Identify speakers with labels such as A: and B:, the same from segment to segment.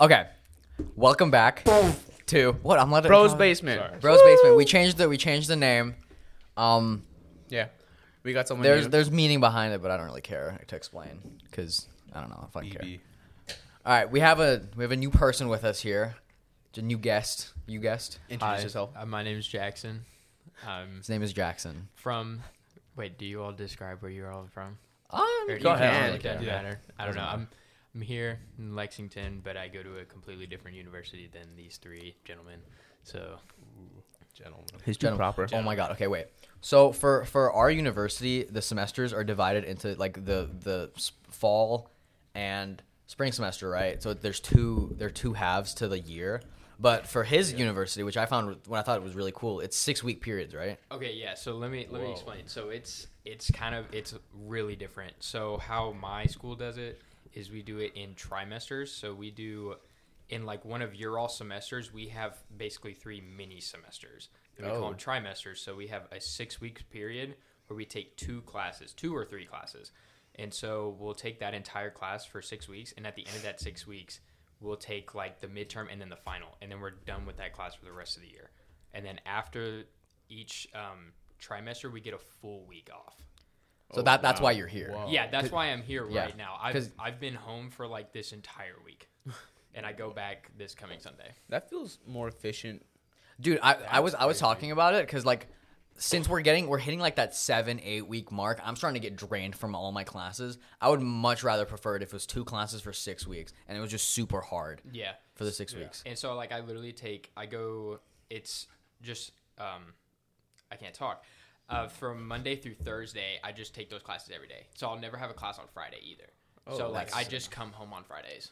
A: Okay, welcome back to what I'm letting
B: Bro's basement.
A: Bros basement. We changed the we changed the name. Um,
B: Yeah, we got someone.
A: there's
B: new.
A: there's meaning behind it, but I don't really care to explain because I don't know if I care.
C: BB.
A: All right, we have a we have a new person with us here, It's a new guest. You guessed.
B: introduce
D: Hi,
B: yourself.
D: Uh, my name's Jackson. I'm
A: His name is Jackson.
D: from. Wait, do you all describe where you're all from?
A: Um,
D: Or do
B: Go
D: you
B: ahead.
D: care?
B: Yeah.
D: It doesn't
C: Yeah.
D: matter. I
A: Doesn't
D: don't know.
A: matter.
D: I'm I'm here in Lexington, but I go to a completely different university than these three gentlemen. So
C: Gentlemen.
B: He's
A: Gentlemen. Oh my god. Okay, wait. So for for our university, the semesters are divided into like the the s- fall and spring semester, right? So there's two there are two halves to the year. But for his university, which I found when I thought it was really cool, it's six week periods, right?
D: Okay, yeah. So let me let
C: Whoa.
D: me explain. So it's it's kind of it's really different. So how my school does it is we do it in trimesters. So we do in like one of your all semesters, we have basically three mini semesters. And we
B: Oh.
D: call them trimesters. So we have a 6 week period where we take two classes, two or three classes. And so we'll take that entire class for 6 weeks and at the end of that 6 weeks, we'll take like the midterm and then the final and then we're done with that class for the rest of the year. And then after each um, trimester, we get a full week off.
A: So that that's why you're here.
C: Whoa.
D: yeah, that's why I'm here
A: Oh. yeah,
D: right now. I've
A: 'cause-
D: I've been home for like this entire week, and I go back this coming Sunday.
B: That feels more efficient.
A: Dude, I, I was I was talking about it because like since we're getting we're hitting like that seven eight week mark, I'm starting to get drained from all my classes. I would much rather prefer it if it was two classes for six weeks and it was just super hard
D: Yeah,
A: for the six weeks.
D: and so like I literally take I go. It's just um, I can't talk. Uh, from Monday through Thursday, I just take those classes every day. So I'll never have a class on Friday either. so like I just come home on Fridays.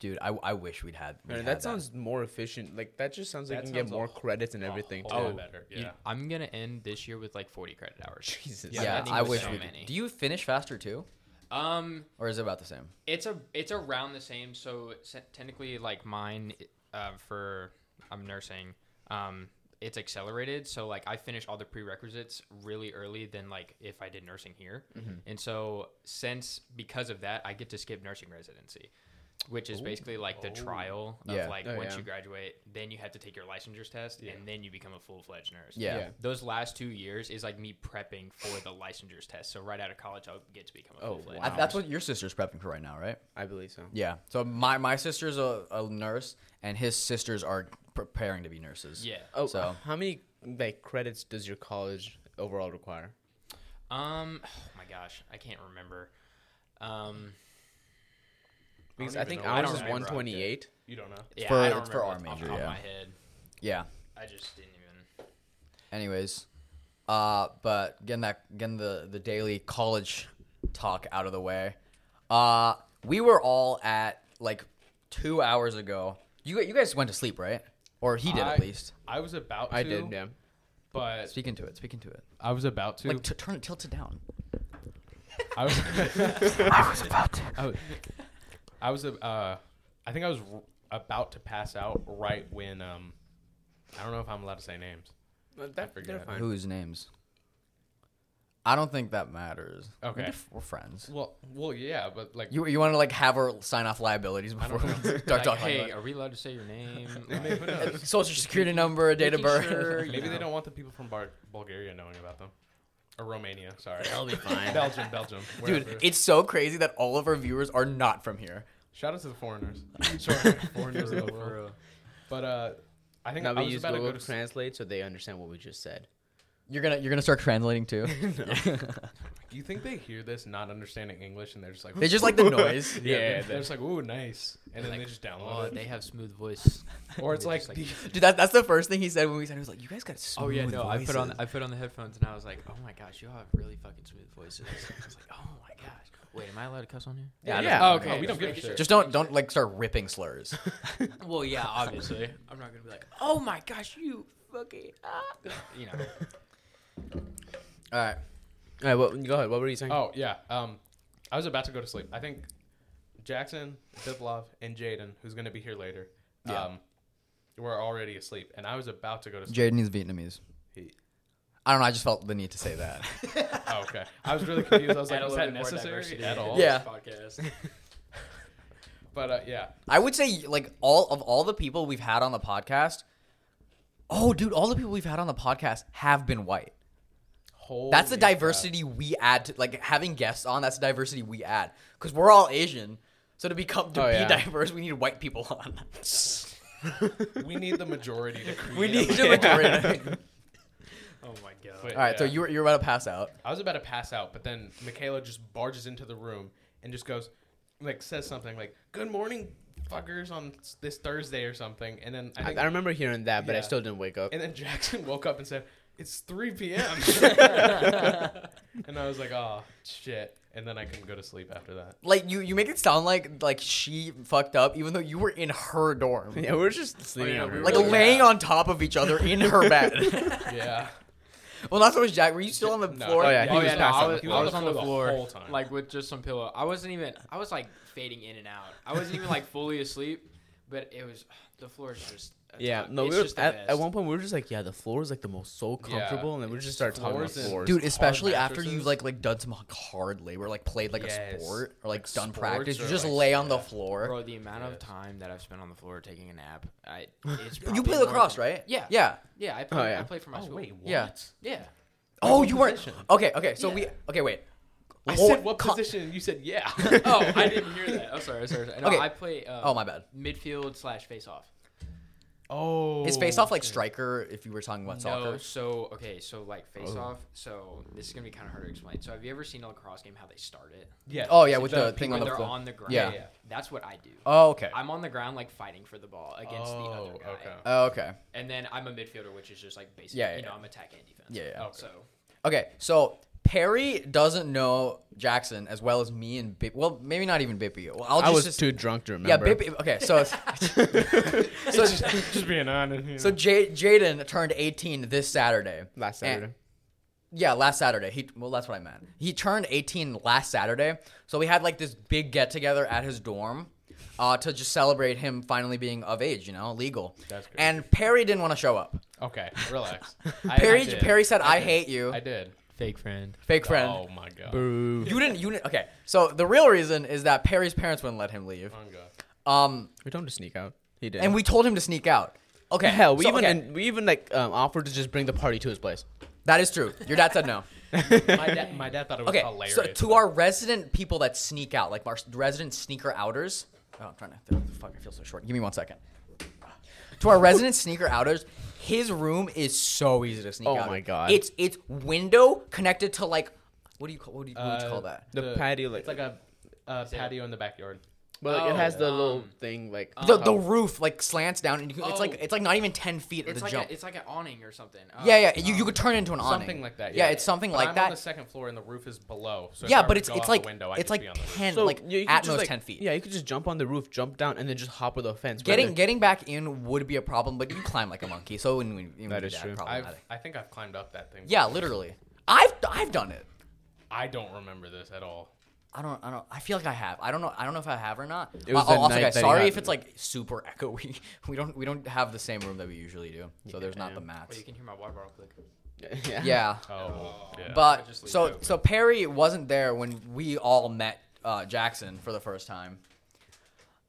A: Dude, I, I wish we'd had. we
B: Man,
A: had
B: that sounds more efficient. Like that just sounds like
C: That
B: you can get
C: sounds
B: more
C: a-
B: credits and everything.
C: whole
B: too.
C: lot Oh, better.
D: You-
C: Yeah.
D: I'm gonna end this year with like 40 credit hours.
B: Jesus.
A: Yeah,
D: Yeah, that thing
A: I
D: was
A: wish
D: so
A: we
D: many.
A: did. Do you finish faster too,
D: Um,
A: or is it about the same?
D: It's a it's around the same. So se- technically, like mine, uh, for I'm nursing. Um, it's accelerated. So like I finish all the prerequisites really early than like if I did nursing here. And so since because of that, I get to skip nursing residency, which is basically like the trial of
A: Yeah.
D: like
B: Oh,
D: once
B: yeah.
D: you graduate, then you have to take your licensures test, and then you become a full fledged nurse
A: Yeah.
B: Yeah.
D: those last two years is like me prepping for the licensures test. So right out of college, I'll get to become a
B: Oh,
D: full-fledged.
A: I,
B: wow.
A: that's what your sister's prepping for right now, right?
B: I believe so.
A: Yeah. So my my sister's a, a nurse, and his sisters are preparing to be nurses.
D: Yeah.
B: Oh,
A: So-
B: how many like credits does your college overall require?
D: Um. Oh my gosh, I can't remember. Um.
B: Because I,
C: even
B: think
C: know. I
B: ours
D: don't
B: is
D: remember.
B: one twenty eight.
C: You don't know.
D: Yeah,
A: for-
D: I don't
A: it's for
D: remember
A: our
D: off the
A: major,
D: top of
A: yeah.
D: my head.
A: Yeah.
D: I just didn't even.
A: Anyways, uh, but getting that getting the the daily college talk out of the way, uh, we were all at like two hours ago. You you guys went to sleep, right? Or he did
C: I-
A: at least.
C: I was about to.
B: I did, yeah.
C: But
A: Speaking to it, speaking to it.
C: I was about to.
A: Like t- turn it, tilt it down.
C: I was.
A: I was about to.
C: I was, I was uh, I think I was r- about to pass out right when um, I don't know if I'm allowed to say names.
B: Well, that- they're
C: forget.
B: fine.
A: Whose names? I don't think that matters. We
C: Okay.
A: can f- We're friends.
C: Well, well, yeah, but like
A: You, you want to like have her sign off liabilities before we start
D: Like,
A: talking
D: hey,
A: about
D: are we allowed to say your name?
C: maybe, who knows?
A: it. social security number, date of
D: Making
A: birth.
D: sure, you
C: Maybe they
D: know.
C: don't want the people from Bar- Bulgaria knowing about them, or Romania. Sorry,
B: They'll be fine.
C: Belgium, Belgium.
A: Dude,
C: wherever.
A: it's so crazy that all of our viewers are not from here.
C: shout out to the foreigners. Shout out to the foreigners of the
D: For
C: world.
D: real.
C: But uh, I think
B: Now
C: I
B: we
C: was
B: use
C: about to go
B: Google
C: to. s-
B: Translate so they understand what we just said.
A: You're gonna you're gonna start translating too.
C: Do you think they hear this not understanding English and they're just like?
A: They just like the noise.
C: Yeah,
B: Yeah,
C: they're, they're just like, ooh, nice, and then
D: Like,
C: they just download
D: Oh,
C: it.
D: they have smooth voice.
C: or it's
D: They're
C: like,
D: just
C: the-
A: Dude, that, that's the first thing he said when we said he was like, "You guys got smooth
D: Oh yeah, no, I put on
A: voices."
D: I put on the headphones and I was like, oh my gosh, you all have really fucking smooth voices. I was like, oh my gosh. Wait, am I allowed to cuss on here?
B: Yeah,
C: yeah, Oh,
B: I don't-
C: okay, we
D: just
C: don't give a
D: making sure.
C: shit.
A: Just don't don't like start ripping slurs.
D: Well, yeah, obviously. I'm not gonna be like, oh my gosh, you fucking, ah. you know.
A: all right,
B: All right, well, go ahead. What were you saying?
C: Oh yeah. Um, I was about to go to sleep. I think Jackson, Biplov, and Jaden, who's going to be here later,
A: Yeah.
C: um, were already asleep, and I was about to go to sleep.
A: Jaden is Vietnamese.
C: He-
A: I don't know. I just felt the need to say that.
C: oh, okay. I was really confused. I was
D: Add
C: like,
D: a
C: was
D: little
C: that
D: bit more
C: necessary
D: diversity
C: at
D: into
C: all?
A: Yeah.
D: this Podcast.
C: But uh, yeah,
A: I would say like all of all the people we've had on the podcast. Oh, dude, all the people we've had on the podcast have been white.
C: Holy
A: That's the
C: crap.
A: diversity we add to like having guests on. That's the diversity we add because we're all Asian. So to become to
C: Oh,
A: be
C: yeah.
A: diverse, we need white people on.
C: We need the majority to create.
A: we need
C: a-
A: to majority.
D: Oh my god.
C: but,
A: All right, so
C: yeah.
A: you were you're about to pass out.
C: I was about to pass out, but then Michaela just barges into the room and just goes, like, says something like, "Good morning, fuckers," on this Thursday or something. And then I
B: I,
C: think,
B: I remember hearing that, but I
C: Yeah.
B: still didn't wake up.
C: and then Jackson woke up and said, "It's 3 p.m." and I was like, "Oh shit!" And then I couldn't go to sleep after that.
A: Like you, you make it sound like like she fucked up, even though you were in her dorm,
B: yeah, we were just sleeping.
C: Oh, yeah,
B: on
C: we
B: her.
C: were
A: like
C: Really?
A: laying on top of each other in her bed.
C: Yeah.
A: well, not so much Jack. Were you still on the
C: No.
A: floor?
B: Oh, yeah, he
D: oh
B: was
D: yeah, no,
B: passed
D: I
B: on the
D: was,
C: floor.
D: I was on the floor,
C: whole time.
D: like with just some pillow. I wasn't even. I was like fading in and out. I wasn't even like fully asleep, but it was the floor is just. a
B: Yeah,
D: top-
B: no,
D: it's
B: we were
D: just the
B: at,
D: best.
B: at one point we were just like, yeah, the floor is like the most so comfortable, and then we just started talking about
C: Floors and-
B: floors.
A: Dude,
C: hard
A: especially after you
C: mattresses.
A: like like done some hard labor, like played like a
C: Yes.
A: sport or like,
C: Like
A: done
C: sports
A: practice, you
C: or,
A: just
C: like,
A: lay on the
C: yeah.
A: floor.
D: bro, the amount of
C: Yes.
D: time that I've spent on the floor taking a nap, I it's
A: you
D: probably
A: play
D: more
A: lacrosse,
D: than-
A: right?
D: Yeah,
A: Yeah.
D: yeah. I play,
B: yeah.
D: I play for my
C: Oh
D: school.
C: wait, what?
A: Yeah.
D: Yeah,
A: Oh,
C: what
A: you weren't.
C: position?
A: Okay, okay. So
D: Yeah.
A: we okay. Wait.
C: I
A: Lord-
C: said what
A: con-
C: position? And you said yeah.
D: oh, I didn't hear that. I'm sorry. I'm sorry. No,
A: Okay.
D: I play. Um,
A: Oh, my bad.
D: Midfield slash face off.
C: oh.
A: Is face off like striker? If you were talking about
D: No,
A: soccer,
D: so okay, so like face off. So this is gonna be kind of hard to explain. So have you ever seen a lacrosse game? How they start it?
C: Yeah.
A: Oh, yeah, with the
C: people-
A: thing
D: when
A: on the
D: they're
A: floor.
D: on the ground.
A: Yeah.
C: Yeah.
D: that's what I do.
A: oh okay,
D: I'm on the ground like fighting for the ball against the other
C: Oh,
D: guy,
C: okay.
A: oh, okay,
D: and then I'm a midfielder, which is just like basically,
A: Yeah, yeah,
D: you know,
A: yeah.
D: I'm attack and defense.
A: Yeah, yeah.
C: Okay.
D: So
A: okay. So Perry doesn't know Jackson as well as me and Bip. Well, maybe not even Bippy. Well, I'll just
B: I was
A: just-
B: too drunk to remember.
A: yeah, Bippy. Okay, so so
C: just, just being honest. you
A: so
C: know.
A: J- Jaden turned 18 this Saturday.
B: Last
A: And-
B: Saturday.
A: Yeah, last Saturday. He well, that's what I meant. He turned 18 last Saturday, so we had like this big get together at his dorm uh, to just celebrate him finally being of age, you know, legal.
C: That's crazy.
A: And Perry didn't want to show up.
C: okay, relax. I- I
A: Perry
C: did.
A: Perry said, "I,
C: did.
A: hate you,
C: I did.
D: fake friend.
A: fake friend."
C: Oh my god.
B: Boo.
A: You didn't. You didn't. Okay, so the real reason is that Perry's parents wouldn't let him leave.
C: Oh my god.
A: Um,
B: We told him to sneak out. He did.
A: and we told him to sneak out. Okay,
B: hell, we
A: so,
B: even
A: okay,
B: and we even like um, offered to just bring the party to his place.
A: that is true. Your dad said no.
C: my, dad, my dad thought it was
A: Okay,
C: hilarious.
A: so to our resident people that sneak out, like our resident sneaker outers. Oh, I'm trying to. Fuck, I feel so short. Give me one second. To our resident sneaker outers, his room is so easy to sneak
B: Oh
A: out.
B: my
A: of.
B: God.
A: It's it's window connected to like what do you call what do you, what would you
C: Uh,
A: call that?
B: The patio, like-
C: it's like a, a
D: it a-
C: patio in the backyard.
B: But like, it
D: Oh,
B: has the little
D: um,
B: thing like
A: The, the roof like slants down and you can, it's like
D: Oh.
A: it's like not even ten feet of
D: It's
A: the
D: like
A: jump.
D: a, it's like an awning or something.
A: yeah,
D: Um,
A: yeah. You,
D: um,
A: you could turn it into an awning.
C: Something like that.
A: Yeah,
C: Yeah,
A: it's something
C: But
A: like
C: I'm
A: that.
C: On the second floor and the roof is below. So if I
A: yeah,
C: were
A: but
C: to
A: it's
C: go
A: it's
C: out
A: like
C: the window, I'd
A: it's
C: just
A: like
C: be on the roof.
A: ten
B: so
A: like
B: yeah, you could
A: at
B: just,
A: most
B: like-
A: ten feet.
B: Yeah, you could just jump on the roof, jump down, and then just hop over the fence. but
A: Getting
B: then-
A: getting back in would be a problem, but you climb like a monkey, so it wouldn't even- even
B: That
A: be
B: is true. I've-
A: problematic.
C: I've, I think I've climbed up that thing.
A: yeah,
C: before.
A: literally. I've I've done it.
C: I don't remember this at all.
A: I don't I don't I feel like I have. I don't know I don't know if I have or not.
B: It was
A: Uh, oh,
B: the
A: also
B: night
A: guys,
B: that he
A: sorry
B: got-
A: if it's like super echoey. We don't we don't have the same room that we usually do. So there's not the
D: Wait,
A: mats.
D: oh, you can hear my water bottle click.
B: yeah.
A: Yeah.
C: Oh, yeah.
A: But
D: just leave it
A: so
D: open.
A: so Perry wasn't there when we all met uh, Jackson for the first time.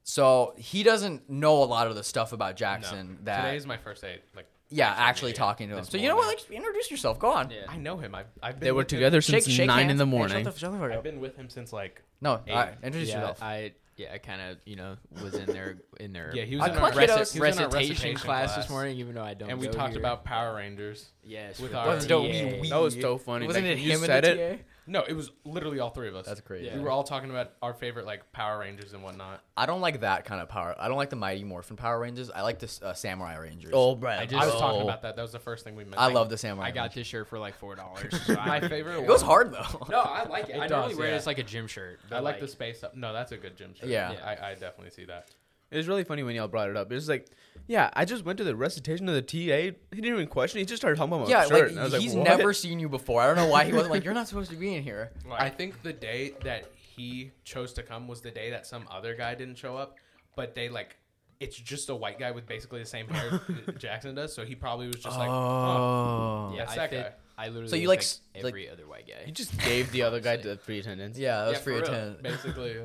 A: So he doesn't know a lot of the stuff about
C: No.
A: Jackson that
C: today is my first day. Like,
A: yeah
C: social
A: actually
C: media
A: talking to him.
C: this
A: So you know what?
C: morning.
A: Like introduce yourself. Go on.
D: Yeah.
C: I know him. I've, I've been
B: They were
C: with him-
B: together since nine in
A: hands.
B: the
A: Hey,
B: morning.
A: shut the, shut the fuck
C: I've
A: up.
C: been with him since like
A: No, all
C: eight.
A: right, introduce
D: yeah,
A: yourself.
D: I yeah, I kind of you know was in there in there.
C: Yeah, he was
A: I
C: in
A: come
C: our
A: on,
C: reci-
A: kiddos.
C: he was in
D: recitation,
C: our recitation
D: class, this morning, even though I don't.
C: and we
D: go
C: talked
D: here.
C: about Power Rangers.
D: yes
C: with
D: with
C: our-
D: our
A: be
C: Don't
D: TA.
A: weak.
B: That was so funny.
A: Wasn't
B: like,
A: it
B: you
A: him
B: said
A: and the
B: it?
A: TA?
C: No, it was literally all three of us.
A: That's crazy.
D: Yeah.
C: We were all talking about our favorite like Power Rangers and whatnot.
A: I don't like that kind of power. I don't like the Mighty Morphin Power Rangers. I like the uh, Samurai Rangers.
B: Oh, Brad.
C: I, just, I was talking
B: oh.
C: about that. That was the first thing we mentioned.
A: I love the Samurai.
D: I got
A: Rangers.
D: this shirt for like four dollars.
C: My favorite.
A: It was
C: one-
A: hard though.
D: No, I like it. I normally
C: does,
D: wear it
C: yeah.
D: as like a gym shirt.
C: I like, the space up. No, that's a good gym shirt.
A: Yeah.
C: I, I definitely see that.
B: It was really funny when y'all brought it up. It was like, yeah, I just went to the recitation of the TA. He didn't even question. it. He just started humming about
A: yeah,
B: my shirt.
A: like
B: and I was like,
A: he's
B: what?
A: never seen you before. I don't know why he wasn't like you're not supposed to be in here.
C: I think the day that he chose to come was the day that some other guy didn't show up, but they like it's just a white guy with basically the same hair that Jackson does, so he probably was just like, huh.
A: Oh.
D: Yeah,
C: That's
D: I
C: that
D: fit-
C: guy.
D: I literally.
A: So you
D: look
A: like s- like-
D: every other white
B: You
D: guy.
B: just gave the other guy the free attendance.
A: Yeah, that was
D: Yeah,
A: free
D: for real.
A: attendance.
C: basically. Uh,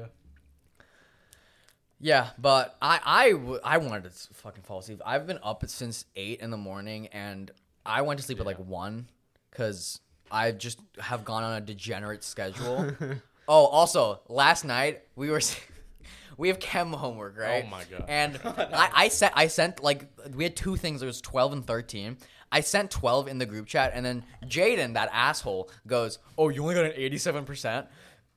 A: Yeah, but I I w- I wanted to s- fucking fall asleep. I've been up since eight in the morning, and I went to sleep at like one because I just have gone on a degenerate schedule. oh, also last night we were. s- We have chem homework, right?
C: Oh my God.
A: And I, I sent, I sent like we had two things. There was twelve and thirteen. I sent twelve in the group chat, and then Jaden, that asshole, goes, "Oh, you only got an eighty-seven percent."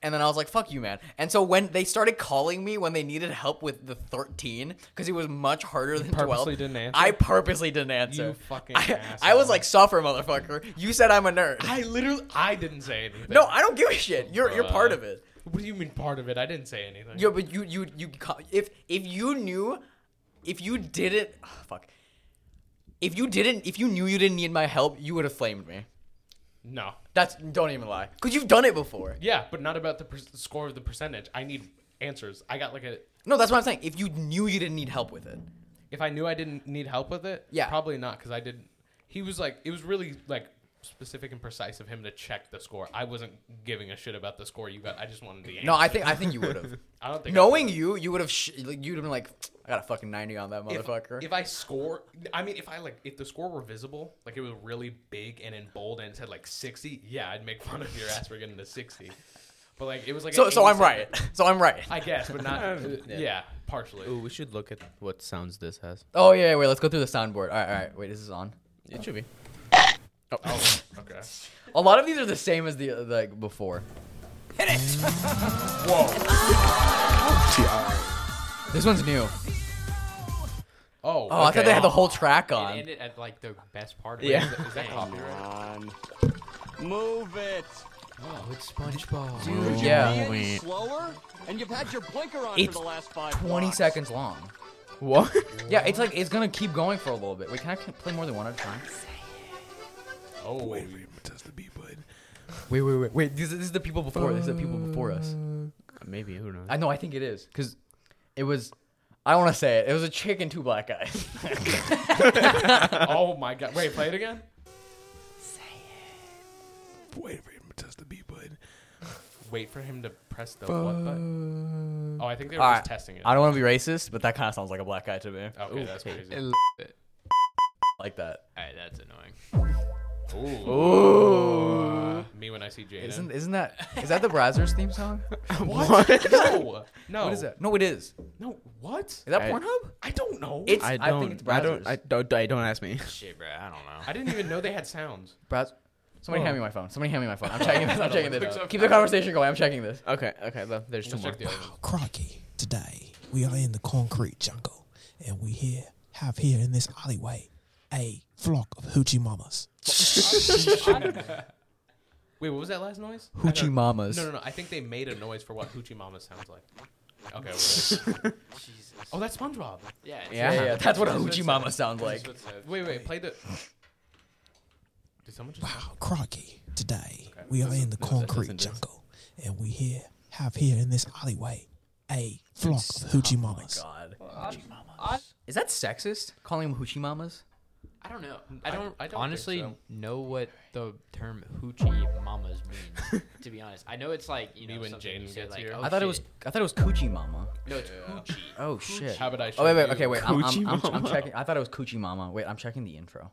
A: And then I was like, "Fuck you, man." And so when they started calling me when they needed help with the thirteen, because it was much harder than twelve,
C: purposely didn't answer?
A: I purposely didn't answer.
C: fucking
A: I, I was
C: asshole.
A: like, "Suffer, motherfucker." You said I'm a nerd.
C: I literally, I didn't say anything.
A: no, I don't give a shit. You're you're part
C: Bruh.
A: of it.
C: What do you mean part of it? I didn't say anything.
A: Yeah, but you you you co- if if you knew if you didn't ah, fuck if you didn't if you knew you didn't need my help you would have flamed me.
C: No.
A: That's don't even lie because you've done it before.
C: Yeah, but not about the per- score of the percentage. I need answers. I got like a.
A: No, that's what I'm saying. If you knew you didn't need help with it,
C: If I knew I didn't need help with it,
A: Yeah.
C: probably not because I didn't. He was like, it was really like specific and precise of him to check the score. I wasn't giving a shit about the score you got. I just wanted the answer.
A: no, I think I think you would have.
C: I don't think I
A: Knowing you, you would have sh- like, you'd have been like, I got a fucking ninety on that
C: if,
A: motherfucker.
C: if I score, I mean, if I like, if the score were visible, like it was really big and in bold, and it said like sixty, yeah, I'd make fun of your ass for getting to sixty. But like, it was like
A: so
C: an
A: so I'm
C: 87.
A: right. So I'm right.
C: I guess, but not yeah. partially.
B: Ooh, we should look at what sounds this has.
A: oh yeah, yeah, wait. Let's go through the soundboard. All right, all right. Wait, this is on.
B: It should be.
C: Oh, okay.
A: A lot of these are the same as the like before. Hit it! Whoa! this one's new. Oh,
C: Oh,
A: I thought
C: okay.
A: they had the whole track on.
D: It ended at like the best part. Of
B: Yeah.
D: it. Is that copyright?
E: on. Move it.
D: Oh, it's SpongeBob.
E: Dude,
A: yeah.
E: you're being slower, and you've had your blinker on
A: Oh, It's
E: for the last five.
A: 20
E: blocks.
A: seconds long.
B: What?
A: Yeah, it's like it's gonna keep going for a little bit. Wait, can I can- play more than one at a time?
C: Oh,
A: Wait, wait, wait, wait. This, is- this is the people before. This is the people before us.
B: Maybe who knows?
A: I know. I think it is because it was. I don't want to say it. It was a chick and two black guys.
C: oh my god! Wait, play it again.
B: Wait for him to test the B button.
C: Wait for him to press the what button. Oh, I think they were
A: All
C: just
A: right.
C: testing it.
A: I don't want to be racist, but that kind of sounds like a black guy to me.
C: Okay, that's crazy.
D: All
A: Like that.
D: right, that's annoying.
C: Ooh. Uh, me when I see Jaden.
A: Isn't isn't that is that the Brazzers theme song?
C: no, no.
A: What is that? No, it is.
C: No, what?
A: Is that
B: I-
A: Pornhub?
C: I don't know.
A: It's.
B: I
A: I,
B: don't. I,
A: think it's Brazzers.
B: don't. I don't. I don't ask me.
D: Shit, bro. I don't know.
C: I didn't even know they had sounds.
A: Braz- Somebody hand me my phone. Somebody hand me my phone. I'm checking this. I'm checking this.
C: so.
A: Keep the conversation going. I'm checking this.
B: Okay. Okay. well, There's two
C: Let's
B: more.
C: check the other one.
F: Crikey, today we are in the concrete jungle and we here have here in this alleyway a flock of hoochie mamas.
C: Wait, what was that last noise? I
A: Hoochie
C: don't-
A: mamas.
C: No, no, no. I think they made a noise for what Hoochie Mama sounds like. Okay. wait.
D: Jesus.
C: oh, that's SpongeBob.
D: Yeah. it's-
A: Yeah, yeah, yeah. That's what a hoochie
D: it's-
A: mama sounds
D: it's
A: like.
D: what's up.
C: Wait, wait. Play the. Did someone just?
F: Wow, crikey, today we are in the concrete jungle and we here have here in this alleyway a flock of hoochie mamas.
A: God. Is that sexist? Calling them hoochie mamas?
D: I don't know. I
C: I-
D: don't.
C: I don't think
D: honestly
C: so.
D: know what the term hoochie mamas means. to be honest, I know it's like you know
C: when
D: something you
C: Jaden
D: say,
C: gets
D: like,
C: here.
D: oh,
A: I thought it was.
D: shit.
A: I thought it was coochie mama.
D: no, it's hoochie.
A: Oh shit.
C: How about I?
A: Oh wait,
C: show
A: wait.
C: you?
A: Okay, wait. I'm, I'm,
B: Coochie
A: I'm, I'm
B: mama.
A: checking. I thought it was coochie mama. Wait, I'm checking the intro.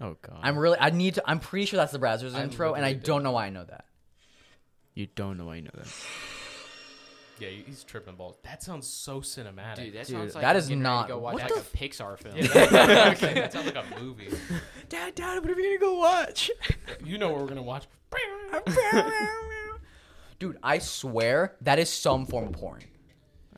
B: Oh God.
A: I'm really. I need to. I'm pretty sure that's the Brazzers intro, and I don't know why I know that.
B: you don't know why you know that.
C: Yeah, he's tripping balls. That sounds so cinematic.
D: Dude, that
A: Dude,
D: sounds like
A: that
D: I'm
A: is
D: getting ready to
A: not-
D: go watch
A: what
D: like
A: the
D: a Pixar film.
C: that, sounds like a movie.
A: Dad, Dad, what are we gonna go watch?
C: You know what we're gonna watch?
A: Dude, I swear that is some form of porn.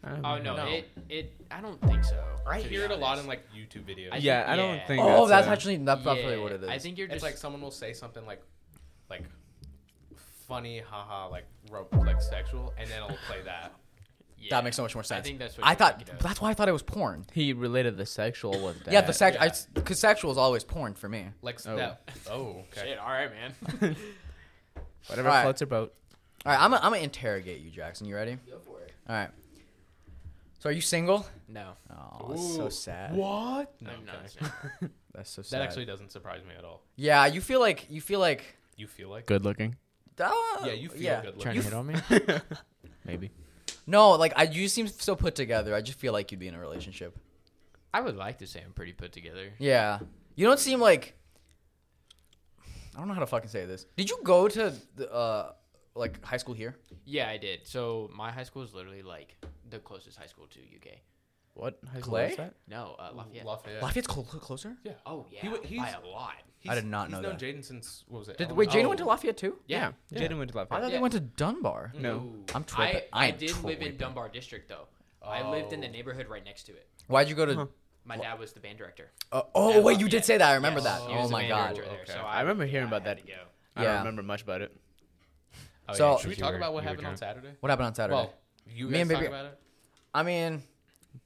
D: Oh no,
C: No.
D: it it. I don't think so.
C: I
D: to be
C: hear it a lot in
D: honest.
C: like YouTube videos.
D: I-
B: Yeah. I
D: yeah.
B: don't think.
A: Oh, that's,
B: a-
A: actually that's probably
D: Yeah,
A: what it is.
D: I think you're
C: it's
D: just
C: like someone will say something like, like, funny, haha, like, rope, like sexual, and then it'll play that.
D: yeah.
A: that makes so much more sense.
D: I think that's what
A: I
D: you're
A: thought.
D: thinking of.
A: That's why I thought it was porn.
B: He related the sexual with that.
A: Yeah, the sex.
C: yeah.
A: Because sexual is always porn for me.
C: Like
B: Oh.
C: that. Oh, okay.
D: Shit, all right, man.
B: Whatever
A: Alright.
B: floats your boat.
A: All right, I'm gonna I'm gonna interrogate you, Jackson. You ready?
D: Go for it.
A: All right. So are you single?
D: No,
A: Oh, that's so
C: Ooh.
A: sad.
C: What? No,
D: I'm
C: okay.
D: not.
A: That's so sad.
C: That actually doesn't surprise me at all.
A: Yeah, you feel like you feel like.
C: You feel like?
B: Good looking.
A: Uh,
C: Oh, Yeah, you feel good
B: Trying
C: looking.
B: to hit on me? Maybe.
A: No, like I, you seem so put together. I just feel like you'd be in a relationship.
D: I would like to say I'm pretty put together.
A: Yeah, you don't seem like. I don't know how to fucking say this. Did you go to the, uh, like high school here?
D: Yeah, I did. So my high school is literally like the closest high school to UK.
B: What? High school
A: Clay?
B: was that?
D: No, uh, Lafayette.
C: Lafayette.
A: Lafayette's cl- closer.
C: yeah.
D: oh yeah,
C: He wa-
D: by
C: he's-
D: a lot.
A: I did not
C: he's
A: know
C: known
A: that.
C: Jaden since what was it?
A: Did, wait,
C: elementary-
A: Jaden
D: Oh.
A: went to Lafayette too.
D: Yeah.
B: Jaden went to
A: I
B: Lafayette.
A: thought they
D: Yeah. Mm-hmm.
A: went to Dunbar.
B: No.
A: I'm tripping.
D: I, I
A: am
D: did live in
A: tripping.
D: Dunbar District though. I lived in the
C: Oh.
D: neighborhood right next to it.
A: Why'd you go to?
D: My dad was the band director.
A: Uh, oh
D: at
A: wait, you did
D: Lafayette.
A: say that. I remember that.
D: Yes, he was
A: Oh
D: the
A: my
D: band
A: god.
D: director there, so
C: Okay.
B: I remember hearing about
D: had
B: that.
D: to go.
B: I
A: Yeah.
B: don't remember much about it.
A: So-
C: Should we talk about what happened on Saturday?
A: What happened on Saturday?
C: Well, you
A: Me
C: guys
A: and
C: talk
A: Baby-
C: about it.
A: I mean,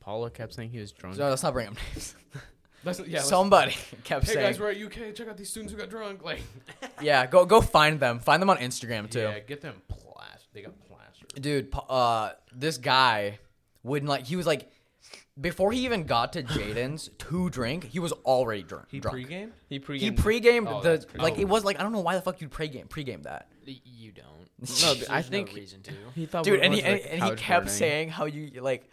B: Paula kept saying he was drunk.
A: no, let's not bring up names.
C: Let's, yeah. let's-
A: Somebody kept
C: Hey
A: saying,
C: guys, we're at UK. Check out these students who got drunk. Like,
A: "Yeah, go go find them. Find them on Instagram too."
C: yeah, get them plastered. They got plastered.
A: dude pa- uh this guy wouldn't like he was like before he even got to jaden's to drink he was already drunk
C: He
A: drunk
C: pregame.
B: he pre.
A: he pre-gamed
C: Oh,
A: the
C: that's crazy.
A: like
C: Oh.
A: it was like i don't know why the fuck you'd pre-game pre-game that
D: Y- You don't.
B: no,
D: There's
B: I think
D: no reason to.
B: he thought.
A: dude
B: we
A: and
B: were
A: he,
B: going
A: and,
B: to, like,
A: and he
B: couch
A: kept
B: burning.
A: saying how you like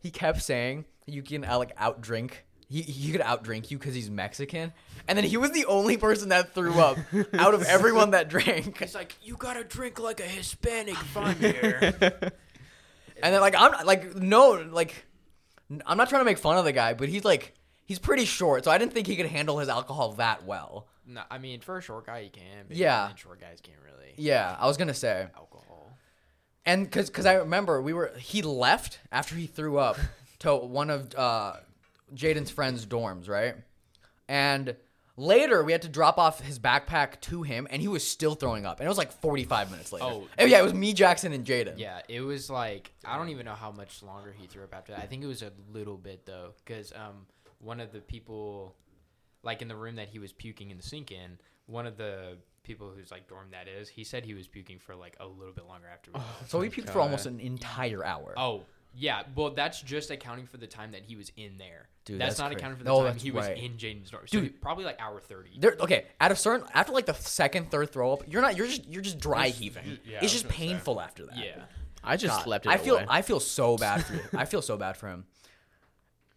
A: he kept saying you can uh, like out drink he, he could outdrink you because he's Mexican, and then he was the only person that threw up out of everyone that drank.
D: He's like, you gotta drink like a Hispanic if I'm here.
A: And then like I'm like no like n- I'm not trying to make fun of the guy, but he's like he's pretty short, so I didn't think he could handle his alcohol that well.
D: no, I mean, for a short guy, you can. But
A: Yeah.
D: even Short guys can't really.
A: Yeah, I was gonna say,
D: Alcohol.
A: and because because I remember we were he left after he threw up to one of uh, Jaden's friends' dorms, right? And later we had to drop off his backpack to him, and he was still throwing up, and it was like 45 minutes later.
D: Oh.
A: yeah, it was me, Jackson, and Jaden.
D: Yeah, it was like I don't even know how much longer he threw up after that. I think it was a little bit though, because um, one of the people, like in the room that he was puking in the sink in, one of the people whose like dorm that is, he said he was puking for like a little bit longer after. we left.
A: Oh, So we puked for almost an entire hour.
D: Oh. Yeah, well, that's just accounting for the time that he was in there.
A: Dude,
D: that's,
A: that's
D: not
A: cra-
D: accounting for the
A: No,
D: time
A: that's
D: he was
A: right.
D: in Jaden's dorm. So
A: Dude.
D: probably like hour thirty.
A: There, okay, at a certain after like the second, third throw up, you're not you're just you're just dry heaving.
C: yeah, I
A: it's
C: was
A: just
C: gonna say.
A: painful after that.
D: Yeah,
B: I just
A: God,
B: slept it
A: I feel
B: away.
A: I feel so bad for you. I feel so bad for him.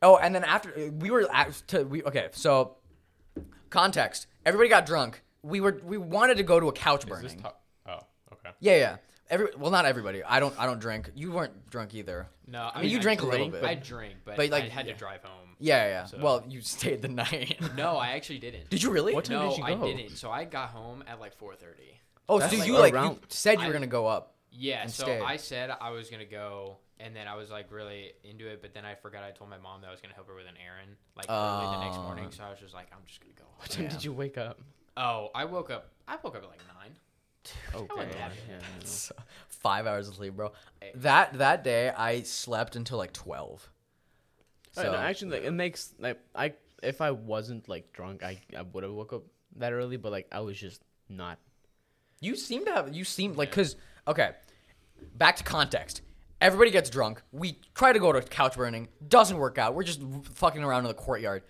A: Oh, and then after we were at, to we okay, so context. Everybody got drunk. We were we wanted to go to a couch burning.
C: Is this talk? Oh, okay.
A: yeah, yeah. Every well, not everybody. I don't I don't drink. You weren't drunk either.
D: no, I
A: I
D: mean,
A: mean, you
D: I
A: drank a little
D: drank,
A: bit.
D: I drank, but,
A: But, like,
D: I had
A: yeah.
D: to drive home.
A: Yeah, yeah. yeah.
D: So-
A: Well, you stayed the night.
D: No, I actually didn't.
A: Did you really?
B: What time
D: no,
B: did you
D: I
B: go?
D: didn't. So I got home at like 4:30.
A: Oh, so
B: That's
A: you
B: like
A: like you
B: around-
A: said you were
D: I-
A: gonna go up.
D: Yeah, so
A: Instead.
D: I said I was gonna go, and then I was like really into it, but then I forgot I told my mom that I was gonna help her with an errand like early the next
A: Oh.
D: morning. So I was just like, I'm just gonna go. home.
B: What time did you wake up?
D: Oh, I woke up. I woke up at like nine.
B: Okay.
D: wasn't that
B: yeah,
A: So, five hours of sleep, bro. That that day I slept until like twelve.
B: I know.
A: So-
B: Uh, no, actually, like it makes like I if I wasn't like drunk, I I would have woke up that early, but like I was just not.
A: You seem to have you seem like cause okay. Back to context. Everybody gets drunk. We try to go to couch burning. Doesn't work out. We're just fucking around in the courtyard,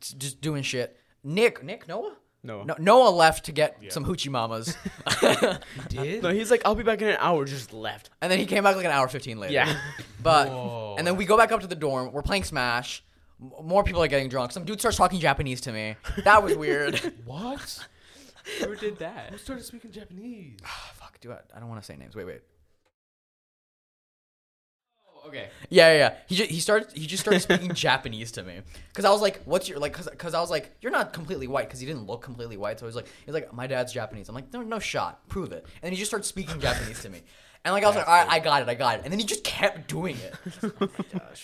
A: j- just doing shit. Nick, Nick, Noah,
B: Noah.
A: no, Noah left to get some hoochie mamas,
C: Did
B: No, he's like, I'll be back in an hour. Just left.
A: and then he came back like an hour fifteen later.
B: Yeah.
A: But and then we go back up to the dorm. We're playing Smash. M- More people are getting drunk. Some dude starts talking Japanese to me. That was weird.
C: what?
D: Who did that?
C: Who started speaking Japanese?
A: Ah, Fuck, do I? I don't want to say names. Wait, wait.
D: Oh, okay.
A: Yeah, yeah. yeah. He just, he started he just started speaking Japanese to me because I was like, "What's your like?" Because I was like, "You're not completely white," because he didn't look completely white. So he's like, he's like, "My dad's Japanese." I'm like, "No, no shot, prove it." And then he just starts speaking Japanese to me, and like I was like, "All right, I got it, I got it." And then he just kept doing it.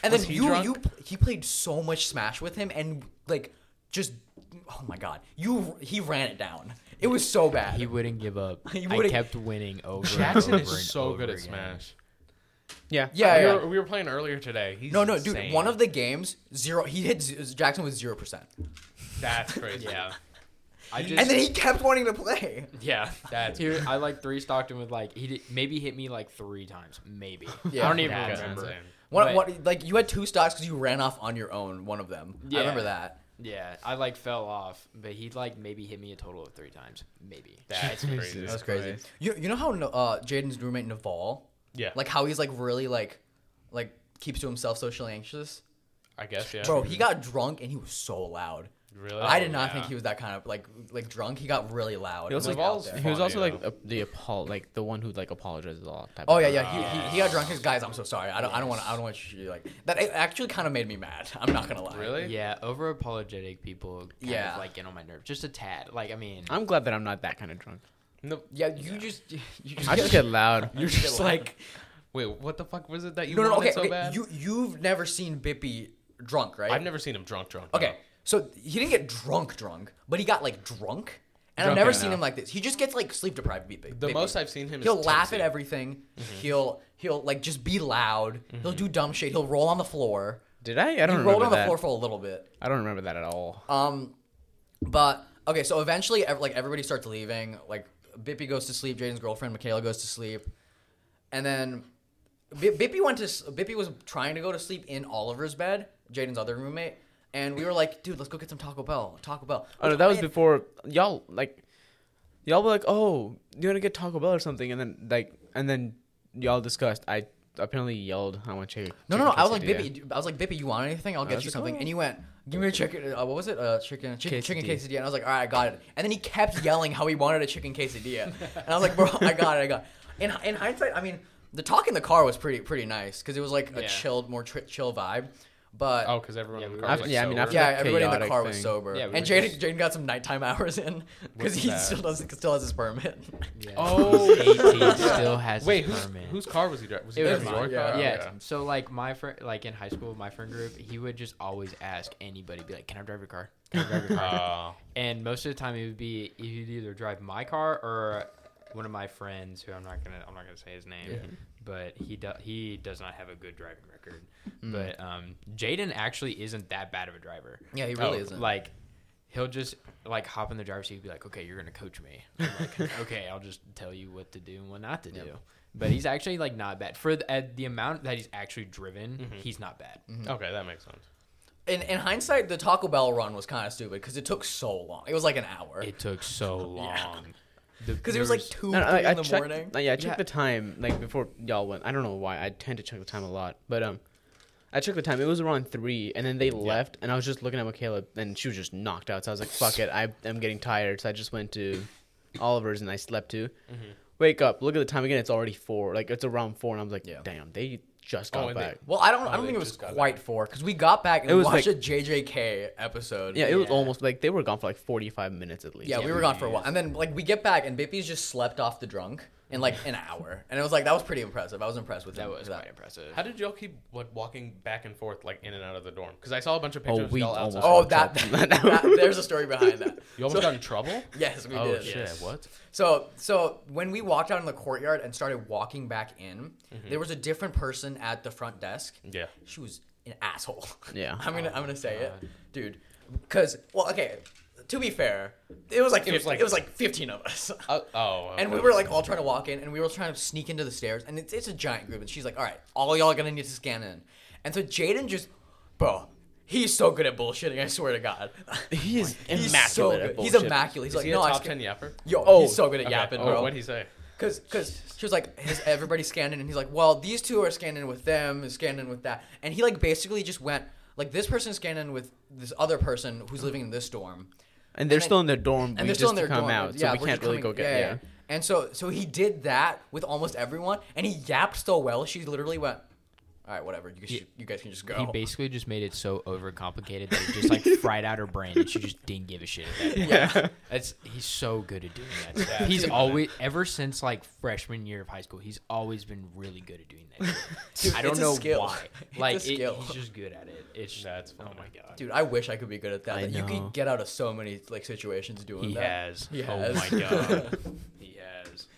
A: and then you you he played so much Smash with him and like just oh my god, you he ran it down. It was so bad.
D: He wouldn't give up.
A: He
D: I
A: wouldn't-
D: kept winning over.
C: Jackson
D: and over
C: is
D: and
C: so
D: over
C: good at
D: again.
C: Smash.
B: Yeah.
A: yeah,
C: we,
A: yeah.
C: Were, we were playing earlier today. He's
A: No, no, dude.
C: insane.
A: One of the games, zero. He hit z- Jackson with zero percent,
C: that's crazy.
D: Yeah. I just
A: and then he kept wanting to play.
D: yeah.
C: That's
D: Here, I like three stocked him with like he did, maybe hit me like three times, maybe.
A: Yeah.
D: I don't even
C: that's
D: remember.
C: insane.
A: What,
D: But-
A: what, like you had two stocks because you ran off on your own. One of them, I
D: Yeah.
A: remember that.
D: Yeah, I like fell off, but he like maybe hit me a total of three times, maybe.
C: That's crazy.
A: That's crazy. You, you know how uh, Jaden's roommate Naval
C: Yeah.
A: Like how he's like really like like keeps to himself socially anxious.
C: I guess yeah.
A: Bro, he got drunk and he was so loud.
C: Really?
A: I
C: Oh,
A: did not
C: yeah.
A: think he was that kind of like like drunk. He got really loud.
B: He was,
A: and,
B: like,
A: like, out
C: Duval's
A: there.
B: he was
C: funny,
B: also like
C: though.
B: a, the apol like the one who like apologizes a lot. Type
A: Oh
B: of
A: yeah,
B: guy.
A: yeah. He, he, he got drunk. His guys, I'm so sorry. I don't I don't want I don't want you to, like that. It actually kind of made me mad. I'm not gonna lie.
C: really?
D: Yeah, over apologetic people kind
A: Yeah.
D: of like get on my nerves. Just a tad. Like I mean
B: I'm glad that I'm not that kind of drunk.
C: No,
A: Yeah. You just you just.
B: I just get loud.
C: you're just like, wait, what the fuck was it that you
A: no no no.
C: wanted
A: Okay,
C: so
A: okay.
C: bad?
A: You you've never seen Bippy drunk, right?
C: I've never seen him drunk, drunk. no.
A: Okay, so he didn't get drunk, drunk, but he got like drunk, and I've
B: Drunk
A: never
B: enough.
A: seen him like this. He just gets like sleep deprived. Be-
C: The most I've seen him is Mm-hmm.
A: He'll laugh at
C: tipsy.
A: everything. He'll he'll like just be loud. He'll
C: Mm-hmm.
A: do dumb shit. He'll roll on the floor.
B: Did I? I don't
A: He rolled
B: remember
A: on the
B: that.
A: floor for a little bit.
B: I don't remember that at all.
A: Um, but okay, so eventually, ev- like everybody starts leaving. Like Bippy goes to sleep. Jaden's girlfriend Michaela goes to sleep, and then B- Bippy went to s- Bippy was trying to go to sleep in Oliver's bed, Jaden's other roommate, and we were like, "Dude, let's go get some Taco Bell." Taco Bell.
B: oh no,
A: Which
B: that was
A: I-
B: before y'all like y'all were like, "Oh, you want to get Taco Bell or something?" And then like and then y'all discussed. I apparently yelled, "I want chicken."
A: No, no, no.
B: chicken
A: I was like,
B: quesadilla."
A: Bippy, I was like, Bippy, you want anything? I'll get
B: was
A: you
B: like,
A: something.
B: "Oh."
A: And he went, give me a chicken. Uh, what was it? Uh, chicken, chicken, chicken
B: Quesadilla.
A: quesadilla. And I was like, all right, I got it. And then he kept yelling how he wanted a chicken quesadilla. And I was like, bro, I got it, I got it. In, in hindsight, I mean, the talk in the car was pretty pretty nice because it was like a
D: Yeah.
A: chilled, more tri- chill vibe. But
C: Oh, because everyone in the
D: we
C: car
D: were
C: was
D: just-
C: like,
B: yeah, I mean,
C: sober.
B: after
A: yeah,
B: the
A: everybody in the
B: chaotic
A: car was
B: thing.
A: sober.
D: Yeah,
A: and
D: we were
A: Jaden
D: just-
A: Jaden got some nighttime hours in because he
C: that?
A: still doesn't still has his permit.
D: yeah.
C: Oh.
D: He's 18, still has
C: Wait,
D: his
C: whose
D: permit.
C: whose car was he driving? Was he
D: It was
C: driving
D: mine,
C: your
A: yeah.
C: car?
D: yeah. So like my friend, like in high school, my friend group, he would just always ask anybody, be like, "Can I drive your car?" Can I drive your car?"
C: Oh.
D: and most of the time, it would be he'd either drive my car or one of my friends, who I'm not gonna, I'm not gonna say his name, but he do, he does not have a good driving record.
A: Mm.
D: But um, Jaden actually isn't that bad of a driver. Oh,
A: yeah, he really isn't.
D: Like. He'll just like hop in the driver's seat and be like, "Okay, you're gonna coach me." I'm like, okay, I'll just tell you what to do and what not to do. But he's actually like not bad for the, at the amount that he's actually driven.
A: Mm-hmm.
D: He's not bad.
C: Uh, Okay, that makes sense.
A: in, in hindsight, the Taco Bell run was kind of stupid because it took so long. It was like an hour.
D: It took so long
A: Because it was like two
B: No, no,
A: three
B: like, I
A: in the
B: checked,
A: morning.
B: uh, yeah, I checked the time like before y'all went. I don't know why. I tend to check the time a lot, but um, I checked the time. It was around three, and then they left, and I was just looking at Michaela, and she was just knocked out. So I was like, "Fuck it, I am getting tired." So I just went to Oliver's and I slept too.
A: Mm-hmm.
B: Wake up, look at the time again. It's already four. Like it's around four, and I'm like,
A: Yeah. Oh,
B: "Damn, they just got
C: and they-
B: back."
A: Well, I don't. I
C: Oh, they
A: don't think it was
C: just got
A: quite four because we got back and
B: It was
A: we watched
B: like-
A: a JJK episode.
B: yeah, it was almost like they were gone for like 45 minutes at least.
A: yeah, we were gone for a while, and then like we get back and Bippy's just slept off the drunk in like an hour, and it was like that was pretty impressive. I was impressed with him
D: That
A: for
D: was quite impressive.
C: How did y'all keep like walking back and forth, like in and out of the dorm? Because I saw a bunch of
B: Oh,
C: pictures of
B: we
C: y'all outside.
B: almost-
A: Oh, that, that- there's a story behind that.
C: you almost got in trouble.
A: Yes, we
C: Oh
A: did.
C: shit! What?
A: So, so when we walked out in the courtyard and started walking back in,
C: Mm-hmm.
A: there was a different person at the front desk.
C: Yeah.
A: she was an asshole.
B: Yeah.
A: I'm gonna I'm gonna say
C: Oh,
A: it, dude. Because well, okay. To be fair, it was like it was like, it was like 15 of us.
C: Uh, oh, okay.
A: And we were like all trying to walk in, and we were trying to sneak into the stairs, and it's, it's a giant group. And she's like, "All right, all y'all are gonna need to scan in." And so Jaden just, bro, he's so good at bullshitting. I swear to God,
B: He is
A: he's
B: immaculate.
A: So
B: at
A: good. He's
B: bullshit.
A: immaculate. He's
C: Is
A: like,
C: he
A: no,
C: a
A: I
C: top
A: sca-
C: ten yapper?
A: Yo, he's so good at
C: Okay.
A: yapping,
C: Oh,
A: bro.
C: What'd he say?
A: Cause, cause she was like, has everybody scanned in? And he's like, well, these two are scanned in with them, scanned in with that. And he like basically just went like, this person scanned in with this other person who's living in this dorm,
B: And they're
A: and
B: still
A: then-
B: in their dorm.
A: and
B: we
A: they're
B: just
A: still in their
B: come
A: dorm.
B: out,
A: yeah,
B: so we
A: we're just
B: can't really go
A: coming-
B: get.
A: yeah,
B: yeah.
A: yeah. And so, so he did that with almost everyone, and he yapped so well. She literally went, all right, whatever. You guys, you guys can just go.
D: He basically just made it so overcomplicated that it just like fried out her brain, and she just didn't give a shit. At that yeah, that's he's so good at doing that. Stuff. he's always ever since like freshman year of high school, he's always been really good at doing that. shit.
A: Dude,
D: I don't
A: it's a
D: know
A: skill.
D: why.
A: It's a
D: Like
A: skill.
D: It, he's just good at it. It's
C: That's
D: oh
C: funny.
D: my god.
A: Dude, I wish I could be good at that.
B: I
A: Like, You
B: know.
A: could get out of so many like situations doing
D: He
A: that.
D: has.
A: He
D: Oh
A: has.
D: my god. he has.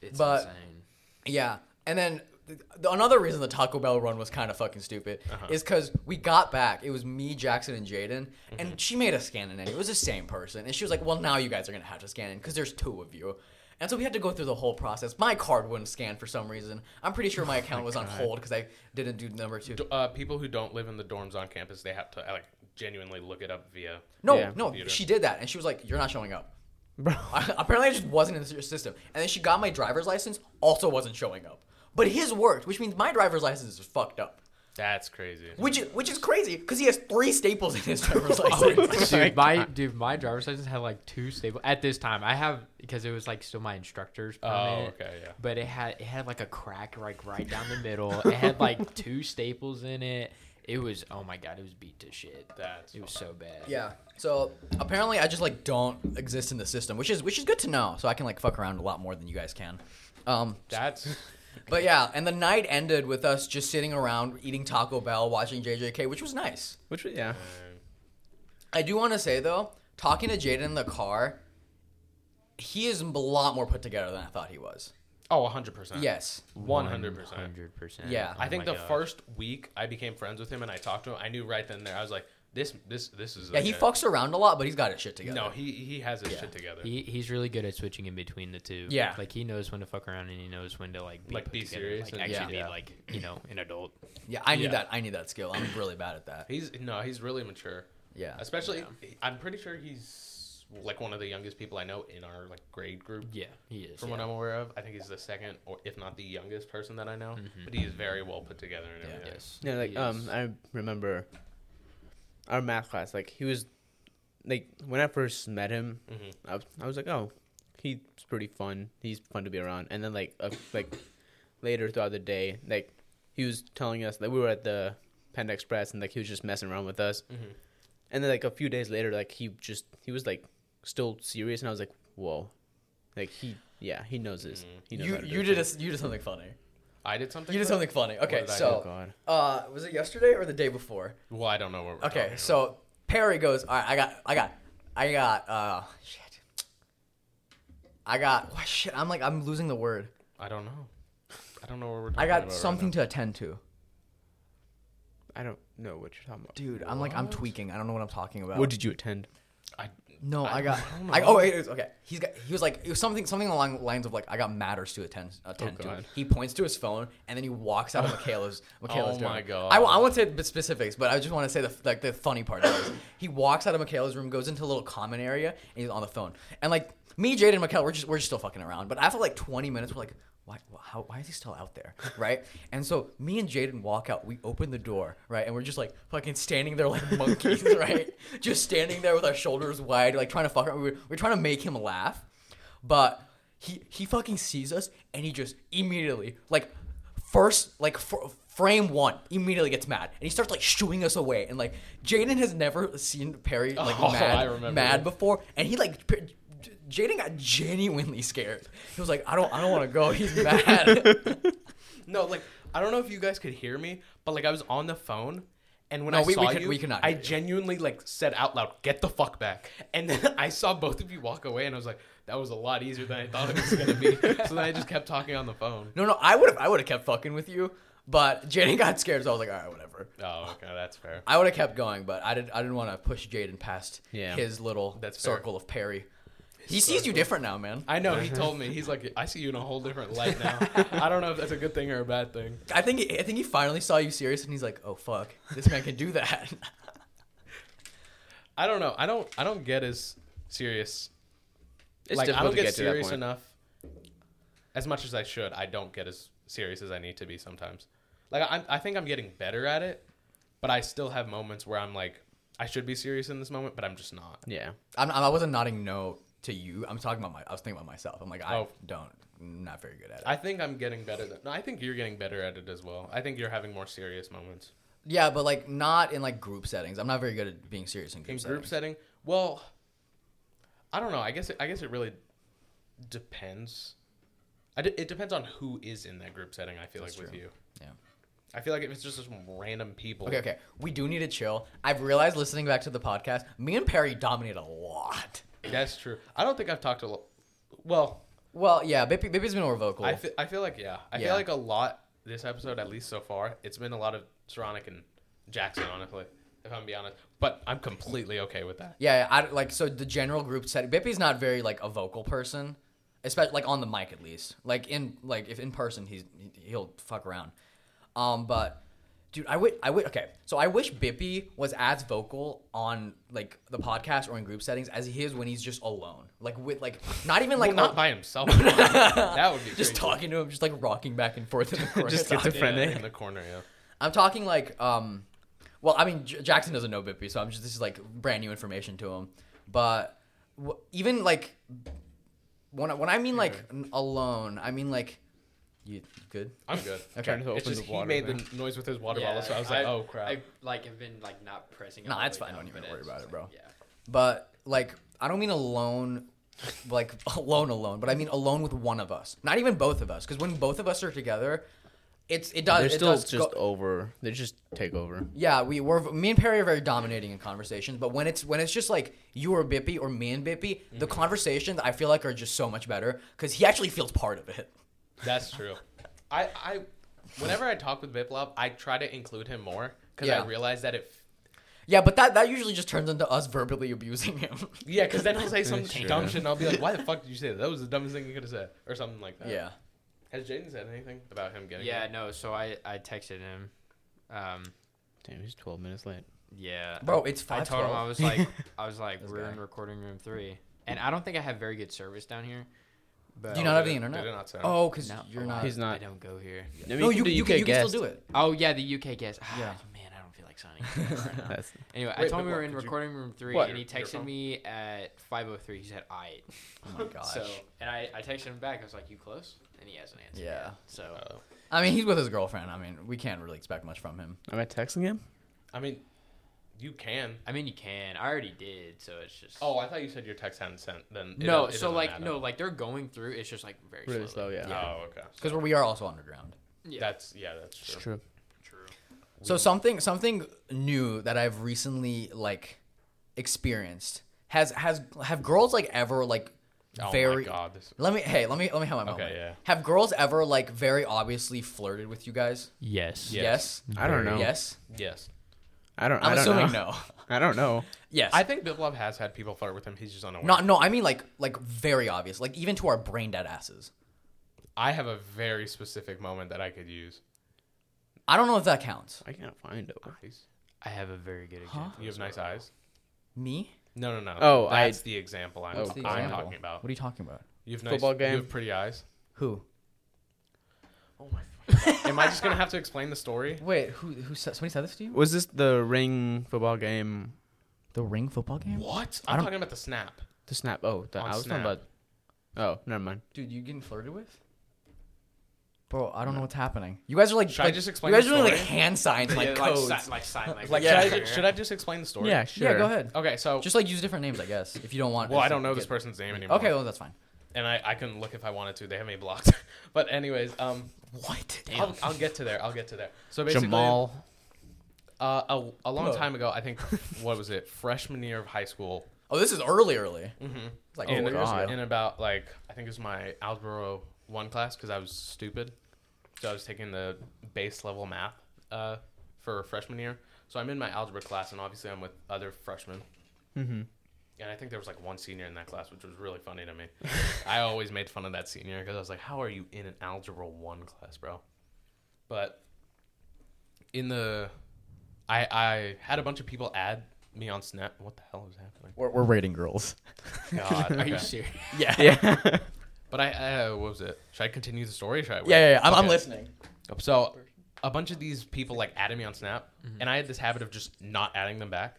D: It's
A: But-
D: insane.
A: Yeah, and then th- another reason the Taco Bell run was kind of fucking stupid is because we got back. It was me, Jackson, and Jaden, and she made us scan in. and It was the same person, and she was like, "Well, now you guys are gonna have to scan in because there's two of you." And so we had to go through the whole process. My card wouldn't scan for some reason. I'm pretty sure my account was on hold because I didn't do number two.
C: D- Uh, people who don't live in the dorms on campus, they have to like genuinely look it up via.
A: no,
B: yeah,
A: no,
C: computer.
A: she did that, and she was like, "You're not showing up."
B: Bro.
A: Apparently, I just wasn't in the system. And then she got my driver's license, also wasn't showing up. But his worked, which means my driver's license is fucked up.
C: That's crazy.
A: Which is, which is crazy because he has three staples in his driver's license.
D: Dude,
C: uh,
D: my dude, my driver's license had like two stable at this time. I have because it was like still my instructor's permit.
C: Oh, okay, yeah.
D: But it had it had like a crack like right down the middle. it had like two staples in it. It was oh my god, it was beat to shit.
C: That's
D: it was so bad.
A: yeah. So apparently, I just like don't exist in the system, which is which is good to know. So I can like fuck around a lot more than you guys can. Um,
C: That's
A: but yeah, and the night ended with us just sitting around eating Taco Bell, watching JJK, which was nice.
B: Which was yeah.
A: I do want to say though, talking to Jaden in the car, he is a lot more put together than I thought he was.
C: oh, 100%.
A: Yes.
C: 100%.
D: Hundred percent.
A: Yeah.
C: I think the first week I became friends with him and I talked to him, I knew right then and there. I was like, this this this is
A: Yeah, he
C: legit.
A: fucks around a lot, but he's got his shit together.
C: No, he he has his shit together.
D: He, he's really good at switching in between the two.
A: Yeah.
D: like he knows when to fuck around and he knows when to like be,
C: Like,
D: put
C: be
D: together,
C: serious
D: like
C: and-
D: actually
C: yeah.
D: be like you know an adult.
A: Yeah, I need
C: Yeah.
A: that. I need that skill. I'm really bad at that.
C: He's no, he's really mature.
A: Yeah.
C: Especially I'm pretty sure he's like one of the youngest people I know in our like grade group.
D: Yeah, he is.
C: From
D: yeah.
C: what I'm aware of, I think he's the second or if not the youngest person that I know.
A: Mm-hmm.
C: But he is very well put together and everything.
D: Yes.
B: Yeah, like
D: he
B: um,
D: is.
B: I remember our math class. Like he was, like when I first met him, I, was, I was like, oh, he's pretty fun. He's fun to be around. And then like uh, like later throughout the day, like he was telling us that we were at the Panda Express and like he was just messing around with us. And then like a few days later, like he just he was like still serious, and I was like, whoa, like he yeah he knows this. He knows
A: You
B: how to do
A: you
B: it.
A: did a, you did something funny.
C: I did something.
A: You did
C: for
A: something funny. Okay,
C: did I do? Oh,
A: so
B: Oh, God.
A: uh, was it yesterday or the day before?
C: that? Well, I don't know what we're
A: Okay,
C: talking about.
A: so Perry goes, all right, I got, I got, I got, uh, shit, I got, what shit? I'm like, I'm losing the word.
C: I don't know. I don't know what we're talking
A: I
C: about.
A: got something to attend to,
B: I don't know what you're talking about.
A: dude. uh, I'm like, I'm tweaking. I don't know what I'm talking about.
B: What did you attend?
C: right now. I
A: No, I, got. I, oh, wait, it was, okay. He's got. He was like it was something, something along the lines of like, I got matters to attend, attend to.
C: God.
A: He points to his phone and then he walks out of Michaela's. Michaela's
C: Oh, my
A: room.
C: God.
A: I, wa- I won't say the specifics, but I just want to say the f- like the funny part. of this. He walks out of Michaela's room, goes into a little common area, and he's on the phone. And like me, Jade, and Michaela, we're just we're just still fucking around. But after like 20 minutes, we're like. Why, wh- how, why is he still out there, right? And so me and Jaden walk out. We open the door, right? And we're just like fucking standing there like monkeys, right? Just standing there with our shoulders wide, like trying to fuck. We're, we're trying to make him laugh, but he he fucking sees us and he just immediately like first like fr- frame one immediately gets mad and he starts like shooing us away and like Jaden has never seen Perry like
C: Oh, I remember
A: mad mad
C: that.
A: before and he like. Per- J- Jaden got genuinely scared. He was like, "I don't, I don't want to go. He's mad."
C: No, like I don't know if you guys could hear me, but like I was on the phone, and when
A: No,
C: I
A: we- we
C: saw
A: could-
C: you,
A: we could not
C: I
A: hear you.
C: genuinely like said out loud, "Get the fuck back!" And then I saw both of you walk away, and I was like, "That was a lot easier than I thought it was gonna be." so then I just kept talking on the phone.
A: no, no, I would have, I would have kept fucking with you, but Jaden got scared, so I was like, "All right, whatever."
C: Oh, okay, that's fair.
A: I would have kept going, but I didn't. I didn't want to push Jaden past
B: Yeah.
A: his little
C: That's fair.
A: circle of Perry. He sees you different now, man.
C: I know he told me he's like, "I see you in a whole different light now." I don't know if that's a good thing or a bad thing.
A: I think I think he finally saw you serious, and he's like, "Oh fuck, this man can do that."
C: I don't know. I don't. I don't get as serious.
B: It's
C: like I
B: difficult
C: don't
B: to
C: get,
B: get to that
C: serious
B: point.
C: enough. As much as I should, I don't get as serious as I need to be sometimes. Like I, I think I'm getting better at it, but I still have moments where I'm like, I should be serious in this moment, but I'm just not.
B: Yeah.
A: I'm, I'm- I wasn't nodding no to you. I'm talking about my. I was thinking about myself. I'm like, I
C: Oh.
A: don't. I'm not very good at it.
C: I think I'm getting better. Than, no, I think you're getting better at it as well. I think you're having more serious moments
A: yeah, but like not in like group settings. I'm not very good at being serious in group
C: in
A: settings.
C: group setting. Well, I don't know. I guess it, I guess it really depends. I d- it depends on who is in that group setting. I feel like with you.
A: yeah.
C: I feel like if it's just some random people.
A: Okay, okay. We do need to chill. I've realized listening back to the podcast, me and Perry dominate a lot.
C: That's true. I don't think I've talked a lot. Well,
A: Well, yeah, Bippy, Bippy's been more vocal.
C: I, fe- I feel like, yeah. I
A: Yeah.
C: feel like a lot this episode, at least so far, it's been a lot of Saronic and Jackson, honestly, if I'm being honest. But I'm completely okay with that.
A: Yeah, yeah, I like so the general group setting. Bippy's not very like a vocal person, especially like on the mic at least. Like in like if in person he's he'll fuck around. Um, but Dude, I would, I would. Okay, so I wish Bippy was as vocal on like the podcast or in group settings as he is when he's just alone, like with like not even like
C: Well, not
A: uh,
C: by himself. that would be
A: just
C: crazy.
A: talking to him, just like rocking back and forth in the corner.
B: Just
A: talking.
B: schizophrenic.
C: in the corner. Yeah.
A: I'm talking like, um, well, I mean J- Jackson doesn't know Bippy, so I'm just this is like brand new information to him. But w- even like when I, when I mean like n- alone, I mean like you good.
C: I'm good.
A: Okay.
B: to
C: It's
B: open
C: just
B: the
C: he
B: water
C: made
B: thing.
C: the noise with his water
D: Yeah,
C: bottle, so I was like, "Oh crap!"
D: I like have been like not pressing. it
A: Nah,
D: all the
A: it's
D: way
A: fine. Don't
D: down,
A: even
D: but
A: worry
D: it's
A: about
D: just
A: it,
D: like,
A: bro.
D: yeah.
A: But like, I don't mean alone, like alone, alone. But I mean alone with one of us, not even both of us. Because when both of us are together, it's it does.
B: They're
A: it
B: still
A: does
B: just
A: go-
B: over. They just take over.
A: yeah, we were me and Perry are very dominating in conversations, but when it's when it's just like you or Bippy or me and Bippy, the
D: Mm-hmm.
A: conversations I feel like are just so much better because he actually feels part of it.
C: That's true. I, I, whenever I talk with Biplop, I try to include him more because
A: Yeah.
C: I realize that if
A: Yeah, but that that usually just turns into us verbally abusing him.
C: yeah, because then he'll say some
B: That's true.
C: dumb shit, and I'll be like, "Why the fuck did you say that? That was the dumbest thing you could have said," or something like that.
A: yeah,
C: Has Jaden said anything about him getting?
D: Yeah,
C: it?
D: no. So I I texted him. Um,
B: Damn, he's 12 minutes late.
D: yeah,
A: bro, it's
D: I
A: five
D: told him I
A: twelve.
D: was like I was like we're
A: guy.
D: in recording room three, and I don't think I have very good service down here. But
A: Do you not have the
C: Did it-
A: internet?
C: did it not sound-
A: Oh, because
D: No,
A: you're
D: a
A: not.
D: lot.
B: He's not-
D: I don't go here.
B: I mean,
A: no, you
B: do
A: you, can, you can
B: guest.
A: still do it.
D: Oh yeah, the UK guest.
A: Yeah.
D: Yeah. man, I don't feel like signing. up right now.
B: That's-
D: anyway, I
C: Wait,
D: told
C: but
D: him we were
C: what,
D: in
C: could you-
D: recording room three,
C: What?
D: and he
C: Your- your
D: texted
C: phone?
D: me at five oh three. He said, "I."
A: Oh my gosh.
D: So and I, I texted him back. I was like, "You close?" And he hasn't answered.
A: Yeah.
D: yet. So
C: Oh.
A: I mean, he's with his girlfriend. I mean, we can't really expect much from him.
B: Am I texting him?
C: I mean, you can.
D: I mean, you can. I already did. So it's just.
C: Oh, I thought you said your text hadn't sent. Then it
D: no.
C: don't- it
D: so
C: doesn't
D: like
C: matter.
D: no, like they're going through. It's just like very
B: Really slow,
D: slowly.
B: yeah.
C: Oh, okay.
A: Because we are also underground.
D: Yeah.
C: That's yeah, that's true.
B: It's true.
D: True.
A: So something something new that I've recently like experienced has has have girls like ever like
C: Oh
A: very
C: my god, this
A: let me hey let me let me have my moment.
C: yeah.
A: Have girls ever like very obviously flirted with you guys?
D: Yes.
A: Yes.
B: I don't know.
A: Yes.
C: yes.
B: I don't.
A: I'm
B: I don't
A: assuming
B: know.
A: no.
B: I don't know.
A: Yes.
C: I think Biplop has had people flirt with him. He's just unaware.
A: not no. I mean like like very obvious. Like even to our brain dead asses.
C: I have a very specific moment that I could use.
A: I don't know if that counts.
B: I can't find it.
D: I have a very good example.
C: You have nice eyes.
A: Me?
C: No, no, no.
B: Oh, I-
C: that's the example I'm,
B: What's the
C: I'm
A: example?
C: talking about.
A: What are you talking about?
C: You have
B: Football
C: nice,
B: game?
C: You have pretty eyes.
A: Who?
C: Am I just gonna have to explain the story?
A: Wait, who who said somebody said this to you?
B: Was this the ring football game?
A: The ring football game?
C: What?
A: I
C: I'm
A: don't-
C: talking about the snap.
B: The snap. Oh, the,
C: On
B: I was
C: Snap.
B: talking about. Oh, never mind.
A: Dude, you getting flirted with? Bro, I don't know what's happening. You guys are like,
C: Should I
A: like-
C: just explain
A: You guys
C: the
A: are doing like
C: story?
A: hand signs, like
D: Yeah,
A: codes.
D: Like, si- like sign language.
C: Like,
A: Yeah.
C: should, I just, should I just explain the story?
B: Yeah, sure.
A: Yeah, go ahead.
C: Okay, so
A: Just like use different names, I guess, if you don't want.
C: well, I
A: if you
C: don't know this
A: get-
C: person's name anymore.
A: Okay, well that's fine.
C: and I, I couldn't look if I wanted to. They have me blocked. but anyways, um,
A: What?
C: I'll, I'll get to there. I'll get to there. So basically,
B: Jamal.
C: uh, a, a long
A: Hello.
C: time ago, I think, what was it? Freshman year of high school.
A: Oh, this is early, early. Mm-hmm. Like
C: in,
A: four years
B: God.
A: ago.
C: in about like I think it was my Algebra one class because I was stupid, so I was taking the base level math uh, for freshman year. So I'm in my algebra class, and obviously I'm with other freshmen. Mm-hmm. And I think there was like one senior in that class, which was really funny to me. I always made fun of that senior because I was like, "How are you in an algebra one class, bro?" But in the, I I had a bunch of people add me on Snap. What the hell is happening?
A: We're, we're rating girls.
C: God,
D: Are you
C: okay.
D: serious?
B: Yeah.
C: But I, uh, what was it? Should I continue the story? or Should I? Wait?
A: Yeah, yeah, yeah. I'm, I'm
C: Okay.
A: listening.
C: So, a bunch of these people like added me on Snap,
D: Mm-hmm.
C: and I had this habit of just not adding them back.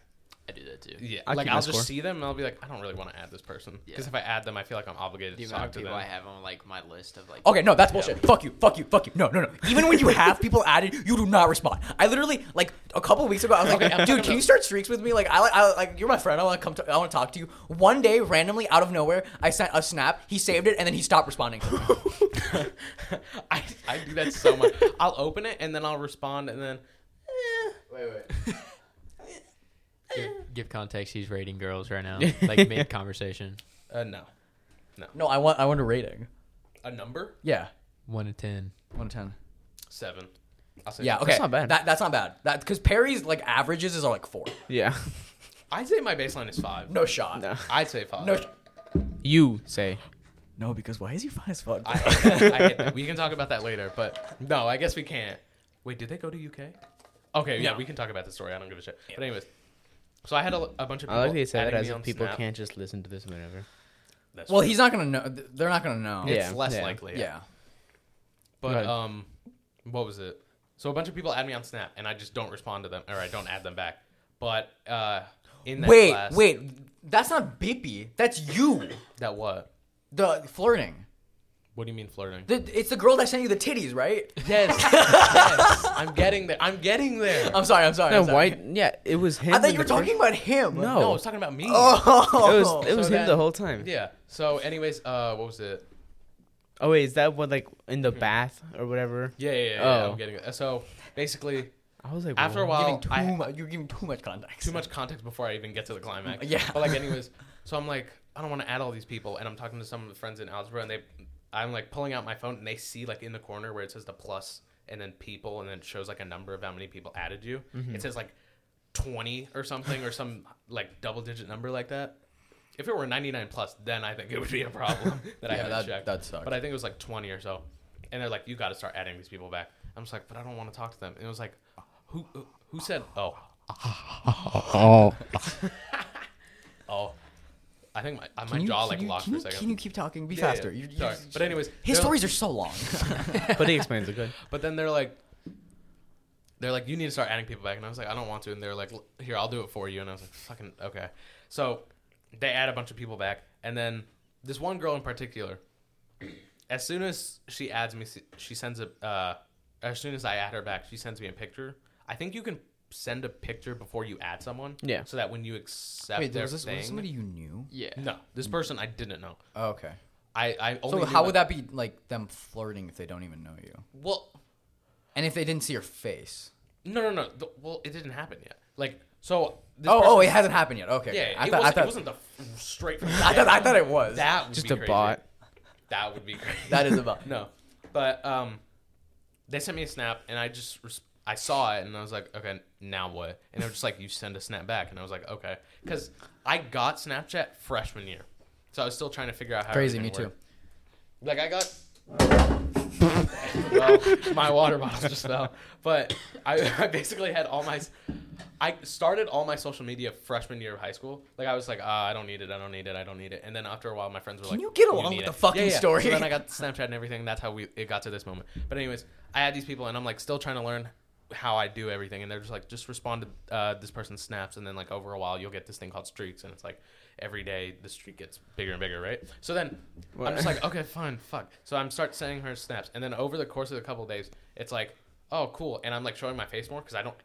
D: I do that too.
C: Yeah,
B: I
C: like
B: keep my
C: I'll just
B: score.
C: see them and I'll be like, I don't really want to add this person because
D: Yeah.
C: if I add them, I feel like I'm obligated
D: The
C: to
D: amount
C: talk
D: of
C: to
D: people
C: them.
D: I have on like my list of like.
A: Okay, no, that's bullshit. Fuck you, fuck you, fuck you. No, no, no. Even when you have people added, you do not respond. I literally like a couple weeks ago, I was like, dude, can you start streaks with me? Like, I, I like you're my friend. I want to come. To, I want to talk to you. One day, randomly out of nowhere, I sent a snap. He saved it, and then he stopped responding. to me.
C: I, I do that so much. I'll open it and then I'll respond and then eh.
D: Give, give context. He's rating girls right now. Like mid conversation.
C: uh, no,
A: no, I want. I want a rating.
C: a number
A: Yeah,
D: One to ten.
A: one to ten.
C: seven. I'll say
A: Yeah, okay. That's
C: seven.
B: not bad.
A: That, that's not bad. That because Perry's like averages is like four.
B: yeah.
C: I'd say my baseline is five.
A: No shot.
B: No.
C: I'd say five.
A: No. Sh-
B: You say.
A: no, because why is he fine as fuck?
C: I hate that. I hate that. We can talk about that later, but no, I guess we can't. Wait, did they go to UK? Okay, yeah,
A: No.
C: we can talk about the story. I don't give a shit. But anyways, so I had a, a bunch of people.
B: I like that you said that
C: adding
B: as
C: me on
B: if people
C: Snap.
B: can't just listen to this whenever.
C: That's
A: Well,
C: true.
A: he's not gonna know. th- They're not gonna know.
B: Yeah.
C: it's less
B: yeah,
C: likely.
A: Yeah.
C: But
B: Right.
C: um, what was it? So a bunch of people add me on Snap, and I just don't respond to them, or I don't add them back. But uh, in that
A: Wait,
C: class-
A: wait. That's not Bippy. That's you.
C: that what?
A: The flirting.
C: What do you mean flirting?
A: The, it's the girl that sent you the titties, right?
C: yes, yes, I'm getting there. I'm getting there.
A: I'm sorry. I'm sorry.
B: No,
A: I'm sorry.
B: white. Yeah, it was him.
A: I thought
B: in
A: you were
B: the first-
A: talking about him.
B: No.
C: No, I was talking about me.
A: Oh.
B: It was it was
C: So
B: him the
C: then-
B: whole time.
C: Yeah. So, anyways, uh, what was it?
B: Oh wait, is that what like in
C: Mm-hmm.
B: the bath or whatever?
C: Yeah, yeah, yeah. yeah,
B: Oh.
C: I'm getting it. So basically,
B: I was like,
C: after a
B: what?
C: while,
A: giving too
C: Oh, I,
A: much, you're giving too much context.
C: too much context before I even get to the climax.
A: Yeah.
C: But like, anyways, so I'm like, I don't want to add all these people, and I'm talking to some of the friends in algebra, and they, I'm like pulling out my phone, and they see like in the corner where it says the plus, and then people, and then it shows like a number of how many people added you.
A: Mm-hmm.
C: It says like 20 or something, or some like double digit number like that. If it were 99 plus, then I think it would be a problem that I
A: Yeah,
C: haven't
A: that-
C: checked.
A: that sucks.
C: But I think it was like 20 or so, and they're like, you got to start adding these people back. I'm just like, but I don't want to talk to them. And it was like, who who- who said? Oh, Oh, I think my, uh, my jaw like
A: can
C: locked
A: you,
C: for a second.
A: Can you keep talking? Be
C: Yeah, yeah,
A: faster. You- you-
C: sorry. But anyways,
A: his
C: they're-
A: stories are so long.
B: but he explains it good.
C: But then they're like, they're like, you need to start adding people back, and I was like, I don't want to, and they're like, "L- here, I'll do it for you, and I was like, fucking okay. So they add a bunch of people back, and then this one girl in particular, as soon as she adds me, she sends a. Uh, as soon as I add her back, she sends me a picture. I think you can send a picture before you add someone.
B: Yeah.
C: So that when you accept
A: Wait,
C: their
A: was this, was
C: thing,
A: this somebody you knew?
D: Yeah.
C: No, this person I didn't know.
A: Oh, okay.
C: I I only.
A: So
C: knew
A: how would that be like them flirting if they don't even know you,
C: Well,
A: and if they didn't see your face?
C: no, no, no. The, well, it didn't happen yet. Like, so. This
A: oh, oh,
C: person-
A: it hasn't happened yet. Okay.
C: yeah.
A: okay.
C: It,
A: I,
C: I
A: thought,
C: was,
A: I thought
C: it wasn't the f- straight. From
A: I thought I thought it was.
C: that would
B: Just
C: be
B: a
C: crazy.
B: bot.
C: That would be crazy.
A: that is about.
C: no, but um, they sent me a snap, and I just res- I saw it, and I was like, okay, now what? And they were just like, you send a snap back, and I was like, okay, because I got Snapchat freshman year, so I was still trying to figure out how.
A: Crazy. Me
C: everything
A: too.
C: worked. Like I got. well, my water bottle just fell. But I, I basically had all my, I started all my social media freshman year of high school. Like I was like, ah, I don't need it, I don't need it, I don't need it. And then after a while, my friends were like,
A: you get along
C: need
A: with the
C: it."
A: fucking story?
C: So then I got Snapchat and everything. and that's how we it got to this moment. But anyways, I had these people, and I'm like still trying to learn how I do everything, and they're just like, just respond to uh, this person's snaps, and then like over a while, you'll get this thing called streaks, and it's like every day the streak gets bigger and bigger, right? So then I'm just like, okay, fine, fuck. So I'm start sending her snaps, and then over the course of a couple days, it's like, oh, cool, and I'm like showing my face more because I don't.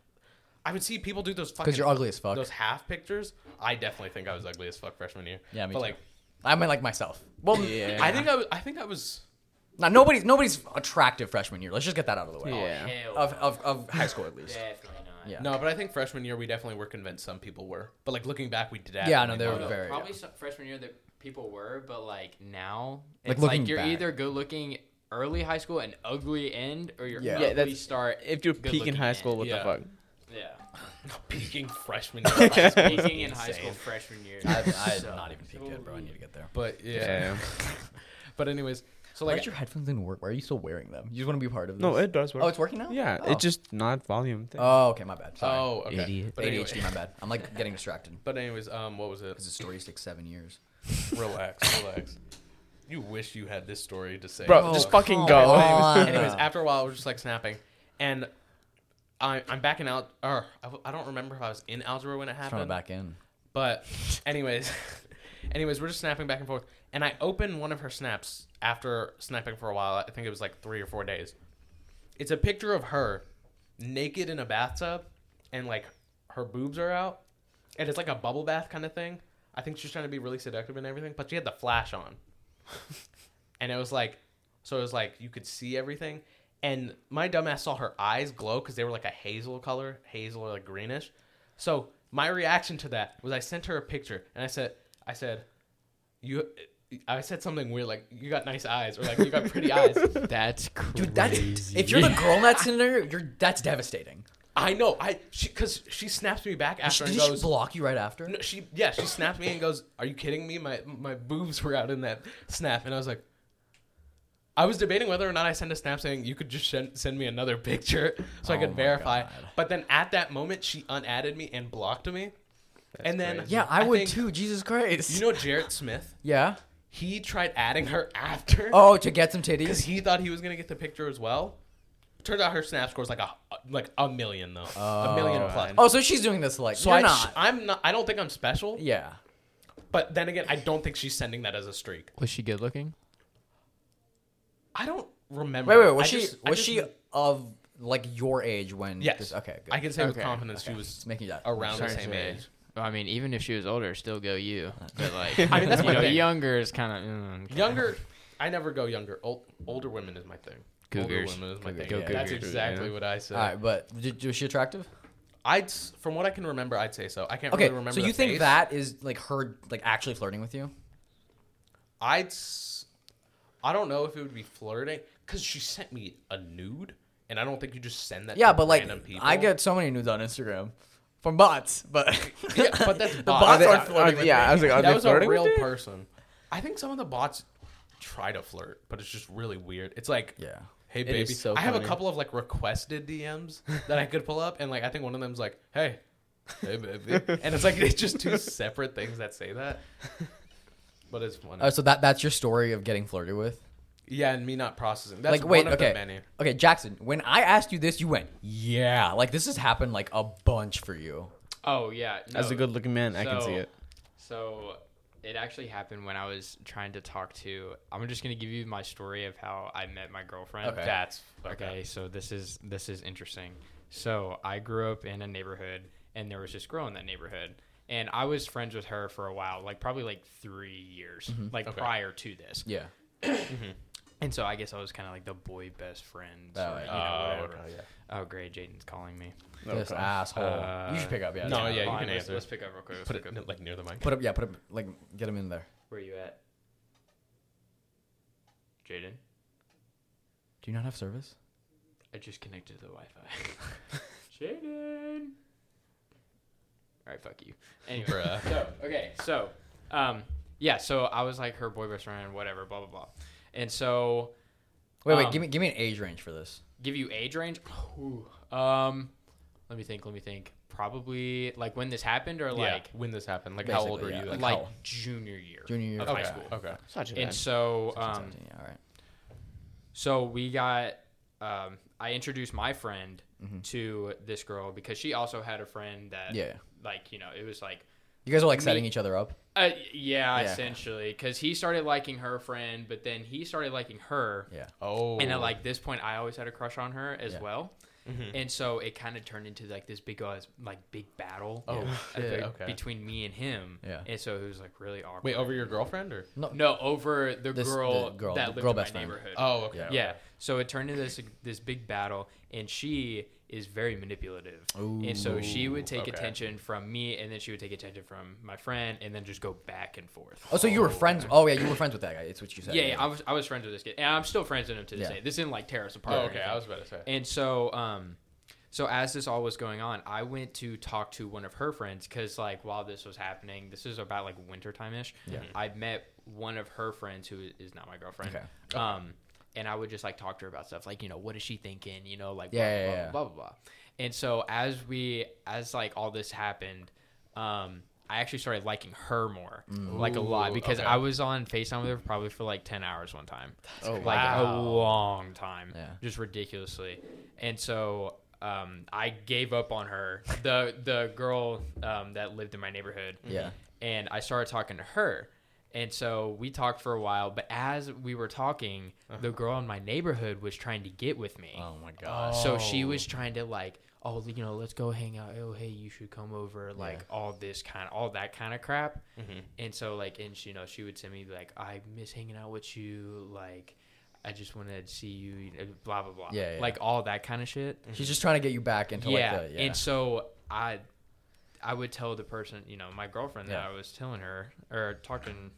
C: I would see people do those fucking.
A: you're ugly as fuck.
C: Those half pictures. I definitely think I was ugly as fuck freshman year.
A: Yeah, me
C: but
A: too.
C: like,
A: I mean, like myself. Well,
C: I think I was. I think I was.
A: now nobody's nobody's attractive freshman year. Let's just get that out of the
C: Oh,
A: way.
B: Yeah.
D: Hell,
A: Of, of, of high school at least.
D: definitely not.
A: Yeah.
C: No, but I think freshman year we definitely were convinced some people were. But like looking back, we did.
A: Yeah, no,
C: definitely
A: they
C: know.
A: were
D: Although
A: very.
D: probably some freshman year that people were, but like now,
A: Like,
D: it's like,
A: looking
D: you're
A: back.
D: either good looking early high school and ugly end, or you're
A: Yeah. Yeah,
D: ugly
B: that's-
D: start.
B: If you're
D: good
B: peaking
D: looking
B: high school,
D: end.
B: what
C: Yeah.
B: the fuck?
D: yeah,
C: peaking freshman year. of high school.
D: peaking in high school freshman year.
A: I've, I've
D: So-
A: not even peeked yet, bro. I need to get there.
C: But yeah. But anyways, so
A: Why
C: like
A: did your headphones didn't work? Why are you still wearing them? You just want to be part of this?
B: No, it does work.
A: Oh, it's working now.
B: Yeah,
A: Oh.
B: it's just not volume. Thing.
A: Oh, okay, my bad. Sorry.
C: oh okay.
B: Idiot.
C: But
A: ADHD,
C: anyway-
A: my bad. I'm like getting distracted
C: but anyways, um, what was it?
A: because the story takes seven years.
C: relax, relax. You wish you had this story to say,
B: Bro,
A: Oh,
B: just fucking
A: come
B: go.
A: on.
C: Anyways, after a while, we're just like snapping, and I, I'm backing out. Or I, w- I don't remember if I was in algebra when it
A: Throw it
C: happened.
A: back in.
C: But anyways, anyways, we're just snapping back and forth, and I open one of her snaps after snapping for a while. I think it was like three or four days. It's a picture of her naked in a bathtub, and like her boobs are out, and it's like a bubble bath kind of thing. I think she's trying to be really seductive and everything, but she had the flash on, and it was like, so it was like you could see everything. And my dumbass saw her eyes glow because they were like a hazel color, hazel or like greenish. So my reaction to that was I sent her a picture and I said, I said, you, I said something weird like you got nice eyes or like you got pretty eyes.
D: that's crazy.
A: Dude, that's if you're the girl in that scenario, you're that's devastating.
C: I know. I she because she snaps me back after
A: Did
C: and
A: she
C: goes.
A: block you right after?
C: No, she yeah she snapped me and goes, "Are you kidding me? My my boobs were out in that snap," and I was like, I was debating whether or not I send a snap saying you could just send, send me another picture so I
A: Oh my
C: could verify.
A: God.
C: But then at that moment, she unadded me and blocked me. and then
B: crazy.
A: Yeah, I, would
C: think-
A: too. Jesus Christ.
C: You know Jarrett Smith?
A: yeah.
C: He tried adding her after.
A: Oh, to get some titties.
C: because he thought he was gonna get the picture as well. Turns out her snap score is like a like a million though, a million plus.
A: oh, so she's doing this like
C: so
A: you're
C: I,
A: not.
C: I'm not. I don't think I'm special.
A: yeah.
C: But then again, I don't think she's sending that as a streak.
D: Was she good looking?
C: I don't remember.
A: Wait, wait. Was
C: I
A: she
C: just- I
A: was
C: just-
A: she of like your age when?
C: Yes.
A: This, okay. Good.
C: I can say with
D: Okay,
C: confidence she
A: It's
C: was
A: making that
C: around the
D: Sorry to
C: same
D: say.
C: age.
D: Well, I mean, even if she was older, still go you. But like,
C: I mean, that's
D: you
C: my
D: know,
C: thing.
D: younger is kind of mm, okay.
C: Younger. I never go younger. Old, older women is my thing.
D: Cougars.
C: Older women is my
A: Cougars,
C: thing.
A: yeah.
C: That's
D: Cougars,
C: exactly
D: yeah.
C: what I said.
A: All right, but did, was she attractive?
C: I'd s- from what I can remember, I'd say so. I can't
A: Okay,
C: really remember.
A: so
C: the
A: you think
C: face.
A: that is like her like actually flirting with you?
C: I'd. S- I don't know if it would be flirting because she sent me a nude, and I don't think you just send that.
A: Yeah,
C: to
A: but like
C: random people.
A: I get so many nudes on Instagram from bots, but
C: Yeah, but that's
A: the
C: bots. Are
A: bots
C: they-
A: are
C: are-
A: flirting. with
G: yeah,
A: me.
G: I was like, are
C: that
G: they
C: was a
G: flirting
C: real
G: with you?
C: person. I think some of the bots try to flirt, but it's just really weird. It's like,
A: Yeah.
C: hey
B: is
C: baby.
B: so
C: I have a
B: funny.
C: couple of like requested DMs that I could pull up, and like I think one of them's like, hey, hey baby, and it's like it's just two separate things that say that. But it's funny.
A: Uh, so that that's your story of getting flirted with.
C: yeah, and me not processing. That's
A: like wait,
C: one of
A: okay,
C: the many.
A: okay, Jackson. When I asked you this, you went, yeah. Like this has happened like a bunch for you.
D: Oh yeah.
B: As a
D: no.
B: good looking man, I can see
D: So-
B: it.
D: So it actually happened when I was trying to talk to. I'm just gonna give you my story of how I met my girlfriend.
A: Okay.
C: That's
D: okay. So this is this is interesting. So I grew up in a neighborhood, and there was this girl in that neighborhood, and I was friends with her for a while, like probably like three years,
C: Mm-hmm.
D: like prior to this.
A: Yeah.
D: And so I guess I was kind of like the boy best friend.
A: That
D: or,
A: way.
D: you know,
C: Oh,
D: whatever.
C: okay, yeah.
D: Oh, great. Jaden's calling me.
A: This asshole. you should pick up. Yeah. yeah.
C: no, yeah. you
D: Fine,
C: can
D: let's,
C: answer.
D: Let's pick up real quick. Let's
C: Put
D: pick up.
C: it like near the mic.
A: Put up. Yeah. Put up. Like get him in there.
D: Where you at, Jaden?
A: Do you not have service?
D: I just connected to the Wi-Fi. Jaden. All right, fuck you. Anyway,
C: Bruh.
D: so okay, so um, yeah, so I was like her boy best friend, whatever, blah blah blah, and so
A: Wait, wait.
D: Um,
A: give me give me an age range for this.
D: give you age range. Ooh, um, let me think. Let me think. Probably like when this happened, or
C: Yeah,
D: like
C: when this happened, like how
A: Basically,
C: old were
A: yeah, like
C: you? then?
D: like
A: how-
D: junior year,
A: Junior year
D: of
A: of
D: high
C: okay,
D: school.
C: okay.
B: It's not too
D: And
B: bad.
D: so um,
A: 17, yeah, all right.
D: So we got. Um, I introduced my friend to this girl because she also had a friend that,
A: Mm-hmm. Yeah.
D: like you know, it was like,
A: You guys are like
D: me-
A: setting each other up.
D: uh, yeah,
A: Yeah.
D: essentially, because he started liking her friend, but then he started liking her,
A: Yeah.
C: Oh,
D: and at like this point, I always had a crush on her as
A: Yeah.
D: well, and so it kind of turned into like this big uh, like big battle, uh,
C: shit, okay.
D: between me and him,
A: Oh, Yeah.
D: and so it was like really awkward.
C: wait, over your girlfriend or?
D: no, over the
A: This-
D: girl
A: the girl-
D: that
A: the
D: lived
A: girl
D: in my
A: best friend.
D: neighborhood.
C: Oh, okay.
A: Yeah.
D: Yeah. So it turned into this this big battle, and she is very manipulative. And so she would take
C: okay.
D: attention from me, and then she would take attention from my friend, and then just go back and forth.
A: Oh, so you were friends? Oh, yeah, you were friends with that guy. It's what you said.
D: yeah, yeah, I was I was friends with this kid, and I'm still friends with him to this
A: Yeah.
D: day. This didn't like tear us apart.
C: Oh,
D: or
C: okay.
D: anything.
C: I was about to say.
D: And so, um, so as this all was going on, I went to talk to one of her friends because, like, while this was happening, this is about like wintertime ish. Yeah. I met one of her friends who is not my girlfriend.
A: Okay.
D: Um, and I would just like talk to her about stuff, like you know, what is she thinking? You know, like blah,
A: Yeah,
D: blah,
A: yeah,
D: blah,
A: yeah.
D: blah blah blah. And so as we, as like all this happened, um. I actually started liking her more, like a lot,
C: Ooh,
D: because
C: okay.
D: I was on Facetime with her probably for like ten hours one time, oh, like a
C: wow.
D: long time,
A: Yeah.
D: just ridiculously. And so um, I gave up on her, the the girl um, that lived in my neighborhood.
A: Yeah.
D: And I started talking to her. And so we talked for a while, but as we were talking, the girl in my neighborhood was trying to get with me.
A: Uh-huh. Oh my gosh.
D: So she was trying to like, oh, you know, let's go hang out. Oh, hey, you should come over. Like all this kind of, all that kind of crap.
A: Mm-hmm.
D: And so like, and she, you know, she would send me like, I miss hanging out with you. Like, I just want to see you. you know, Blah blah blah.
A: Yeah, Mm-hmm. yeah.
D: Like all that kind of shit.
A: She's just trying to get you back into
D: yeah.
A: like the yeah.
D: And so I, I would tell the person, you know, my girlfriend that
A: Yeah.
D: I was telling her or talking,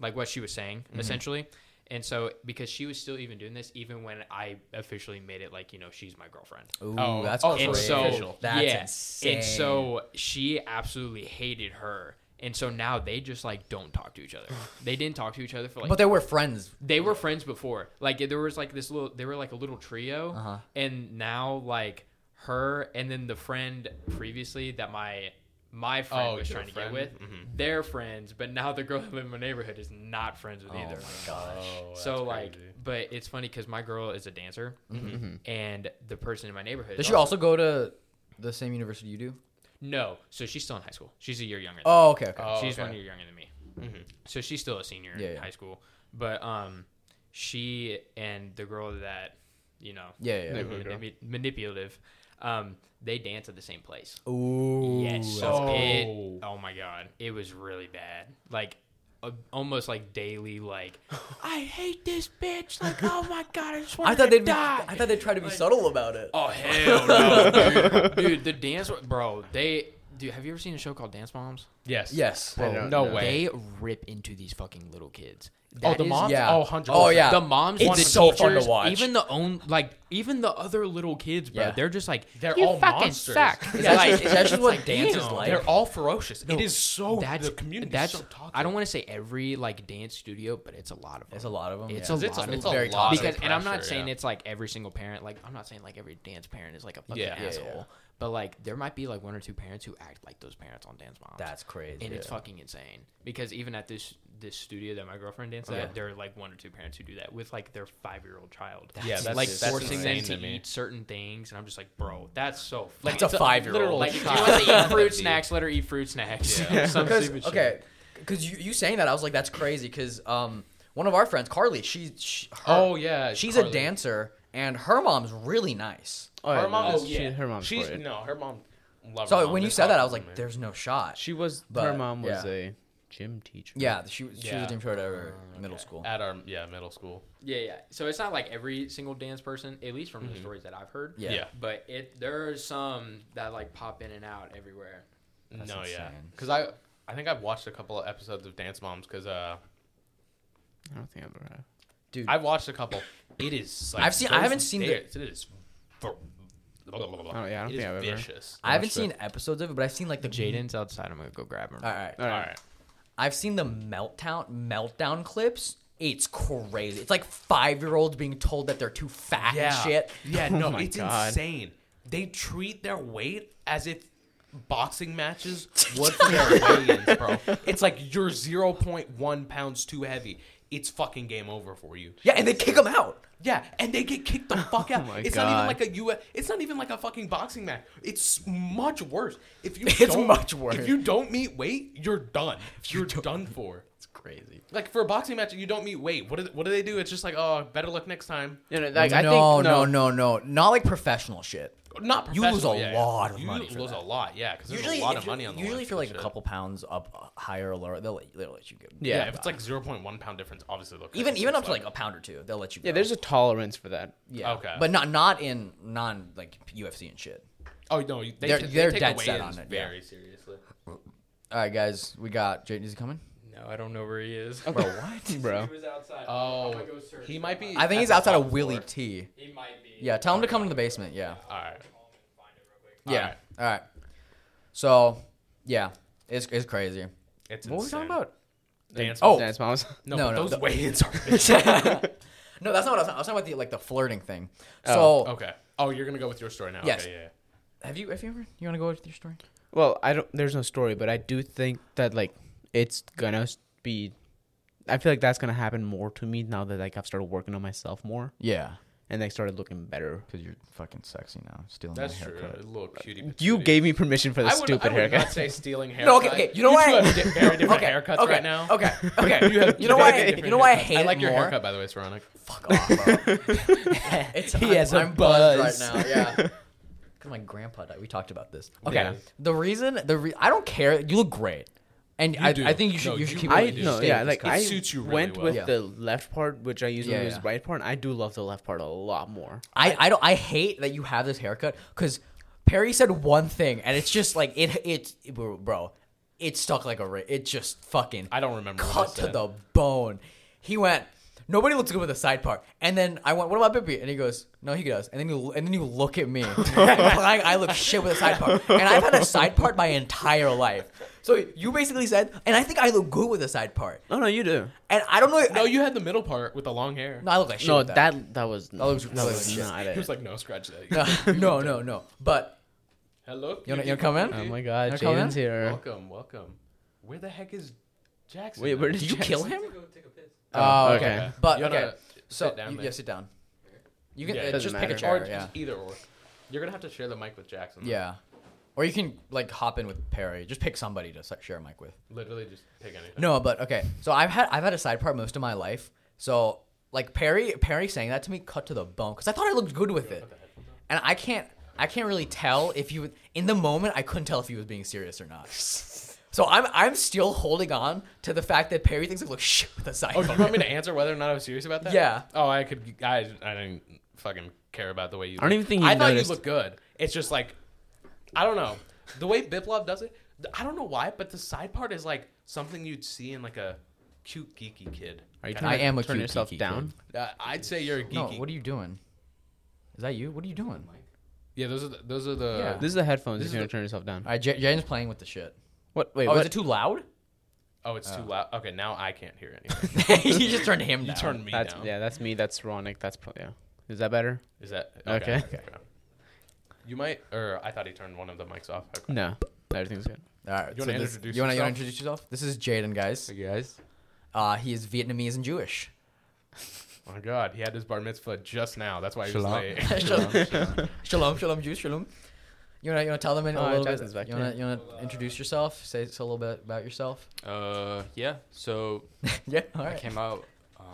D: like what she was saying
A: Mm-hmm.
D: essentially. And so, because she was still even doing this, even when I officially made it, like you know, she's my girlfriend
A: Ooh,
C: Oh,
A: that's
C: oh,
A: crazy.
D: and so
C: official.
A: that's
D: yeah.
A: insane.
D: And so she absolutely hated her. And so now they just like don't talk to each other. They didn't talk to each other for like
A: But they were friends.
D: they were friends before. Like there was like this little, they were like a little trio,
A: Uh-huh.
D: and now like her and then the friend previously that my my friend
C: Oh,
D: was
C: your
D: trying to
C: friend?
D: get with,
A: Mm-hmm.
D: they're friends. But now the girl that lived in my neighborhood is not friends with either.
A: gosh.
C: Oh, that's
D: so like,
C: crazy.
D: but it's funny because my girl is a dancer, and the person in my neighborhood.
A: Mm-hmm. Does
D: is
A: she also go to the same university you do?
D: no? So she's still in high school. She's a year younger. than me.
A: Oh, okay, okay. Mm-hmm.
C: Oh,
D: she's
C: okay.
D: one year younger than me. So she's still a senior
A: Yeah,
D: in
A: yeah.
D: high school. But um, she and the girl that, you know,
A: Yeah, yeah, yeah.
D: manip- manipulative, um, they dance at the same place.
A: Ooh.
D: yes. So
C: that's
D: it,
C: cool.
D: oh my God. It was really bad. Like, a, almost like daily, like, I hate this bitch. Like, oh my God, I just want
A: I thought
D: to
A: they'd be,
D: die.
A: I thought they'd try to be subtle about it.
D: Oh hell no, dude. dude! The dance, bro. They, dude. Have you ever seen a show called Dance Moms?
C: Yes.
A: Yes.
B: don't
C: Oh, No
B: know.
C: way.
D: They rip into these fucking little kids.
C: Oh,
D: That
C: the
D: is-
C: moms.
A: yeah.
C: Oh, 100%.
A: Oh, yeah.
D: The moms,
A: It's
D: the
A: so
D: teachers,
A: fun to watch.
D: Even the own, like even the other little kids, bro.
A: Yeah.
D: They're just like
C: They're
D: you
C: all
D: fucking
C: monsters.
A: Is
D: suck. Yeah,
A: that
D: like,
A: just- is that just
D: it's
A: what
D: like,
A: dance is
D: damn.
A: like?
C: They're all ferocious. it is so.
D: That's
C: the community.
D: that's.
C: so toxic.
D: I don't want to say every like dance studio, but it's a lot of them.
A: It's a lot of them.
D: It's
A: yeah.
D: a
C: It's a-
D: lot.
C: it's
D: of
C: a
D: very
C: lot of
D: toxic. because, and I'm not
C: pressure,
D: saying
C: yeah.
D: it's like every single parent. Like I'm not saying like every dance parent is like a fucking
C: Yeah, yeah, yeah.
D: asshole. But like there might be like one or two parents who act like those parents on dance moms.
A: That's crazy.
D: and it's fucking insane because even at this this studio that my girlfriend dances
A: Yeah.
D: at, there are like one or two parents who do that with like their five year old child.
C: Yeah, that's-
D: like
C: that's
D: forcing them
C: insane
D: to,
C: to me.
D: eat certain things, and I'm just like, bro, that's so
A: That's
D: like
A: a five-year-old.
C: literal
D: like if you
C: child.
D: want to eat fruit snacks, let her eat fruit snacks. Some
A: because
D: stupid shit.
A: okay, because you, you saying that I was like that's crazy because um one of our friends Carly she, she her-
C: Oh, yeah,
A: she's a
C: Carly.
A: dancer and her mom's really nice.
B: Oh, yeah,
C: her mom
B: no,
C: is.
B: she-
C: yeah.
B: her mom's
C: She's
B: great.
C: no. Her mom. Love her
A: So
C: mom.
A: when you
C: It's
A: said that I was
C: awesome,
A: like
C: man.
A: there's no shot.
B: She was. her
A: But,
B: mom was
A: yeah.
B: a gym teacher.
A: yeah uh, she was she was
C: Yeah.
A: a team short at her middle school.
C: at our yeah middle school.
D: Yeah, yeah. So it's not like every single dance person, at least from the stories that I've heard.
A: Yeah. Yeah.
D: But it there's some that like pop in and out everywhere.
C: no, yeah,
A: insane.
C: because I I think I've watched a couple of episodes of Dance Moms because uh
B: I don't think I've ever. had-
C: I've watched a couple. It is. Like,
A: I've seen- I
C: those
A: haven't seen the-
C: days- It is. Blah, blah, blah, blah.
B: Oh, yeah, I don't
C: It is
B: think I've ever.
C: vicious.
A: I haven't
B: watched
A: seen episodes of it, but I've seen like the
D: Jaden's outside. I'm gonna go grab him.
A: All right,
B: All
C: All
B: right.
C: right.
A: I've seen the meltdown meltdown clips. It's crazy. It's like five year olds being told that they're too fat and shit.
C: Yeah,
B: Oh
C: no,
B: my
C: it's
B: God.
C: insane. They treat their weight as if boxing matches would for their weigh-ins, bro. It's like you're 0.1 pounds too heavy. It's fucking game over for you.
A: Yeah, and they kick them out.
C: Yeah, and they get kicked the fuck out.
B: Oh my
C: it's
B: God.
C: not even like a U. It's not even like a fucking boxing match. It's much worse. If you
A: It's
C: don't-
A: much worse.
C: If you don't meet weight, you're done. You're done for.
A: It's crazy.
C: Like for a boxing match, you don't meet weight. What do, what do they do? It's just like, oh, better luck next time.
B: No, no, like,
A: no,
B: I think,
A: no,
B: no,
A: no, no, Not like professional shit.
C: Not
A: You lose
C: professional,
A: a
C: yeah,
A: lot of
C: you
A: money for
C: lose
A: that.
C: a lot, yeah, because Oh, there's
A: Usually,
C: a lot
A: if
C: of
A: you're-
C: money on the
A: usually
C: line
A: if you're like
C: shit.
A: a couple pounds up uh, higher or lower, they'll let, they'll let you get.
C: Yeah,
B: Yeah.
C: if it's like 0.1 pound difference, obviously look.
A: even even up to like a pound or two, they'll let you.
B: Yeah,
A: go.
B: there's a tolerance for that.
A: yeah,
C: okay.
A: but not not in non like UFC and shit.
C: oh no, they,
A: They're-
C: they
A: they're
C: take
A: dead
C: away
A: set on it, yeah.
C: very seriously.
A: All right, guys, we got Jaden. Is he coming?
D: No, I don't know where he is.
A: Bro, what?
B: Bro.
D: He was outside.
C: Oh,
D: I'm gonna go search.
C: he might be.
A: I think
C: at
A: he's
C: the
A: outside
C: top
A: of Willie
C: floor.
A: T.
D: He might be.
A: Yeah, tell him to come to the basement. Yeah.
C: All right,
A: Yeah. All right.
C: right.
A: So, yeah, it's, it's crazy.
C: it's
A: What were we
C: insane.
A: talking about?
C: Dance.
A: Oh.
B: Dance moms.
C: no,
A: No,
C: but
A: no,
C: those
A: the-
C: weigh-ins are.
A: no, that's not what I was. I was talking about the like the flirting thing. So,
C: okay. Oh, you're gonna go with your story now.
A: Yes.
C: Okay, yeah, yeah.
A: have you have you ever you want to go with your story?
B: Well, I don't. There's no story, but I do think that like it's gonna be. I feel like that's gonna happen more to me now that like I've started working on myself more
A: Yeah,
B: and like started looking better.
A: because you're fucking sexy now, stealing
C: That's true. A little cutie.
B: You
C: patootie.
B: gave me permission for the
C: I would,
B: stupid
C: I would
B: haircut.
C: not say stealing hair.
A: No, okay, okay. You know
C: you
A: why?
C: two have di- very different
A: okay,
C: haircuts
A: okay,
C: right now.
A: Okay, okay. you,
C: have
A: know why?
C: very
A: I,
C: different
A: you know why I
C: haircuts.
A: hate
C: I like
A: it
C: your
A: more?
C: haircut, by the way, Saronic.
A: Fuck off. Bro. it's,
B: He
A: I'm-
B: has a
A: I'm buzzed
B: buzz.
A: right now. Yeah. Because my grandpa died. We talked about this. Okay.
B: Yeah.
A: The reason the re- I don't care. You look great, and I,
C: do.
A: I think you should
C: No,
A: you should
C: you
A: keep.
B: I
A: it. You
B: no,
A: stay
B: yeah,
A: with
B: like
A: this
B: I
A: guy.
C: suits you really
B: went
C: well.
B: with
A: Yeah.
B: the left part, which I usually
A: Yeah,
B: use
A: yeah.
B: the right part. And I do love the left part a lot more.
A: I, I don't I hate that you have this haircut because Perry said one thing and it's just like it it bro it stuck like a ra- it just fucking
C: I don't remember what I
A: cut to
C: said.
A: the bone. He went Nobody looks good with the side part. And then I went, what about Bippy? And he goes, no, he does. And then you and then you look at me, implying I look shit with a side part. And I've had a side part my entire life. So you basically said, and I think I look good with a side part.
B: Oh no, you do.
A: And I don't know.
C: No,
A: I,
C: you had the middle part with the long hair.
A: no, I look like shit.
B: No,
A: with
B: that.
A: that.
B: that was that
A: looks really
B: was
A: shit.
B: not
C: he was
B: it.
C: like, no, scratch that.
A: no, no, no. But
C: Hello.
A: You wanna- you wanna come in?
B: Oh
A: Dude.
B: my god,
A: Wanna call
B: Jaden's
A: in?
B: here.
C: Welcome, welcome. Where the heck is Jackson?
B: Wait, where
C: now?
B: did
A: did you kill him?
B: Oh,
A: Oh,
B: okay.
A: okay.
B: Okay.
A: But
C: You wanna
A: okay. So
C: sit down,
A: you-
C: man.
A: yeah, sit down. You can
C: Yeah,
A: uh,
C: it
A: just
B: doesn't
A: pick a
B: matter.
A: chair.
C: Or
A: Yeah.
C: just either or. You're gonna have to share the mic with Jackson. though.
A: Yeah. Or you can like hop in with Perry. Just pick somebody to s- share a mic with.
C: Literally, just pick anything.
A: No, but okay. So I've had I've had a side part most of my life. So like Perry Perry saying that to me cut to the bone because I thought I looked good with it, and I can't I can't really tell if you in the moment I couldn't tell if he was being serious or not. So I'm I'm still holding on to the fact that Perry thinks I look shit with a side
C: Oh, do you
A: part.
C: want me to answer whether or not I was serious about that?
A: Yeah.
C: Oh, I could. I I didn't fucking care about the way you.
B: I don't even think he
C: I thought
B: noticed.
C: you looked good. It's just like, I don't know, the way Biplov does it. th- I don't know why, but the side part is like something you'd see in like a cute geeky kid.
B: Are you
A: I
B: trying to
A: am a
B: turn
A: cute
B: yourself
A: geeky
B: down?
A: kid.
C: Uh, I'd say you're a geeky.
A: No, what are you doing? Is that you? What are you doing?
C: yeah, those are the, those are the.
A: Yeah.
B: This is the headphones.
C: This
B: You're
C: is
B: gonna turn yourself down.
A: All right, J- Jaden's playing with the shit.
B: What? Wait,
A: Oh,
B: what?
A: is it too loud?
C: Oh, it's too loud. Okay, now I can't hear anything.
A: you just turned him down.
C: you turned me
B: that's
C: down.
B: yeah, that's me. That's Ronick. That's pro- yeah. Is that better?
C: Is that
B: Okay.
C: You might, or I thought he turned one of the mics off. Okay.
B: No, everything's good.
A: All right.
C: You
A: so
C: wanna
A: this-
C: introduce
A: you wanna- you wanna
C: yourself?
A: introduce yourself? This is Jaden, guys.
D: you guys.
A: Uh, he is Vietnamese and Jewish.
C: Oh my God, he had his bar mitzvah just now. That's why he
D: Shalom.
C: was late.
A: shalom, shalom, shalom, Jews, shalom. You wanna, you wanna tell them in a
B: Oh,
A: little
B: Jackson's
A: bit?
B: back
A: you wanna, you wanna introduce yourself? Say say a little bit about yourself.
D: Uh, yeah. So
A: yeah, all
D: I
A: right.
D: came out. Um,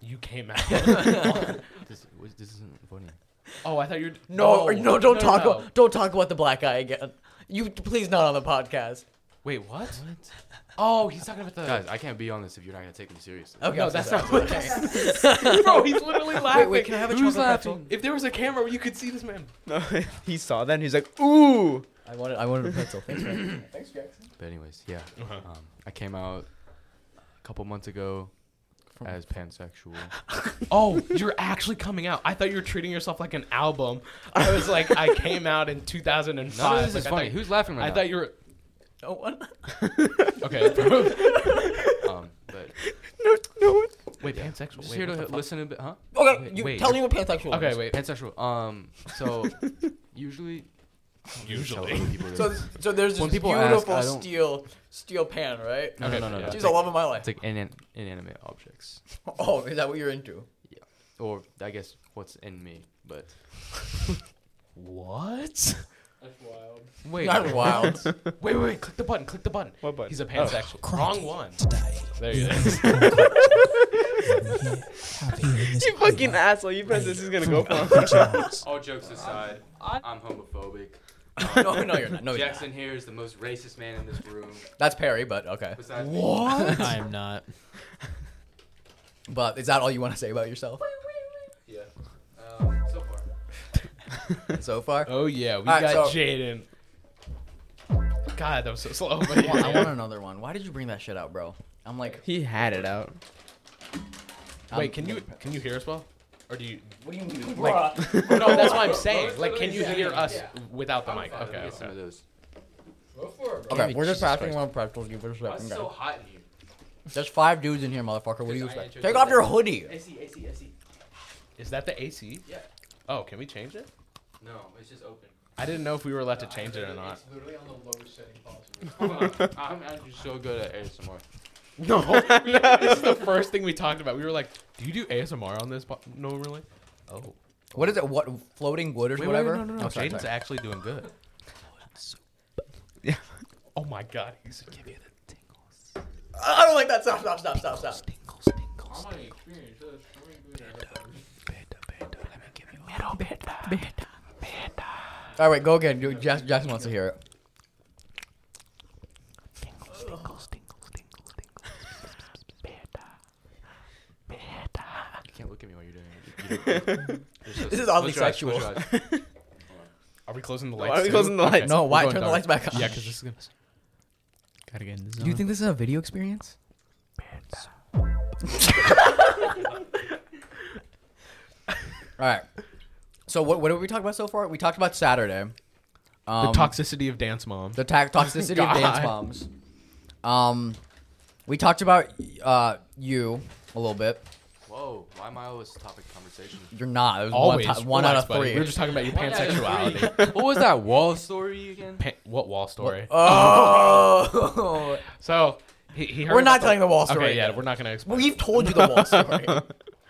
C: You came out.
D: this, was- this isn't funny.
C: oh, I thought you were.
A: No,
C: oh,
A: no, don't
C: no,
A: talk.
C: no.
A: About, don't talk about the black guy again. You please not on the podcast.
C: Wait, what? Oh, he's talking about the.
D: Guys, I can't be on this if you're not gonna take me seriously.
A: Okay,
C: no,
A: I'm so
C: that's
A: sorry.
C: not. Bro, he's literally laughing.
A: wait, can I have a
C: Who's
A: chocolate pretzel?
C: laughing? If there was a camera, you could see this man.
B: No, he saw that and he's like, ooh.
A: I wanted, I wanted a pencil. Thanks, man.
D: But anyways, yeah. Um, I came out a couple months ago as pansexual.
C: Oh, you're actually coming out. I thought you were treating yourself like an album. I was like, I came out in 2005.
D: None of this
C: Like,
D: is
C: I
D: funny.
C: thought-
D: Who's laughing right
C: I
D: now?
C: thought you were.
A: No one.
C: Okay.
D: um, but
B: No, no one.
C: Wait, pansexual.
D: just
C: wait,
D: here
C: what
D: to
C: the fuck?
D: listen a bit, huh?
A: Okay,
D: Wait,
A: you
D: wait.
A: tell me what pansexual.
C: Okay,
A: is.
C: wait.
D: Pansexual. Um, so usually tell
C: Usually.
D: other people this.
A: So, so there's
D: When
A: this
D: people ask,
A: beautiful
D: I don't-
A: steel steel pan, right?
D: no, no, no, no,
C: yeah.
D: no.
A: She's the love of my life.
D: It's like inan- inanimate objects,
A: Oh, is that what you're into?
D: or I guess what's in me. But
C: What?
D: wait,
A: Not wild.
C: Wait, wait, wait. Click the button. Click the button.
B: What button?
C: He's a pansexual. Wrong one.
F: Today,
C: There
F: we
C: you
F: are
C: go.
F: in this concrete, and we here, have here in this
B: You fucking
F: alleyway
B: asshole. You bet this is gonna go
F: a
B: for.
F: Gucci Mama's.
D: All jokes aside, I'm homophobic.
A: no, no, you're not. No, you're not.
D: Jackson here is the most racist man in this room.
A: That's Perry, but okay.
D: Besides
B: What?
G: I am not.
A: But is that all you want to say about yourself
D: Me. Yeah. Um, so far.
A: so far?
C: Oh yeah, we
A: All right,
C: got
A: so-
C: Jaden. God, that was so slow. But
A: I want, I
C: yeah.
A: want another one. Why did you bring that shit out, bro? I'm like,
B: He had it out.
A: I'm-
C: Wait, can you can you hear us well? Or do you?
A: What do you mean?
C: Like- No, that's what I'm saying. Like, can you hear us without the mic?
D: Fine, let me
C: Okay.
D: get some of those.
A: okay, we're
B: Jesus
A: just passing around pretzels. You for
D: It's
A: second,
D: so
A: guys.
D: hot in here.
A: There's five dudes in here, motherfucker. What do you
D: Because I
A: expect?
D: chose
A: Take
D: the
A: off your
D: best.
A: hoodie.
D: AC, AC, AC.
C: Is that the AC?
D: Yeah.
C: Oh, can we change it?
D: No, it's just open.
C: I didn't know if we were allowed to change it or not.
D: It's literally on the lowest setting possible. I'm actually so good at ASMR.
C: No. this is the first thing we talked about. We were like, "Do you do ASMR on this?" po- No, really. Oh.
A: What is it? What floating wood or whatever?
C: no, no, no.
A: Oh, sorry,
C: Jaden's
A: sorry.
C: actually doing good. Oh my God, he's give you the
A: I don't like that. Stop, stop, stop, stop, stop. All right, wait, go again. Dude, Jack, Jackson wants to hear it.
D: You can't look at me while you're doing it. You- you don't- you're so-
A: This is oddly
D: close your eyes, close your eyes.
C: Are we closing the
B: Why
C: lights?
B: are we
C: too?
B: closing the lights?
A: No, why?
C: we're going
A: Turn the lights back on.
C: Yeah, because this is gonna.
B: Gotta get in the
A: Do you think this is a video experience? All right. So what what did we talk about so far? We talked about Saturday. Um,
C: the toxicity of dance moms.
A: the ta- toxicity of dance
C: God.
A: moms. Um, we talked about uh you a little bit.
D: Whoa, why am I always the topic of conversation?
A: You're not. It was
C: Always
A: one, ti- one
C: Relax,
A: out of
C: buddy.
A: three.
C: We were just talking about your pansexuality.
D: what was that wall story again?
C: Pan- what wall story?
A: uh, oh,
C: So he, he heard
A: we're not
C: about
A: telling the wall story.
C: Okay, yeah,
A: yet.
C: we're not gonna explain.
A: We've told you the wall story.
D: the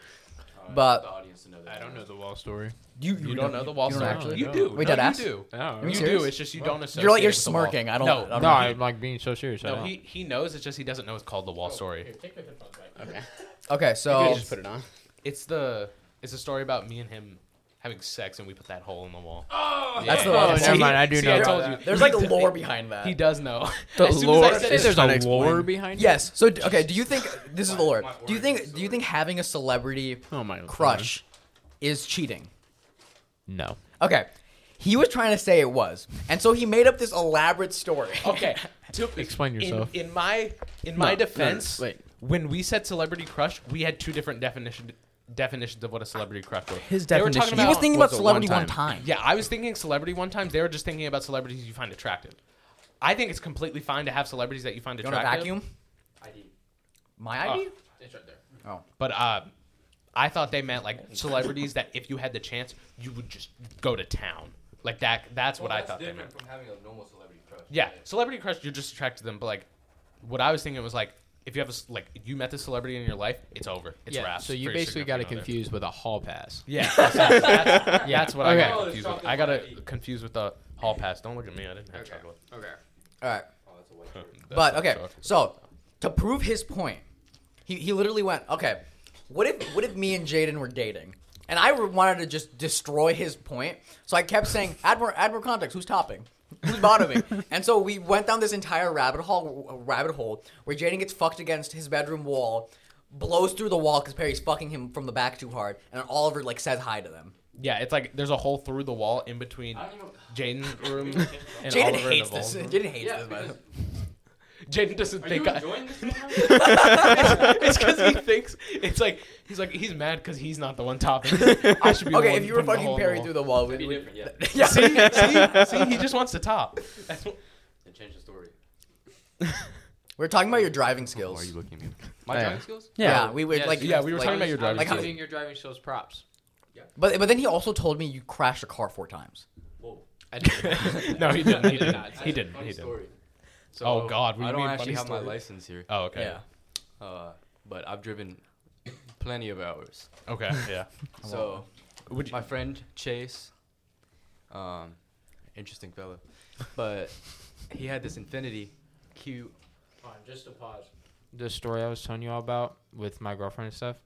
A: but
D: audience to know that.
B: I don't know the wall story.
A: you
C: You don't know the wall
A: you
C: story.
A: actually.
C: You do.
A: Wait,
C: no,
A: deadass?
C: You do.
B: No,
A: Are
C: You
A: you serious?
C: do. It's just you don't associate.
A: You're like
C: it
A: you're
C: with the wall.
A: smirking. I don't.
C: No,
A: I don't
B: no,
A: know.
B: I'm like being so serious.
C: No, he he knows. It's just he doesn't know it's called the
D: Oh,
C: wall story.
A: Okay,
H: You
A: so
H: just put it on.
C: It's the it's a story about me and him having sex, and we put that hole in the wall.
A: that's the
B: Oh,
A: wall.
B: never
A: story.
B: mind, I do
C: See,
B: know
C: I
B: about
C: told
B: that.
C: you.
A: There's like lore behind that.
C: He does know.
B: The
C: as soon
B: lore.
C: As I said it,
B: there's a
D: explained.
B: lore behind it.
A: Yes. So d- okay, do you think this is the Lord? Do you think do you think having a celebrity
H: Oh my God.
A: crush is cheating?
B: No.
A: Okay. He was trying to say it was. And so he made up this elaborate story.
H: Oh,
C: okay, to,
B: Explain
C: in-
B: yourself.
C: In, my in my
H: no,
C: defense,
H: wait.
C: when we said celebrity crush, we had two different definition definitions of what a celebrity crush was.
H: His
C: They were
H: definition-
C: talking
A: He was
C: about-
A: thinking
H: Was
A: about
H: it
A: celebrity
H: one
A: one time.
C: Yeah, I was thinking celebrity one time. They were just thinking about celebrities you find attractive. I think it's completely fine to have celebrities that you find
A: You want a
C: attractive.
A: vacuum? My
H: Ah.
A: ID?
C: It's right there.
A: Oh.
C: But uh, I thought they meant like celebrities that if you had the chance, you would just go to town. Like that. That's what I thought they meant.
D: different from having a normal celebrity crush.
C: Yeah, celebrity crush, you're just attracted to them. But like, what I was thinking was like, if you have a s like, you met this celebrity in your life, it's over. It's
B: Yeah,
C: wrapped.
B: so you
C: for your
B: basically got it
C: significant other.
B: confused with a hall pass.
C: Yeah, that's, that's- that's what I
B: Okay.
C: got
D: Oh,
C: confused with.
D: chocolate
C: I got
D: lady.
C: it confused with the hall pass. Don't look at me. I didn't have chocolate.
B: Okay.
A: All right.
D: Oh, that's a white shirt.
A: But okay, so to prove his point, he, he literally went, okay, what if what if me and Jaden were dating? And I wanted to just destroy his point, so I kept saying, add more, add more context. Who's topping? Who's bottoming? and so we went down this entire rabbit hole, rabbit hole where Jaden gets fucked against his bedroom wall, blows through the wall because Perry's fucking him from the back too hard, and Oliver like says hi to them.
C: Yeah, it's like there's a hole through the wall in between Jaden's room and
A: Jaden
C: Oliver
A: hates
C: and
A: this.
C: the wall.
A: Jaden hates
D: Yeah,
A: this. by the
D: because
A: way.
C: Jaden doesn't
D: are
C: think
D: you
C: I,
D: enjoying this?
C: it's because he thinks it's like he's like he's mad because he's not the one topping. I should be. the
A: Okay,
C: one
A: if you were
C: putting the
A: fucking
C: hole in the
A: Perry
C: wall.
A: through the wall,
D: Be
A: we
D: different, yeah.
A: yeah.
C: See, see, see, he just wants to top. That's what-
D: And change the story.
A: We're talking about your driving skills.
D: Why are you looking at me? My
H: yeah.
D: driving skills?
A: Yeah, we were
B: Yeah,
A: like
C: yeah, we were
A: like-
C: talking about your driving.
A: like how-
C: skills.
B: Using your driving skills props.
A: But but then he also told me you crashed a car four times.
D: Whoa.
B: I did.
C: no, he didn't. He didn't.
B: not.
C: He didn't.
D: Funny
C: He didn't.
D: story. So,
C: Oh God, we
D: I don't
C: mean
D: actually
C: funny
D: have
C: story.
D: my license here,
C: Oh okay.
D: uh, but I've driven plenty of hours.
C: Okay. Yeah.
D: So
C: Would you,
D: my friend Chase, um, interesting fellow, but he had this Infinity Q.
B: just to pause. The story I was telling you all about with my girlfriend and stuff.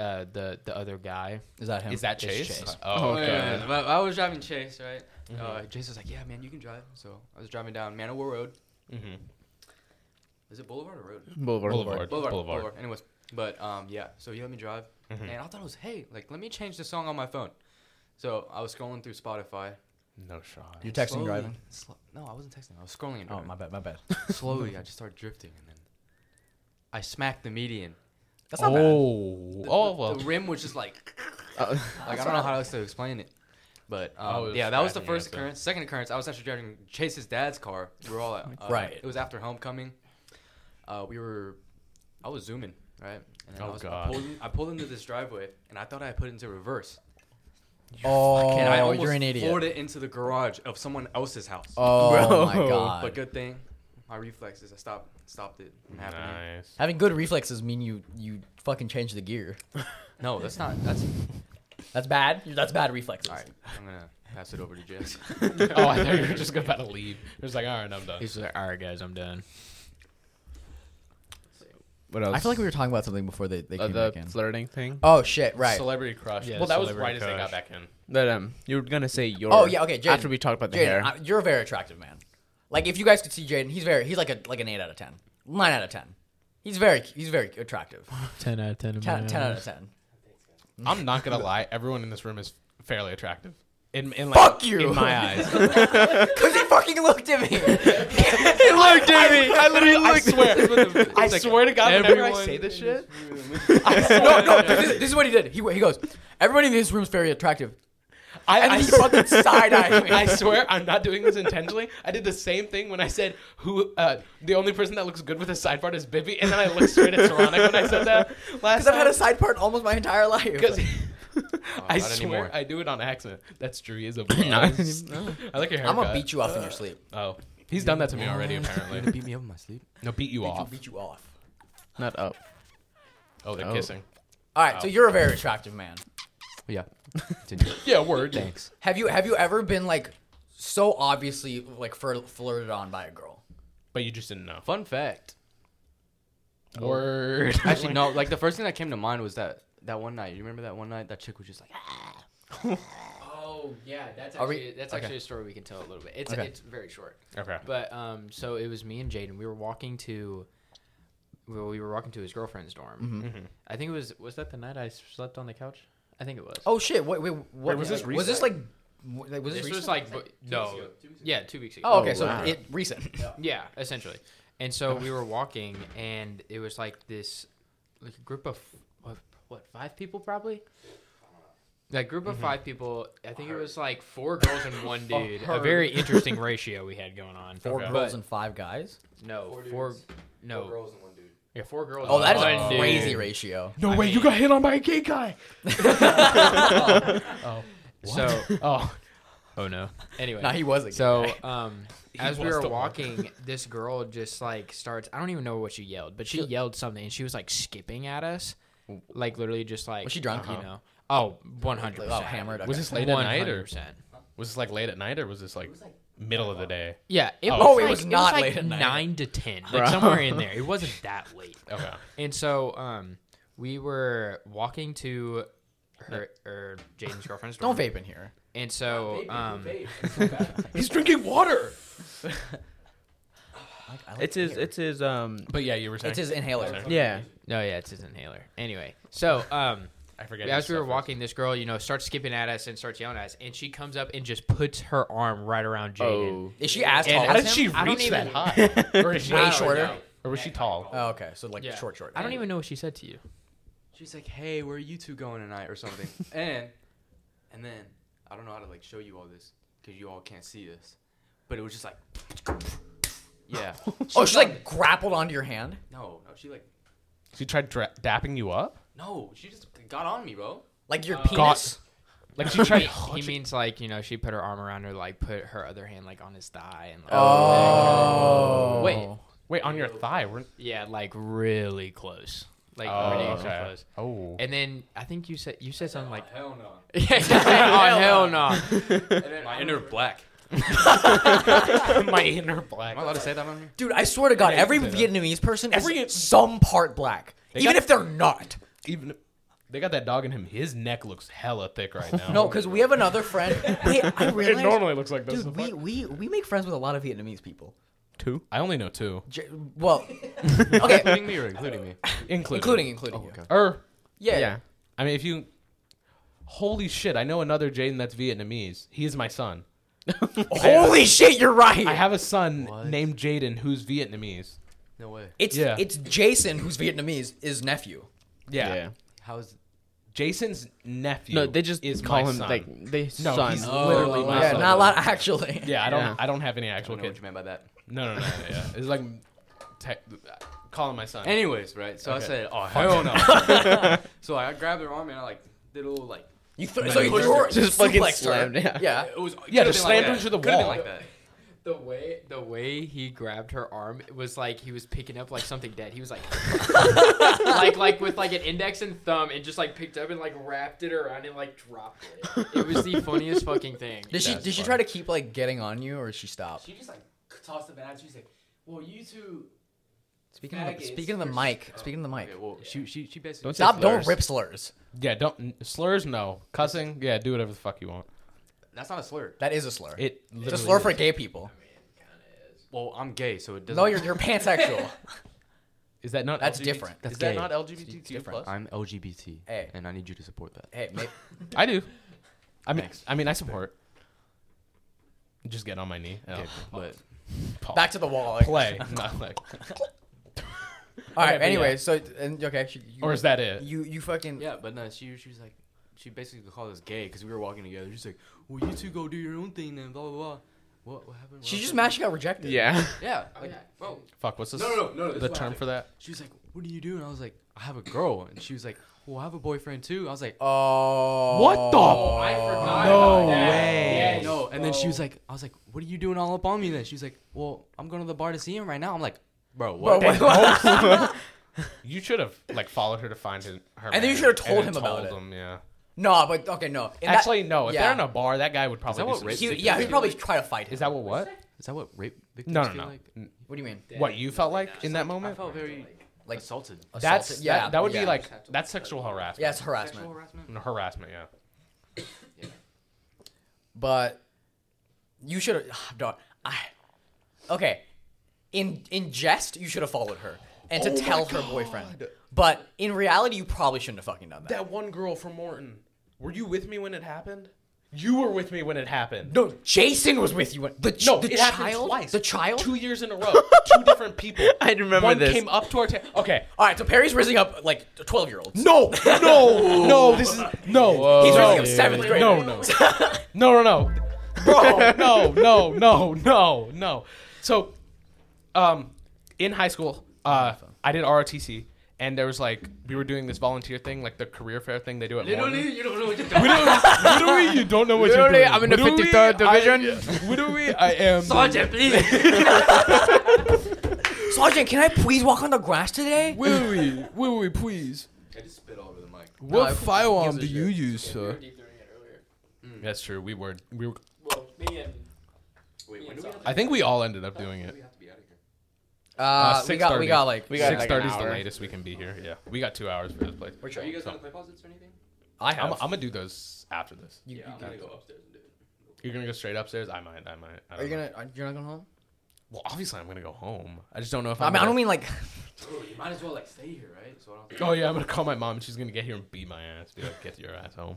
B: Uh, the the other guy.
A: Is that him?
C: is that
B: It's
C: Chase?
B: Chase.
C: Oh okay. Mm-hmm.
D: Yeah, but I was driving Chase, right? Uh, Chase was like, "Yeah, man, you can drive." So I was driving down Manowar Road.
C: Mm-hmm.
D: Is it Boulevard or Road?
H: Boulevard.
C: Boulevard.
D: Boulevard.
C: Boulevard. Mm-hmm.
D: Boulevard. Anyways, but um, yeah. So he let me drive, and I thought it was, "Hey, like, let me change the song on my phone." So I was scrolling through Spotify.
C: No shot.
A: You're texting
D: slowly-
A: driving.
D: Sl- no, I wasn't texting. I was scrolling. And
A: Oh
D: driving.
A: my bad, my bad.
D: slowly I just started drifting and then I smacked the median.
A: That's not bad.
C: Oh.
D: The,
C: Oh
D: the-
C: well.
D: the rim was just like
A: Uh,
D: like I don't know how else to explain it. But um,
C: it was
D: yeah, that was the
C: scratching,
D: first
C: yeah, so-
D: occurrence. Second occurrence, I was actually driving Chase's dad's car. We were all at, uh,
A: Right.
D: It was after homecoming. Uh, we were, I was zooming right, and then
C: Oh,
D: I, was,
C: God.
D: I, pulled in- I pulled into this driveway, and I thought I put it into reverse,
A: Oh,
D: and I almost
A: you're an
D: floored
A: idiot.
D: it into the garage of someone else's house.
A: Oh
H: Bro.
A: my god.
D: But good thing, my reflexes, I stopped stopped it from happening.
C: Nice.
A: Having good reflexes mean you you fucking change the gear.
D: No, that's not. That's
A: That's bad. That's bad reflexes.
D: All right, I'm gonna pass it over to Jess.
C: oh, I thought you were just about to leave. It was like, all right, I'm done.
B: He's like, all right, guys, I'm done.
H: What else?
A: I feel like we were talking about something before they, they
H: Uh,
A: came
H: the
A: back in.
H: flirting thing.
A: Oh shit! Right.
C: Celebrity crush.
B: Yeah,
C: well, that was
B: celebrity
C: right as they got
B: crush.
C: back in.
H: That um, you were gonna say your.
A: Oh yeah. Okay. Jaden,
H: after we talked about the
A: Jaden,
H: hair.
A: I- you're a very attractive man. Like if you guys could see Jaden, he's very he's like a like an eight out of ten, nine out of ten. He's very he's very attractive.
B: Ten out of ten.
A: Ten, 10 out of ten.
C: I'm not gonna lie. Everyone in this room is fairly attractive. In, in like,
A: Fuck you.
C: In my eyes.
A: Because he fucking looked at me.
C: He looked at me. I, literally I swear. I
G: It's like
C: swear to God, whenever I
G: everyone
C: say this shit,
A: no, no. This is, this is what he did. He, went- he goes, everybody in this room is very attractive.
C: I,
A: And
C: I,
A: then he fucking side-eyed me.
C: I swear I'm not doing this intentionally. I did the same thing when I said who uh, the only person that looks good with a side part is Bibby, and then I looked straight at Saronic when I said that last
A: Because I've
C: time.
A: had a side part almost my entire life.
C: Because I
G: not
C: swear
G: anymore.
C: I do it on accident. That's true. He is a no, I like your
A: I'm
C: haircut.
A: gonna beat you off in your sleep.
C: Oh, he's done that to me already.
G: You gonna
C: Apparently,
G: beat me up in my sleep?
C: no, beat you
A: I'll
C: off.
A: beat you off.
B: Not up.
C: Oh, they're kissing.
A: All right, so you're a very attractive man.
G: Yeah. Continue.
C: Yeah, word.
G: Thanks.
A: Have you have you ever been like so obviously like flir- flirted on by a girl?
C: But you just didn't know.
G: Fun fact.
H: Oh.
C: Word.
G: Actually, no. Like the first thing that came to mind was that that one night. You remember that one night that chick was just like, "Ah,
D: Oh yeah, that's
A: Are we-
D: actually that's
A: okay.
D: actually a story we can tell a little bit. It's
A: Okay.
D: it's very short.
C: Okay.
D: But um, so it was me and Jaden. We were walking to, well, we were walking to his girlfriend's dorm. I think it was was that the night I slept on the couch. I think it was.
A: Oh shit! Wait, wait, what
C: was this
A: was this like w- like, was this,
D: this was
A: recent?
D: like bu- no, yeah, two weeks ago.
A: oh okay, so it recent.
D: Yeah, essentially. And so we were walking, and it was like this, like a group of what, what five people probably. That group of
G: Mm-hmm.
D: five people, I think it was like four girls and one dude. A very interesting ratio we had going on.
A: Four
D: But-
A: girls and five guys.
D: no, four, no,
G: and one dude."
D: yeah, four girls.
A: Oh, that is
D: and
A: a
D: one
A: crazy
D: dude.
A: ratio.
C: No way, you got hit on by a gay guy.
D: So,
C: Oh,
D: oh no. Anyway,
A: No, he wasn't.
D: So, um, as we
C: was
D: were
C: the one.
D: walking, this girl just like starts. I don't even know what she yelled, but she yelled something, and she was like skipping at us, like literally just like.
A: Was she drunk?
D: You know. Oh, one hundred
A: oh,
D: percent
A: hammered.
C: was
A: okay.
C: this late at night or
D: percent.
C: was this like late at night or was this like middle of the day?
D: Yeah. It
C: Oh,
D: was
A: it
D: like-
A: was not
D: like
A: late at night.
D: Nine to ten, like somewhere in there. It wasn't that late.
C: Okay.
D: And so, um, we were walking to her or Jaden's girlfriend's dorm.
A: Don't vape in here.
D: And so, um,
C: He's drinking water.
B: It's his. It's his. Um.
C: But yeah, you were saying
A: It's his inhaler.
B: Yeah.
D: no, yeah, it's his inhaler. Anyway, so, um.
C: I forget.
D: as
C: you
D: we were
C: suffered.
D: walking, this girl, you know, starts skipping at us and starts yelling at us, and she comes up and just puts her arm right around
G: Oh.
D: Jaden.
A: Is she as tall?
C: How
A: as
C: did
A: him?
C: she
D: I don't
C: reach that
D: even-
C: high? Or is she
A: Oh. Way
C: I don't
A: shorter.
C: know. Or was she tall?
A: Oh, okay, so like
D: Yeah.
A: short, short.
D: I don't even know what she said to you.
G: She's like, "Hey, where are you two going tonight?" or something. and and then I don't know how to like show you all this because you all can't see this, but it was just like, yeah.
A: Oh, she like grappled onto your hand.
G: No, no, she like,
C: She tried dra- dapping you up.
G: no, she just got on me, bro.
A: Like
D: Uh,
A: your penis.
C: Like she tried.
D: He means like you know she put her arm around her, like put her other hand like on his thigh and like,
A: Oh.
D: wait,
C: Wait on your thigh. We're,
D: yeah, like really close, like
C: oh,
D: really
C: okay.
D: close.
C: Oh.
D: And then I think you said you said something like,
G: Hell no.
D: "Oh hell no!"
G: And then my inner black.
C: my inner black.
G: Am I allowed to say that on here?
A: Dude, I swear to God, every Vietnamese person
C: Every-
A: is some part black, even
C: got-
A: if they're not.
C: Even they got that dog in him. His neck looks hella thick right now.
A: No, because we have another friend. Wait, I realized.
C: it normally looks like this.
A: dude, we, we we make friends with a lot of Vietnamese people.
C: two. I only know two,
A: J- well, okay,
G: Including me or including me?
C: including
A: including including you.
C: Or
A: Yeah,
B: Yeah.
C: I mean, if you. Holy shit! I know another Jaden that's Vietnamese. He is my son.
A: Holy shit, you're right.
C: I have a son named Jaden who's Vietnamese.
G: No way.
A: it's
C: yeah.
A: it's Jason who's Vietnamese, is nephew.
C: Yeah.
B: Yeah.
G: How's
C: Jason's nephew.
B: No, they just
C: is
B: call
C: my
B: him
C: son.
B: like they
C: No,
B: son.
C: he's literally my
A: yeah,
C: son.
A: not a lot actually.
C: Yeah, I don't.
B: Yeah.
C: I don't have any
G: I
C: actual
G: don't know what
C: kids.
G: you meant by that.
C: No, no, no. Yeah, it's like te- calling my son.
G: Anyways, right? So
C: Okay.
G: I said, "Oh hell no!" so I grabbed her arm and I like did a little like.
A: You th- so you
G: pushed
A: threw her,
G: her.
B: Just fucking
A: suplexed her.
B: slammed, yeah.
A: yeah.
G: It was
C: Yeah,
G: could've
C: just
G: been
C: slammed her
G: like
C: to the
G: that. Could've
C: wall.
G: been like that.
D: The way the way he grabbed her arm it was like he was picking up like something dead. He was like like like with like an index and thumb and just like picked up and like wrapped it around and like dropped it. It was the funniest fucking thing.
A: Did she
C: That's
A: did she try to keep like getting on you or did she stop?
G: She just like tossed up and she's like, "Well, you two
A: Speaking of, the,
G: Faggots.
A: speaking of the mic, speaking of the mic.
G: Okay, well, she she she basically
B: Don't say
A: Stop! Don't
B: slurs.
A: rip slurs.
C: Yeah, don't n- slurs. No cussing. Yeah, do whatever the fuck you want.
G: that's not a slur.
A: That is a slur.
C: It.
A: it's a
C: literally
A: slur
C: is.
A: for gay people.
G: Well, I'm gay, so it doesn't.
A: No, you're you're pansexual.
C: Is that not?
A: That's
C: LGBT?
A: different.
G: That's
C: is that
G: gay.
C: not LGBTQ
A: different.
C: plus?
G: I'm LGBT,
A: Hey.
G: and I need you to support that.
A: hey, maybe,
C: I do. I mean,
G: Thanks.
C: I mean, I support. Just get on my knee. Oh.
G: But
A: Back to the wall. Like,
C: play, not like.
A: All right.
C: Okay, but
A: anyway,
C: yeah.
A: so and okay, she, you,
C: Or is that it?
A: you? You fucking
G: yeah, but no, she she was like, she basically called us gay because we were walking together. She's like, well, you two go do your own thing then, blah blah blah. What what happened?
A: She
G: What
A: just
G: happened?
A: mad she got rejected.
B: Yeah.
G: Yeah, like, bro.
C: Fuck. What's this?
G: No, no, no, no, this
C: the
G: is what
C: term
G: happened.
C: for that?
G: She was like, what do you do? And I was like, I have a girl. And she was like, well, I have a boyfriend too. I was like,
A: Oh.
C: What the-
D: I forgot.
C: No
D: about that.
C: way.
D: Yes.
G: no. And then she was like, I was like, what are you doing all up on me then? She's like, well, I'm going to the bar to see him right now. I'm like, bro,
A: Bro,
G: what?
A: what- what-
C: You should have like followed her to find his, her.
A: And then you
C: man
A: should have told
C: then
A: him about it.
C: him, yeah.
A: no, but okay, no. In that-
C: Actually, no. If
A: yeah.
C: they're in a bar, that guy would probably.
G: what
C: do some
G: rape-
C: shit.
A: He, yeah, he'd probably try to fight. Him.
C: Is that what? What?
G: Is that what rape victims
C: No, no,
G: feel
C: no.
G: like?
C: N-
A: What do you mean?
C: What you felt like in that
G: I
C: moment?
G: felt Oh, very
A: Like-
G: like assaulted.
C: That's
A: Assaulted?
C: yeah. That, that would
A: yeah.
C: be like that's sexual harassment.
A: yeah, it's harassment.
G: Sexual harassment?
C: Harassment. Yeah.
A: But you should have. dog. I. Okay, in in jest, you should have followed her and
C: Oh
A: to tell her boyfriend. But in reality, you probably shouldn't have fucking done that.
C: That one girl from Morton. Were you with me when it happened? You were with me when it happened.
A: no, Jason was with you. when- The, ch-
C: No,
A: the
C: it happened
A: child.
C: twice.
A: The child.
C: Two years in a row. Two different people.
B: I remember
C: One
B: this.
C: came up to our table. Okay.
A: All right, so Perry's raising up like a twelve-year-old.
C: No, no, no. This is no.
A: He's
C: no,
A: raising a seventh grader.
C: No, no, no, no, no, bro. No, no, no, no, no. So, um, in high school, uh, I did ROTC, and there was like we were doing this volunteer thing, like the career fair thing they do at Morton.
G: you don't know what you're doing.
C: Literally, you don't know what you're
A: Literally,
C: doing.
A: I'm in the
C: Literally,
A: 53rd
C: I, literally, I am.
G: Sergeant, please.
A: Sergeant, can I please walk on the grass today?
C: Will we? Will we please?
G: I just spit all over the mic.
A: I-
B: What firearm
A: gives a
B: do you use, sir?
C: Mm, That's true. We were. We were.
G: Wait, when do we have
C: I think we all ended up doing it.
G: to be out of here?
A: Uh, we got we got like
B: We got
C: six
B: like an
C: thirty is the
B: hour.
C: latest we can be here. Yeah, we got two hours for this place.
A: We're trying.
G: Are you guys gonna play posits or anything?
A: I have.
C: I'm, I'm gonna do those after this.
A: you,
G: Yeah,
A: you-
G: I'm gonna go upstairs and do it.
C: You're gonna go straight upstairs. I might. I might. I
A: are you
C: don't know.
A: gonna? Are, you're not going home?
C: Well, obviously, I'm gonna go home. I just don't know if
A: I mean, I don't mean like.
G: Bro, you might as well like stay here, right? So I don't.
C: Oh yeah, I'm gonna call my mom and she's gonna get here and beat my ass. Be like, get your ass home.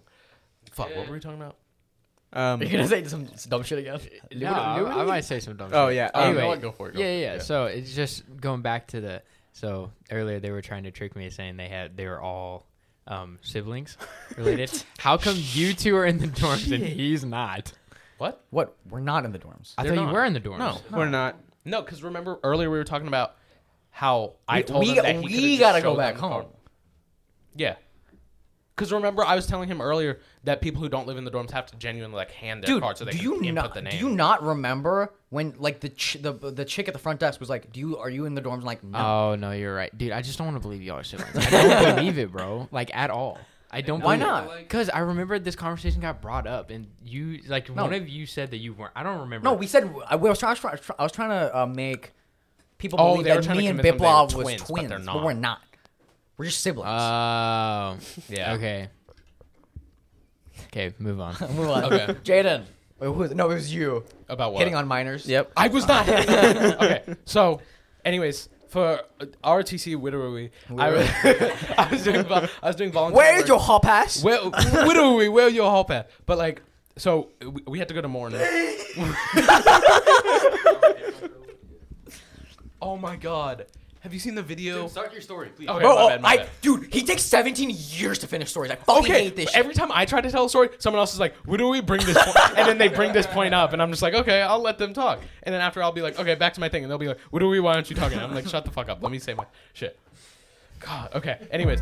C: Fuck. What were we talking about?
B: Um,
A: You're gonna say some, some dumb shit again?
D: No, I, I might say some dumb
B: oh
D: shit.
B: yeah.
C: Oh,
B: Um,
C: you know
D: Anyway,
C: what? Go for it. Go
D: Yeah, yeah,
C: for it.
D: yeah. So it's just going back to the. So earlier they were trying to trick me, saying they had they were all um, siblings related. How come you two are in the dorms and he's not?
C: What?
A: What? We're not in the dorms.
D: I
C: They're
D: thought
C: not.
D: you were in the dorms.
C: No.
B: We're not.
C: No, because remember earlier we were talking about how I
A: We-
C: told
A: we
C: him
A: got-
C: that he
A: we
C: could've just
A: gotta go
C: showed
A: back
C: them the
A: home.
C: phone. Yeah. Because remember, I was telling him earlier that people who don't live in the dorms have to genuinely like hand their
A: Dude,
C: card so they
A: do
C: can
A: you
C: input
A: not
C: the name.
A: do you not remember when like the ch- the the chick at the front desk was like, "Do you are you in the dorms?" I'm like, no.
D: Oh no, you're right, dude. I just don't want to believe y'all are siblings. I don't believe it, bro. Like at all. I don't.
A: Why
D: believe
A: not?
D: Because I remember this conversation got brought up, and you like
A: No.
D: one of you said that you weren't. I don't remember.
A: no, we said I was trying. I was trying to uh, make people
C: Oh,
A: believe
C: they were
A: that
C: trying to
A: me and
C: convince them they were
A: Biplob was
C: twins,
A: twins,
C: but they're not. Uh,
A: we're not. We're just siblings.
B: Um,
D: Oh.
C: Yeah.
D: Okay. Okay, move on.
A: Move on.
C: Okay.
A: Jaden. Wait, who was- no, it was you
C: about what?
A: hitting on minors.
B: Yep.
C: I was not. okay. So, anyways, for uh, ROTC Widowy, I, was- I was doing vol- I was doing volunteer.
A: Where's
C: work.
A: your hall pass?
C: where, Widowy? Where your hall pass? But like, so we, we had to go to Morton. oh my god! Have you seen the video?
G: Start your story, please.
C: Okay,
A: Bro,
C: my
A: oh,
C: bad, my
A: I,
C: bad.
A: dude, he takes 17 years to finish stories. I fucking
C: Okay.
A: hate this
C: but
A: shit.
C: Every time I try to tell a story, someone else is like, "Where do we bring this?" Point? and then they bring this point up, and I'm just like, "Okay, I'll let them talk." And then after, I'll be like, "Okay, back to my thing," and they'll be like, "What do we? Why aren't you talking?" And I'm like, "Shut the fuck up. Let me say my shit." God. Okay. Anyways.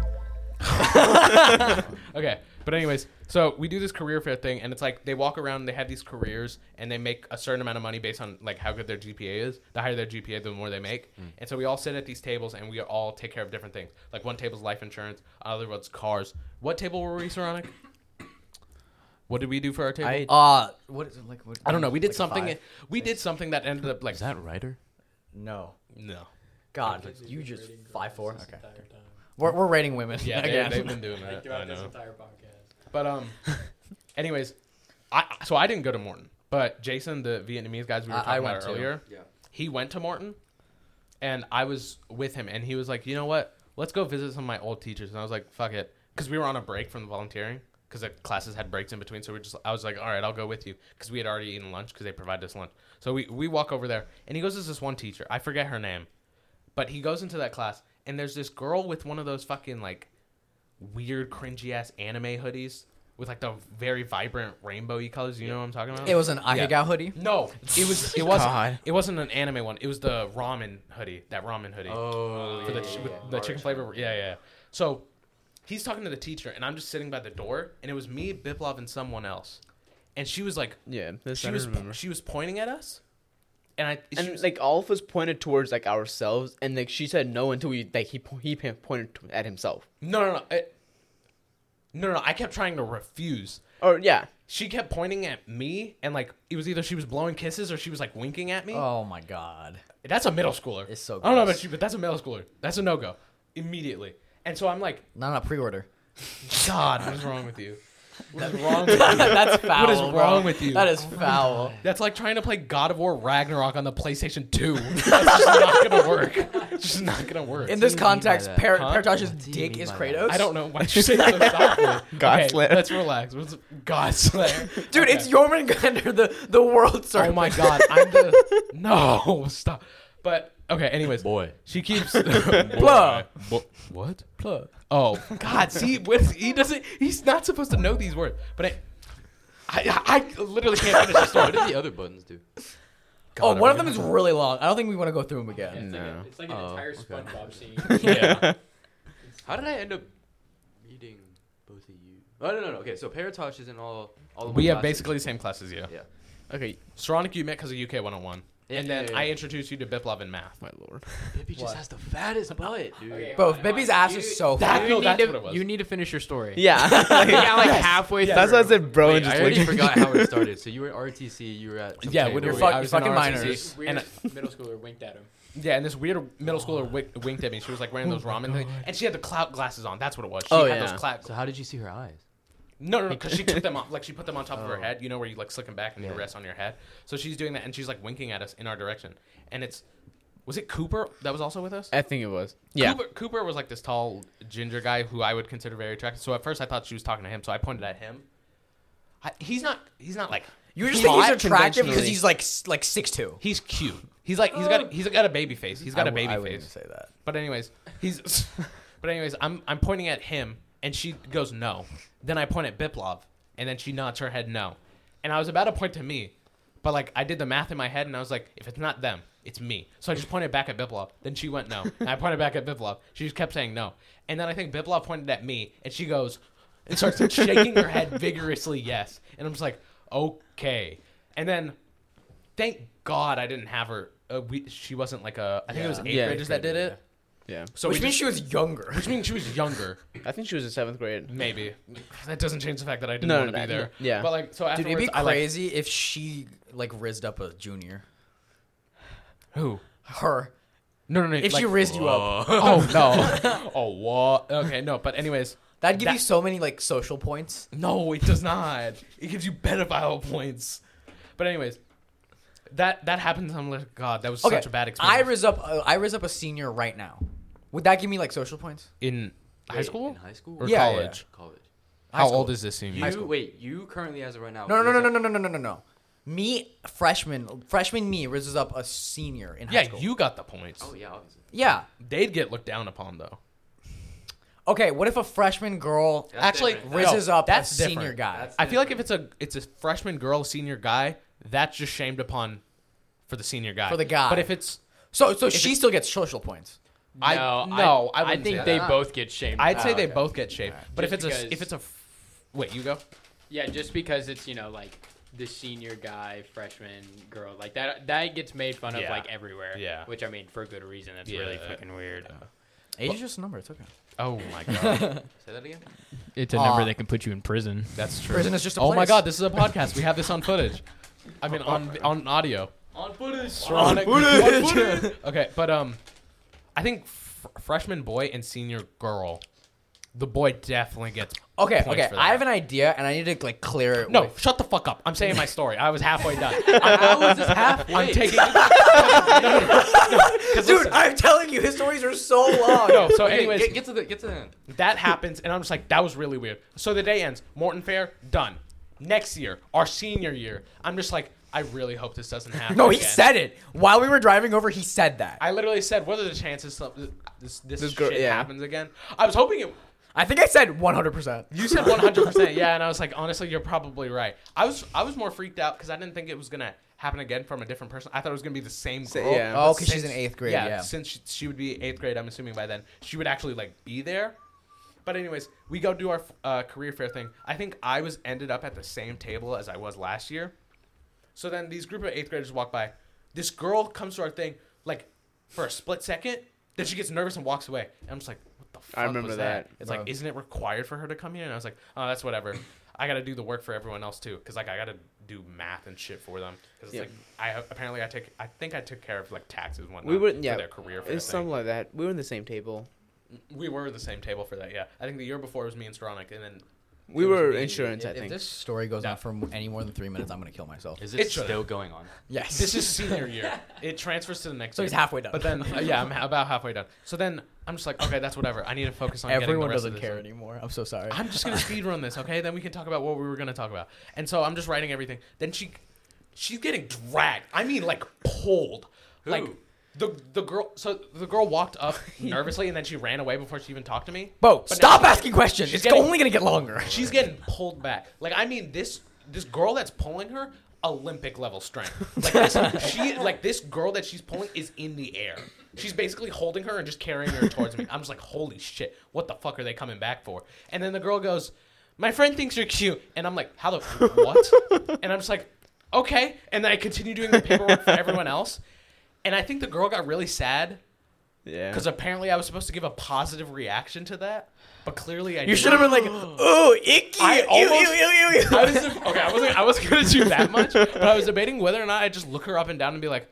C: okay. But anyways, so we do this career fair thing, and it's like they walk around, they have these careers, and they make a certain amount of money based on like how good their GPA is. The higher their GPA, the more they make. And so we all sit at these tables, and we all take care of different things. Like one table's life insurance, other one's cars. What table were we, Saronic? What did we do for our table?
B: I-
C: I,
A: uh, what is it like? What,
C: don't know. We did
A: like a
C: something.
A: five?
C: We did something that ended up like
G: Is that writer?
A: No.
C: no.
A: God, you just five four. Okay. We're, we're rating women.
C: Yeah, they,
A: again.
C: they've been doing that. I know. But um, anyways, I so I didn't go to Morton, but Jason, the Vietnamese guys we were
A: I- I
C: talking
A: went
C: about
A: to.
C: earlier,
G: Yeah.
C: he went to Morton, and I was with him, and he was like, you know what? Let's go visit some of my old teachers, and I was like, fuck it, because we were on a break from the volunteering, because the classes had breaks in between. So we just, I was like, all right, I'll go with you because we had already eaten lunch because they provided us lunch. So we we walk over there, and he goes to this one teacher. I forget her name, but he goes into that class, and there's this girl with one of those fucking like weird cringy ass anime hoodies with like the very vibrant rainbowy colors. You know what I'm talking about?
A: It was an Akagao hoodie.
C: No, it was it wasn't
B: God.
C: it wasn't an anime one. It was the ramen hoodie, that ramen hoodie. Oh, for the, ch- with the chicken flavor. Yeah, yeah. So he's talking to the teacher, and I'm just sitting by the door, and it was me, Biplov, and someone else, and she was like,
B: Yeah, that's
C: she
B: I
C: was
B: remember.
C: she was pointing at us, and I she
B: and
C: was-
B: like all of us pointed towards like ourselves, and like she said no until we like he po- he pa- pointed to- at himself.
C: no no no. it- no, no, no. I kept trying to refuse.
B: Or yeah,
C: She kept pointing at me, and like it was either she was blowing kisses or she was like winking at me.
A: Oh my god.
C: That's a middle schooler.
A: It's so
C: I don't know
A: gross.
C: about you, but that's a middle schooler. That's a no go immediately. And so I'm like,
A: No, no, pre-order.
C: God, what is wrong with you? What is wrong with you?
A: That's foul.
C: What is
A: bro.
C: wrong with you? Oh
A: That is foul.
C: That's like trying to play God of War Ragnarok on the PlayStation 2. That's just not gonna work. It's just not gonna work.
A: In this
G: do you mean by
A: context,
G: that?
A: Par-
C: Huh?
A: Paratosh's
G: do you
A: dick
G: mean
A: is
G: by
A: Kratos.
C: I don't know why you say it so softly.
B: God
C: okay,
B: Slayer.
C: Let's relax. What's God Slayer?
A: Dude, it's Jormungandr, the the world serpent.
C: Oh my God! I'm the no stop. But okay. Anyways,
G: Boy.
C: she keeps
A: Blah.
C: Bo- what? Oh God! See, what is, he doesn't. He's not supposed to know these words. But I, I, I literally can't finish the story.
G: What did the other buttons do?
A: Oh, one of them is really long. I don't think we want to go through them again.
G: No.
D: It's like an
G: Oh,
D: entire
G: okay.
D: SpongeBob scene.
C: Yeah.
G: How did I end up meeting both of you? Oh no no no. Okay, so Paratosh is in all all
B: Oh
G: of
C: We
G: my
C: have
G: classes.
C: basically the same class as you.
G: Yeah.
B: okay,
C: Saronic, you met because of UK 101.
G: Yeah,
C: and
G: yeah,
C: then
G: yeah,
C: I
G: yeah.
C: introduced you to Biplov in math.
B: my lord.
G: Bippy just has the fattest butt, dude.
D: Okay,
A: Both.
D: hold on,
A: Bippy's
D: hold on.
A: ass is so
C: That-
A: fat.
C: no,
D: need
C: that's
D: to-
C: what it was.
D: You need to finish your story.
B: Yeah,
D: You got, like halfway through.
B: that's what I said, bro. and
G: Wait,
B: just
G: I
B: looked-
G: already forgot how it started. So you were at RTC. You were at some
C: Yeah,
G: thing
C: when
A: You're,
G: where
C: we-
G: we-
A: fuck,
C: I
A: you're
C: was in
A: fucking
C: RCC.
A: minors.
D: This weird middle schooler winked at him.
C: Yeah, and this weird middle schooler wi- winked at me. She was like wearing those ramen things. And she had the clout glasses on. That's what it was. She
B: Oh,
C: had
B: yeah.
C: those clout
G: So how did you see her eyes?
C: No, no, no, because she took them off. Like she put them on top of her
G: Oh.
C: head. You know where you like slick them back and they
G: Yeah.
C: rest on your head. So she's doing that and she's like winking at us in our direction. And it's. Was it Cooper that was also with us?
B: I think it was. Yeah,
C: Cooper, Cooper was like this tall ginger guy who I would consider very attractive. So at first I thought she was talking to him, so I pointed at him. I, he's not. He's not like.
A: You just think he's
B: Hot
A: attractive because
B: conventionally.
A: he's like s- like six two.
C: He's cute. He's like he's got he's got a baby face. He's got a baby face.
A: Say that.
C: But anyways, he's. but anyways, I'm I'm pointing at him, and she goes no. Then I point at Biplov, and then she nods her head no. And I was about to point to me, but like I did the math in my head, and I was like, if it's not them, it's me. So I just pointed back at Biplov. Then she went no, and I pointed back at Biplov. She just kept saying no. And then I think Biplov pointed at me, and she goes and starts shaking her head vigorously yes. And I'm just like, okay. And then thank God I didn't have her. Uh, we, she wasn't like a. I think it was
A: Yeah.
C: eighth
B: Yeah,
C: graders that did it.
B: yeah.
C: So
A: Which
C: we
A: means
C: just-
A: she was younger.
C: which means she was younger,
B: I think she was in seventh grade.
C: maybe. That doesn't change the fact that I didn't
B: No,
C: want
B: no,
C: to be
B: no,
C: there.
B: no, yeah.
C: but like, so
A: Dude,
C: afterwards,
A: it'd be
C: I like
A: crazy if she like rizzed up a junior.
C: who?
A: Her.
C: No, no, no.
A: If
C: like-
A: she rizzed you up,
C: oh no, oh what? Okay, no. But anyways,
A: that'd give
C: That-
A: you so many like social points.
C: no, it does not. It gives you pedophile points. But anyways, that that happens. I'm like, God, that was
A: Okay.
C: such a bad
A: I
C: experience.
A: rizz up. Uh, I rizz up a senior right now. Would that give me like social points?
C: in high
G: Wait,
C: school
G: In high school?
C: or
A: Yeah, yeah,
C: college.
G: College.
C: How
A: school.
C: old is this senior?
G: You wait. You currently as of right now.
A: No, no, no,
G: is
A: no,
G: a-
A: no, no, no, no, no, no. Me, freshman, freshman me rizzes up a senior in high
C: Yeah,
A: school.
C: you got the points.
G: Oh yeah, obviously.
A: Yeah.
C: They'd get looked down upon though.
A: Okay. What if a freshman girl
G: That's
C: Actually,
G: different.
A: rizzes
C: no,
A: up
C: that's
A: a
C: different.
A: senior guy?
G: That's
C: I feel like if
G: different.
C: it's a it's a freshman girl, senior guy, that's just shamed upon for the senior guy.
A: For the guy.
C: But if it's
A: so, so she still gets social points.
C: I
D: no,
C: no, I,
D: I,
C: wouldn't
D: think
C: say
D: they
C: that.
D: both get shamed.
C: I'd
D: for
C: say
G: Oh,
D: that.
C: they both get shaved. But if
D: Just
C: it's a if
D: because-
C: it's a f- wait, you go.
D: Yeah, just because it's you know like the senior guy, freshman girl, like that that gets made fun of
C: Yeah.
D: like everywhere.
C: Yeah.
D: which I mean for good reason. That's really
C: Yeah.
D: fucking weird.
A: Age is just a number. It's okay.
C: Oh my god,
G: Say that again.
D: It's a
A: Aw. number that
D: can put you in prison.
C: that's true.
A: Prison is just a
C: oh my
A: place.
C: god, this is a podcast. We have this on footage. I mean on on audio.
G: On footage.
C: On footage. okay, but um, I think fr- freshman boy and senior girl the boy definitely gets.
A: Okay,
C: points
A: okay.
C: for that.
A: I have an idea, and I need to like clear it.
C: No,
A: with-
C: shut the fuck up. I'm saying my story. I was halfway done.
G: How is this halfway?
C: I'm taking. No, no, no, no, 'cause
A: dude,
C: listen.
A: I'm telling you, his stories are so long.
C: No, so
G: Okay,
C: anyways,
G: get, get to the get to the end.
C: that happens, and I'm just like, that was really weird. So the day ends. Morton Fair done. Next year, our senior year, I'm just like, I really hope this doesn't happen.
A: no, he
C: again.
A: said it while we were driving over. He said that.
C: I literally said, what are the chances some- this this,
B: This girl-
C: shit
B: yeah.
C: happens again? I was hoping it.
A: I think I said 100. percent
C: You said 100, percent yeah, and I was like, honestly, you're probably right. I was I was more freaked out because I didn't think it was gonna happen again from a different person. I thought it was gonna be the same
B: Sa-
C: girl.
B: yeah.
A: Oh, 'cause
C: But
A: she's
C: since-
A: in eighth grade, yeah.
C: since she, she would be eighth grade, I'm assuming by then she would actually like be there. But anyways, we go do our uh, career fair thing. I think I was ended up at the same table as I was last year. So then these group of eighth graders walk by. This girl comes to our thing like for a split second. Then she gets nervous and walks away. And I'm just like, what the fuck
B: I remember
C: was that?
B: that.
C: It's
A: Wow.
C: like, isn't it required for her to come here? And I was like, oh, that's whatever. I gotta do the work for everyone else too, because like I gotta do math and shit for them. Because
B: Yeah.
C: it's like I apparently I take I think I took care of like taxes one.
B: We were
C: for
B: yeah.
C: their career fair
B: it's
C: thing.
B: something like that. We were in the same table.
C: We were at the same table for that. Yeah, I think the year before it was me and Stronic, and then
B: We
C: It was
B: were
C: me.
B: insurance, I
A: If
B: think.
A: this story goes on for any more than three minutes, I'm gonna kill myself.
G: Is
C: it
G: it,
C: It should've. still
G: still going on?
A: Yes.
C: this is senior year. It transfers to the next.
A: So
C: year.
A: he's halfway done.
C: But then uh, yeah, I'm ha- about halfway done. So then I'm just like, okay, that's whatever. I need to focus on. getting the
A: Everyone
C: rest of
A: doesn't
C: this
A: care
C: done.
A: anymore. I'm so sorry.
C: I'm just gonna speed run this, okay? Then we can talk about what we were gonna talk about. And so I'm just writing everything. Then she, she's getting dragged. I mean, like pulled. Like the the girl. So the girl walked up nervously, and then she ran away before she even talked to me.
A: Bo,
C: now
A: stop
C: she's getting-
A: asking questions.
C: she's
A: It's
C: getting-
A: only gonna get longer.
C: She's getting pulled back. Like I mean, this this girl that's pulling her Olympic level strength. Like this, she like this girl that she's pulling is in the air. She's basically holding her and just carrying her towards me. I'm just like, holy shit, what the fuck are they coming back for? And then the girl goes, "My friend thinks you're cute," and I'm like, "How the what?" and I'm just like, "Okay." And then I continue doing the paperwork for everyone else. And I think the girl got really sad
B: yeah.
C: because apparently I was supposed to give a positive reaction to that, but clearly I
A: You should have been like, ooh, icky.
C: I
A: ew,
C: almost-
A: ew, ew, ew, ew."
C: I was okay. I wasn't. I wasn't gonna do that much, but I was debating whether or not I just look her up and down and be like,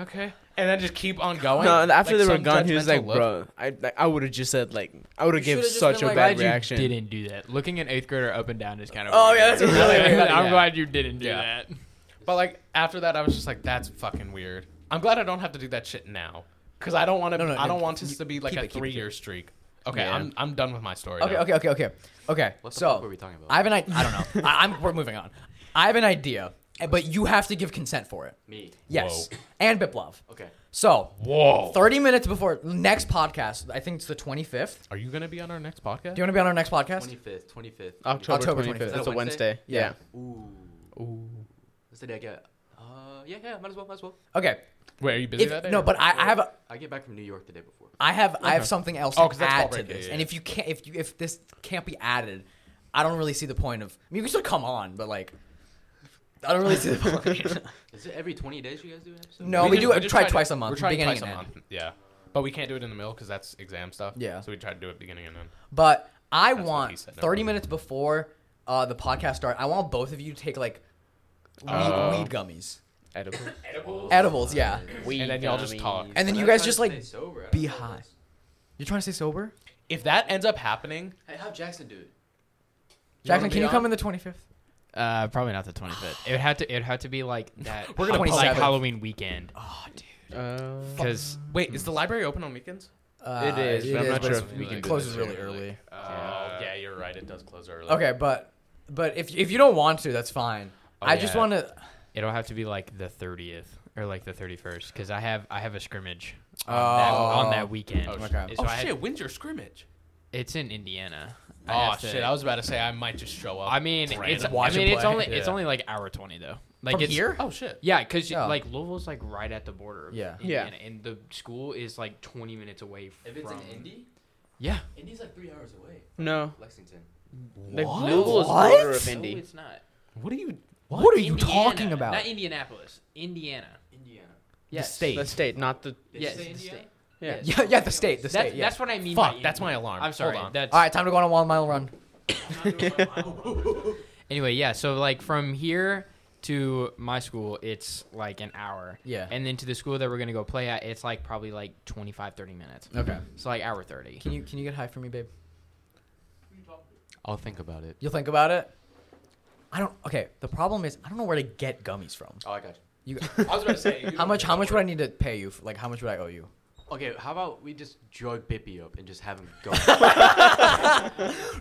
C: okay, and then just keep on going.
B: No, and after
C: Like,
B: they were
C: some
B: gone, he was
C: judgmental
B: like,
C: look.
B: "Bro, I like, I would have just said like I would have given
A: should've just
B: such
A: been
B: a
A: like,
B: bad
D: glad
B: reaction."
D: you didn't do that. Looking an eighth grader up and down is kind of.
A: Oh, yeah, that's
D: weird.
A: really
C: weird.
D: I'm
C: Yeah.
D: glad you didn't do
C: Yeah.
D: that.
C: But like after that, I was just like, that's fucking weird. I'm glad I don't have to do that shit now because I don't want to.
A: no,
C: I
A: no,
C: don't want this to be like
A: keep
C: a
A: it, keep it,
C: three year streak. Okay, I'm I'm done with my story.
A: Okay,
C: now.
A: okay, okay, okay, okay.
G: What the
A: so
G: fuck were we talking about?
A: I have an idea. I don't know. I, I'm we're moving on. I have an idea, eh, but you have to give consent for it.
G: Me.
A: Yes, and Biplov.
G: Okay.
A: So
C: Whoa.
A: thirty minutes before next podcast, I think it's the twenty fifth.
C: Are you gonna be on our next podcast?
A: Do you want to be on our next podcast?
G: Twenty fifth. Twenty fifth.
B: October,
A: October
B: 25th.
A: 25th.
B: That's a
G: Wednesday?
B: Wednesday. Yeah.
G: Ooh. Ooh. That's the day I get. Uh, yeah, yeah. Might as well. Might as well.
A: Okay.
C: Wait, are you busy
A: If-
C: that day?
A: no,
C: or-
A: but I, I have a,
G: I get back from New York the day before.
A: I have I have something else
C: Oh, 'cause
A: to
C: that's
A: add
C: fall
A: to
C: break, yeah,
A: this.
C: yeah,
A: And
C: yeah.
A: if you can't if you, if this can't be added, I don't really see the point of. I mean, you can still come on, but like, I don't really see the point.
G: Is it every twenty days you guys do an episode?
A: no, we, do,
C: just
A: try
C: to-
A: twice a month.
C: We're trying
A: beginning
C: twice a
A: and end.
C: month. Yeah. But we can't do it in the middle because that's exam stuff.
A: Yeah.
C: So we tried to do it beginning and end.
A: But I
C: what he
A: want
C: said, no.
A: 30 minutes before uh, the podcast start. I want both of you to take like weed,
C: Oh.
A: weed gummies,
B: Edible.
A: edibles. Yeah,
C: And then y'all just talk.
A: and then you guys just like be high. You're trying to stay sober,
C: If that ends up happening,
G: Hey, how Jackson do it?
A: Jackson. Can
C: be
A: you come
C: on?
A: in the 25th?
D: Uh, probably not the 25th. It would have to. It would have to be like that.
A: We're gonna
D: like
A: 27th.
D: Halloween weekend
A: Oh,
C: Oh,
B: Uh,
D: because
C: wait, is the library open on weekends?
A: Uh,
B: It is, but I'm not
A: but
B: sure
A: it's-
B: if we can
A: It
B: do
A: closes
B: this
A: really
B: year.
A: early.
C: Oh, yeah, you're right. It does close early.
A: Okay, but but if if you don't want to, that's fine.
B: Oh,
A: I just
D: yeah.
A: want to.
D: it'll have to be like the 30th or like the 31st because I have I have a scrimmage on, that,
A: Oh.
D: on that weekend.
A: Okay.
D: So
C: oh
D: I had-
C: shit, when's your scrimmage?
D: it's in Indiana. I
C: Oh
D: have to-
C: shit, I was about to say I might just show up.
D: I mean, it's
C: Random.
D: I
A: Watch
D: mean,
A: him
D: it's
A: play.
D: only it's
C: Yeah.
D: only like hour 20 though. Like
A: From
D: it's,
A: here?
C: oh shit.
D: Yeah, because
A: Yeah.
D: like Louisville's like right at the border. Of
A: Yeah.
B: Yeah.
D: Indiana, and the school is like 20 minutes away from.
G: If it's in Indy,
D: Yeah.
G: Indy's like three hours away.
B: no.
G: Lexington.
B: Like,
A: What?
B: Louisville is
A: What?
B: border of
A: No,
B: Indy.
D: it's not.
C: What are you?
A: What, are you talking about?
D: Not Indianapolis, Indiana.
G: Indiana.
D: Yes.
B: The state, not the.
G: Did
D: Yes,
G: you say
D: the
G: Indiana?
D: state.
B: Yeah.
A: yeah, yeah, the state, the
D: That's,
A: state. Yeah.
D: that's what I mean. by
C: Fuck, that's
D: Indiana.
C: my alarm.
D: I'm sorry.
C: Hold on.
D: That's
A: All right, time to go on a one mile run.
D: anyway. Yeah. So like from here to my school, it's like an hour.
A: Yeah.
D: And then to the school that we're gonna go play at, it's like probably like 25, 30 minutes.
A: Okay.
D: So like hour thirty.
A: Can you can you get high for me, babe?
G: I'll think about it.
A: You'll think about it. I don't. Okay. The problem is I don't know where to get gummies from.
G: Oh, I got you.
A: You,
C: I was about to say. you
A: how much?
C: don't
A: How
C: know
A: much
C: where-
A: would I need to pay you? For, like how much would I owe you?
G: Okay, how about we just drug Bippy up and just have him go?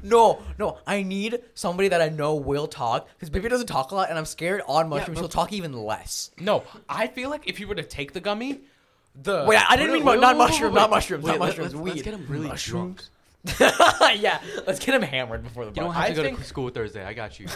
A: No, no. I need somebody that I know will talk because Baby doesn't talk a lot, and I'm scared on mushrooms he'll talk even less.
C: No, I feel like if you were to take the gummy, the
A: Wait, I, I didn't mean mu-
G: wait,
A: not
G: wait, wait,
A: mushroom,
G: wait.
A: not mushrooms,
G: Wait,
A: not
G: let-
A: mushrooms.
G: let's,
A: weed.
G: let's get him really drunk.
A: yeah, let's get him hammered before the.
G: You don't
A: podcast.
G: have to
C: I
G: go
C: think-
G: to school Thursday. I got you.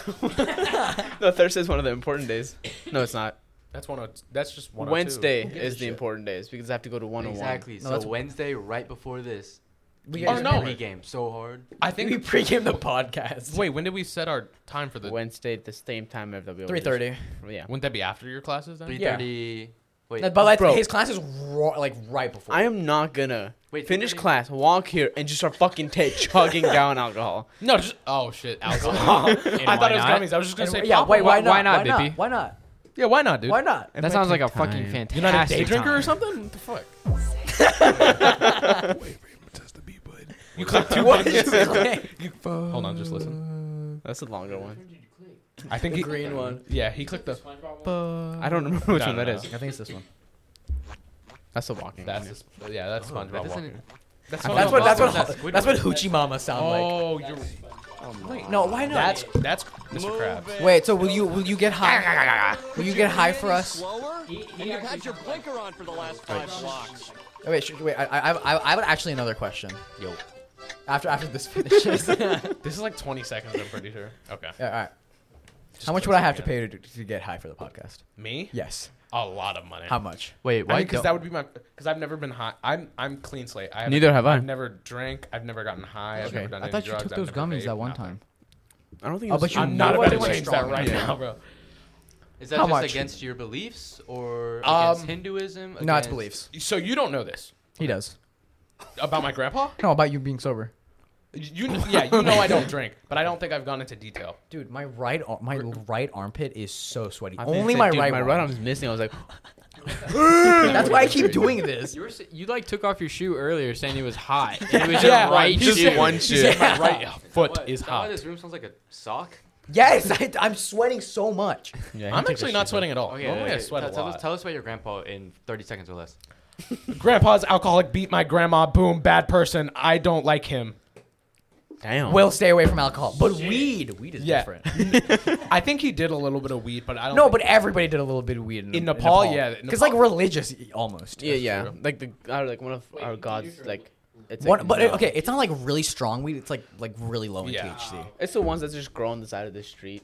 B: No, Thursday's one of the important days. No, it's not.
C: that's one. Of, that's just one. oh
B: Wednesday is the important days because I have to go to 101.
G: exactly.
A: No,
G: so
A: that's-
G: Wednesday, right before this,
A: We
C: Oh,
A: get-
C: no.
G: he game so hard.
C: I
A: I think we
C: think.
A: pregame the podcast.
C: Wait, when did we set our time for the?
B: Wednesday at the same time of the we
A: Three
B: always-
A: thirty.
B: Yeah.
C: Wouldn't that be after your classes then?
G: Three
A: Yeah.
G: thirty. Wait,
A: But like
B: Bro.
A: his class is ro- like right before.
B: I am not gonna
G: Wait,
B: finish
G: 3:30?
B: class, walk here, and just start fucking t- chugging down alcohol.
C: No, just oh shit, alcohol. I thought it was
D: not?
C: gummies. I was just gonna
A: And-
C: say,
A: yeah.
C: pop
A: Wait,
C: one.
A: why,
D: why- why
A: not?
D: not, Bippy?
A: Why not?
C: Yeah, why not, dude?
A: Why not?
D: That sounds like a fucking fantastic.
C: You're not a day drinker or something? What the fuck? You clicked two
A: What
C: buttons.
A: is it?
C: Hold on, just listen.
B: That's a longer one.
C: I think
A: The
C: he,
A: green one.
C: Yeah, he clicked the.
B: I don't remember which
C: No,
B: one
C: no,
B: that
C: no.
B: is.
A: I think it's this one.
B: That's the walking.
C: That's
B: one.
C: the- yeah, that's SpongeBob
G: that
C: walking.
G: doesn't.
C: That's,
A: That's what. That's
C: SpongeBob.
A: what. That's what hoochie mama sound like.
C: Oh, you're.
A: Wait, no. Why not?
C: Oh. That's that's Mr. Krabs.
A: Wait. So will you will you get high? will you get high for us?
E: Slower? and you've had your blinker on for the last five blocks.
A: Oh, wait. Should, wait. I, I I I have actually another question. Yo. After after this finishes. yeah,
C: This is like 20 seconds. I'm pretty sure. Okay.
A: all right. How much would I have to pay to, to get high for the podcast?
C: Me?
A: Yes.
C: A lot of money.
A: How much?
G: Wait, why?
C: Because
G: don't-
C: that would be my. Because I've never been high. I'm I'm clean slate. I haven't-
B: Neither have I.
C: I've never drank. I've never gotten high. I've
A: Okay.
C: never done
D: I
C: any
D: thought you
C: drugs,
D: took
C: I've
D: those
C: never
D: gummies
C: vaped,
D: that one
C: nothing.
D: time.
B: I don't think.
A: Oh,
B: it was-
A: but you
C: I'm not
A: know
C: about
A: it
C: to
A: was
C: change that
A: strong
C: right
A: enough.
C: now, bro.
G: Is that
A: How
G: just
A: much?
G: against your beliefs or
C: Um,
G: against Hinduism?
A: No, it's
G: against-
A: beliefs.
C: So you don't know this
A: He does.
C: about my grandpa?
A: No, about you being sober.
C: You kn- yeah, you know I don't drink, but I don't think I've gone into detail.
A: Dude, my right ar- my right armpit is so sweaty.
B: I think
A: Only
B: it's
A: my
B: like, dude,
A: right.
B: My right arm's missing. I was like,
A: That's why I keep doing this.
D: You, were, s- you like took off your shoe earlier, saying it was hot. And it was just
C: Yeah,
D: right
C: he's
D: shoe.
C: just one shoe. My right foot
G: What?
C: is
G: Is that why
C: hot.
G: this room sounds like a sock?
A: Yes, I, I'm sweating so much.
B: yeah,
C: I'm actually not sweating at all. Normally I Oh, sweat
G: tell,
C: a
G: tell
C: lot.
G: us, tell us about your grandpa in 30 seconds or less.
C: Grandpa's alcoholic beat my grandma. Boom, bad person. I don't like him.
B: Damn.
A: Will stay away from alcohol, but weed, weed is
C: Yeah.
A: different.
C: I think he did a little bit of weed, but I don't.
A: No,
C: think-
A: but everybody did a little bit of weed in,
C: In Nepal, yeah, in
A: because like religious y- almost.
B: Yeah, yeah. Like the our, like one of our gods. Like it's
A: One,
B: like,
A: but
B: no.
A: okay, it's not like really strong weed. It's like like really low in
C: Yeah.
A: THC.
B: It's the ones that just grow on the side of the street.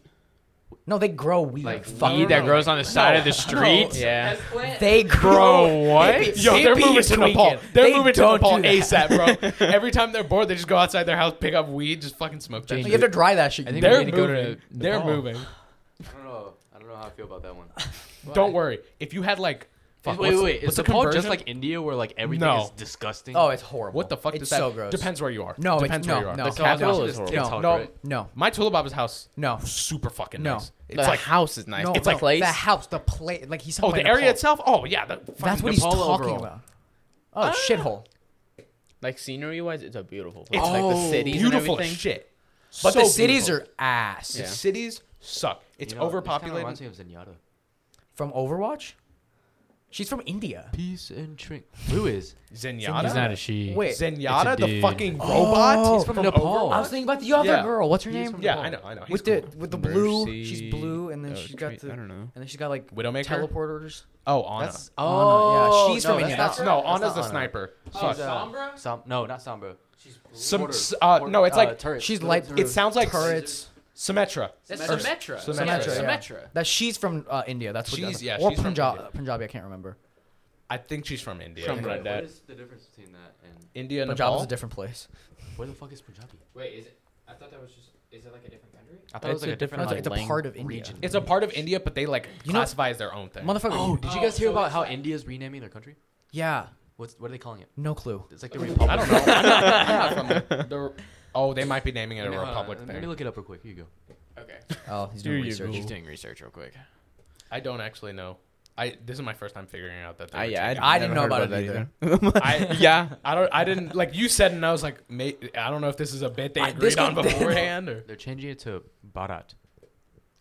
A: No, they grow weed.
G: Like
A: Fuck
D: Weed that grows on the side of the street.
B: Yeah.
A: They grow.
C: what?
A: Hippie-
C: Yo, they're
A: hippie
C: moving
A: is
C: to
A: tweaking.
C: Nepal. They're
A: They
C: moving to
A: don't
C: Nepal
A: do that.
C: ASAP, bro. Every time they're bored, they just go outside their house, pick up weed, just fucking smoke that.
A: You
C: shit.
A: have to dry that shit.
D: I think
C: They're
D: we need to go to
C: moving. They're
D: Nepal.
C: moving.
G: I don't know. I don't know how I feel about that one.
C: Don't worry. If you had like, fuck,
G: wait,
C: what's-
G: wait, wait.
C: what's
G: Is
C: the
G: Nepal just
C: conversion?
G: like India where like everything
C: No.
G: is disgusting?
A: oh, it's horrible.
C: What the fuck
A: It's
C: does that?
A: so gross.
C: Depends where you are.
A: No, it's-
C: depends
A: no,
C: where you are.
A: no.
B: The
A: So
B: capital
G: it's
B: is
G: not just-
B: horrible.
G: it's
A: No,
G: all
C: no.
G: right?
A: No,
C: My Tulababa's house,
A: no,
C: super fucking
A: No.
C: nice. It's
B: The
C: like
B: house is nice.
A: no.
B: it's
A: no,
B: like place.
A: the house, the place. Like he's
C: oh,
A: talking
C: the
A: about
C: area
A: Nepal.
C: itself. Oh yeah, the
A: That's
C: fucking
A: what he's
C: Nepal
A: talking
C: overall. Ah,
A: about. Oh, shithole.
B: like scenery wise, it's a beautiful. Place.
C: It's
B: like the cities
C: Beautiful
B: and everything.
C: shit.
A: But the
C: So
A: cities
C: beautiful.
A: are ass.
C: The cities suck. It's
G: You know, This
C: overpopulated.
G: kind of reminds me of Zenyatta.
A: From Overwatch? She's from India.
G: Peace and drink. Who is?
C: Zenyatta.
D: He's not a she.
A: Wait.
C: Zenyatta,
D: It's a
C: the
D: dude.
C: fucking robot. He's
A: Oh,
C: from,
G: from
C: Nepal.
G: Nepal.
A: I was thinking about the other
C: Yeah.
A: girl. What's her
G: He is
A: name?
G: from
C: Yeah, I know. I know. He's
A: With
C: cool.
A: the with the blue, she's blue, and then
B: Mercy-
A: she's got
B: oh,
A: the
B: I don't know.
A: and then she's got like
C: Widowmaker?
A: teleporters.
C: Oh, Anna.
A: Oh, yeah, she's
G: no,
A: from
G: that's
A: India.
G: not-
A: That's-
C: no,
G: that's
C: Anna's
G: not
C: the
G: Anna.
C: sniper.
G: She's,
C: Fuck.
G: uh, Som- no, not Sombra.
C: Some- s- uh, no, it's like-
A: She's light.
C: It sounds like
A: turrets.
C: Symmetra.
D: That's
C: Or-
D: Symmetra.
C: Symmetra,
A: Symmetra,
C: yeah.
A: yeah. That she's from uh, India. That's what the
C: She's-
A: other-
C: yeah,
A: or
C: she's from
A: Punjab,
C: India.
A: Punjabi. I can't remember.
C: I think she's from India.
B: From Red
G: What
B: Dead.
G: is the difference between that and
C: India and
A: Punjab is a
C: Nepal.
A: different place.
G: where the fuck is Punjabi?
D: Wait, is it? I thought that was just. Is it like a different country?
G: I thought it was
B: It's
G: like
B: a
G: a
A: No,
G: different.
A: it's,
G: like,
A: it's a
G: lang-
A: part of India.
G: region.
C: It's a part of India, but they like
A: You know-
C: classify as their own thing.
A: Motherfucker.
G: Oh, did you guys hear
D: so
G: about
D: it's
G: how
D: like-
G: India's renaming their country?
A: yeah.
G: What's what are they calling it?
A: No clue.
G: It's like the Republic.
C: I don't know. I'm not, I'm not from the, the- Oh, they might be naming it a
G: Let me- hold on,
C: republic
G: Let me
C: thing.
G: look it up real quick. Here you go.
D: Okay.
A: Oh, he's doing
B: you
A: research.
D: He's doing research real quick.
C: I don't actually know. I this is my first time figuring out that. They
B: I,
C: were
B: yeah,
C: taken.
A: I didn't know about it
B: either.
C: I-
B: yeah,
C: I don't. I didn't like you said, and I was like, ma- I don't know if this is a bit they
A: I-
C: agreed
A: this
C: on
A: was-
C: beforehand or.
G: They're changing it to Bharat.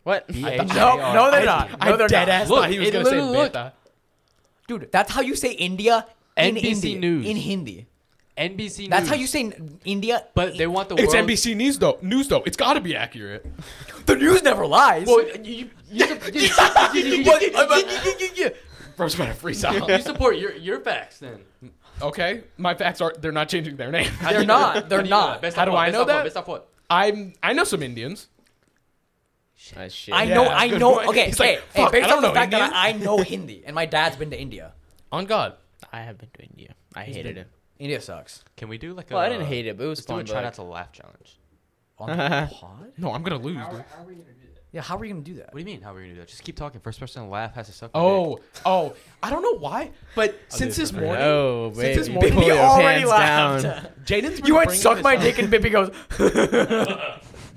B: what?
A: No, no, they're not. No,
C: I
A: they're not.
C: dead ass
A: Look,
C: thought he was
A: it
C: gonna say
A: literally looked-
C: beta.
A: dude. That's how you say India in
G: NBC
A: Hindi.
G: News.
A: In Hindi.
G: NBC.
A: That's
G: News.
A: how you say n- India. e
G: But they want the
C: It's
G: world.
C: NBC News though. News though. It's got to be accurate.
A: the news never lies.
G: Well, you, you, you, you-
A: What?
G: you- you- you-
C: Bro's about to freeze
G: you
C: out.
G: support your your facts then.
C: okay, my facts are they're not changing their name.
A: They're not. They're not.
G: Best
C: How
G: of
C: do
G: what?
C: I
G: Best
C: know
G: of what?
C: that?
G: Best of what?
C: I'm I know some Indians.
B: Ah, shit.
A: I know,
C: Yeah,
A: I
C: good
A: know.
C: point.
A: Okay,
C: He's
A: hey,
C: like,
A: hey,
C: "Fuck, I
A: based
C: don't
A: on the
C: know
A: fact that
C: Indian."
A: I, I know Hindi and my dad's been to India.
C: On God.
B: I have been to India. I hated it.
A: India sucks.
G: Can we do like
B: Well,
G: I
B: I didn't hate it, but it was
G: Let's do a
B: fun.
G: try
B: but,
G: not
B: like,
G: to laugh challenge.
A: On the pod?
C: No, Oh, I'm gonna lose. dude.
D: are we gonna do that?
A: Yeah, how are you gonna do that?
G: What do you mean? How are we gonna do that? Just keep talking. First person to laugh has to suck. my
C: Oh,
G: dick.
C: oh, I don't know why, but since this morning,
B: Oh,
C: since this
B: baby.
C: morning,
B: Pull
A: Bippy
B: your
A: already
B: pants
A: laughed.
B: down.
C: Jaden's been
A: You went
C: bringing
A: suck
C: this
A: my
C: up.
A: dick and Bippy goes.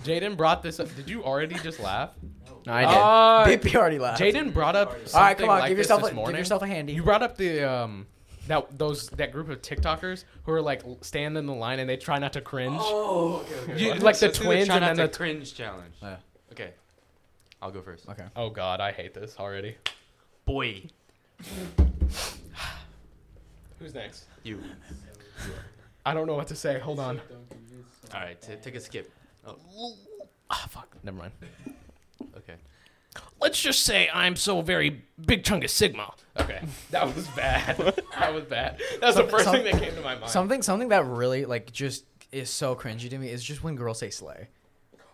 C: Jaden brought this up. Did you already just laugh? Uh,
B: no, I did.
A: Bippy already laughed.
C: Jaden brought up.
A: All right,
C: something
A: come on,
C: like
A: give
C: this
A: yourself
C: this
A: a,
C: morning.
A: give yourself a handy.
C: You brought up the um that those that group of TikTokers who are like stand in the line and they try not to cringe.
G: Oh, okay, okay.
C: You-
G: Let's-
C: like the
G: let's do
C: twins
G: try
C: and then
G: not to
C: the-
G: cringe challenge.
A: Yeah.
G: Okay, I'll go first.
A: okay.
C: Oh God, I hate this already.
G: Boy,
C: Who's next?
G: you.
C: I don't know what to say. Hold on.
G: All right, t- take a skip.
C: Ah, fuck. Never mind.
G: Okay.
C: Let's just say I'm so very big chunk of Sigma. Okay, that was bad. that was bad. That's the first
A: some-
C: thing that came to my mind.
A: Something something that really like just is so cringy to me is just when girls say slay.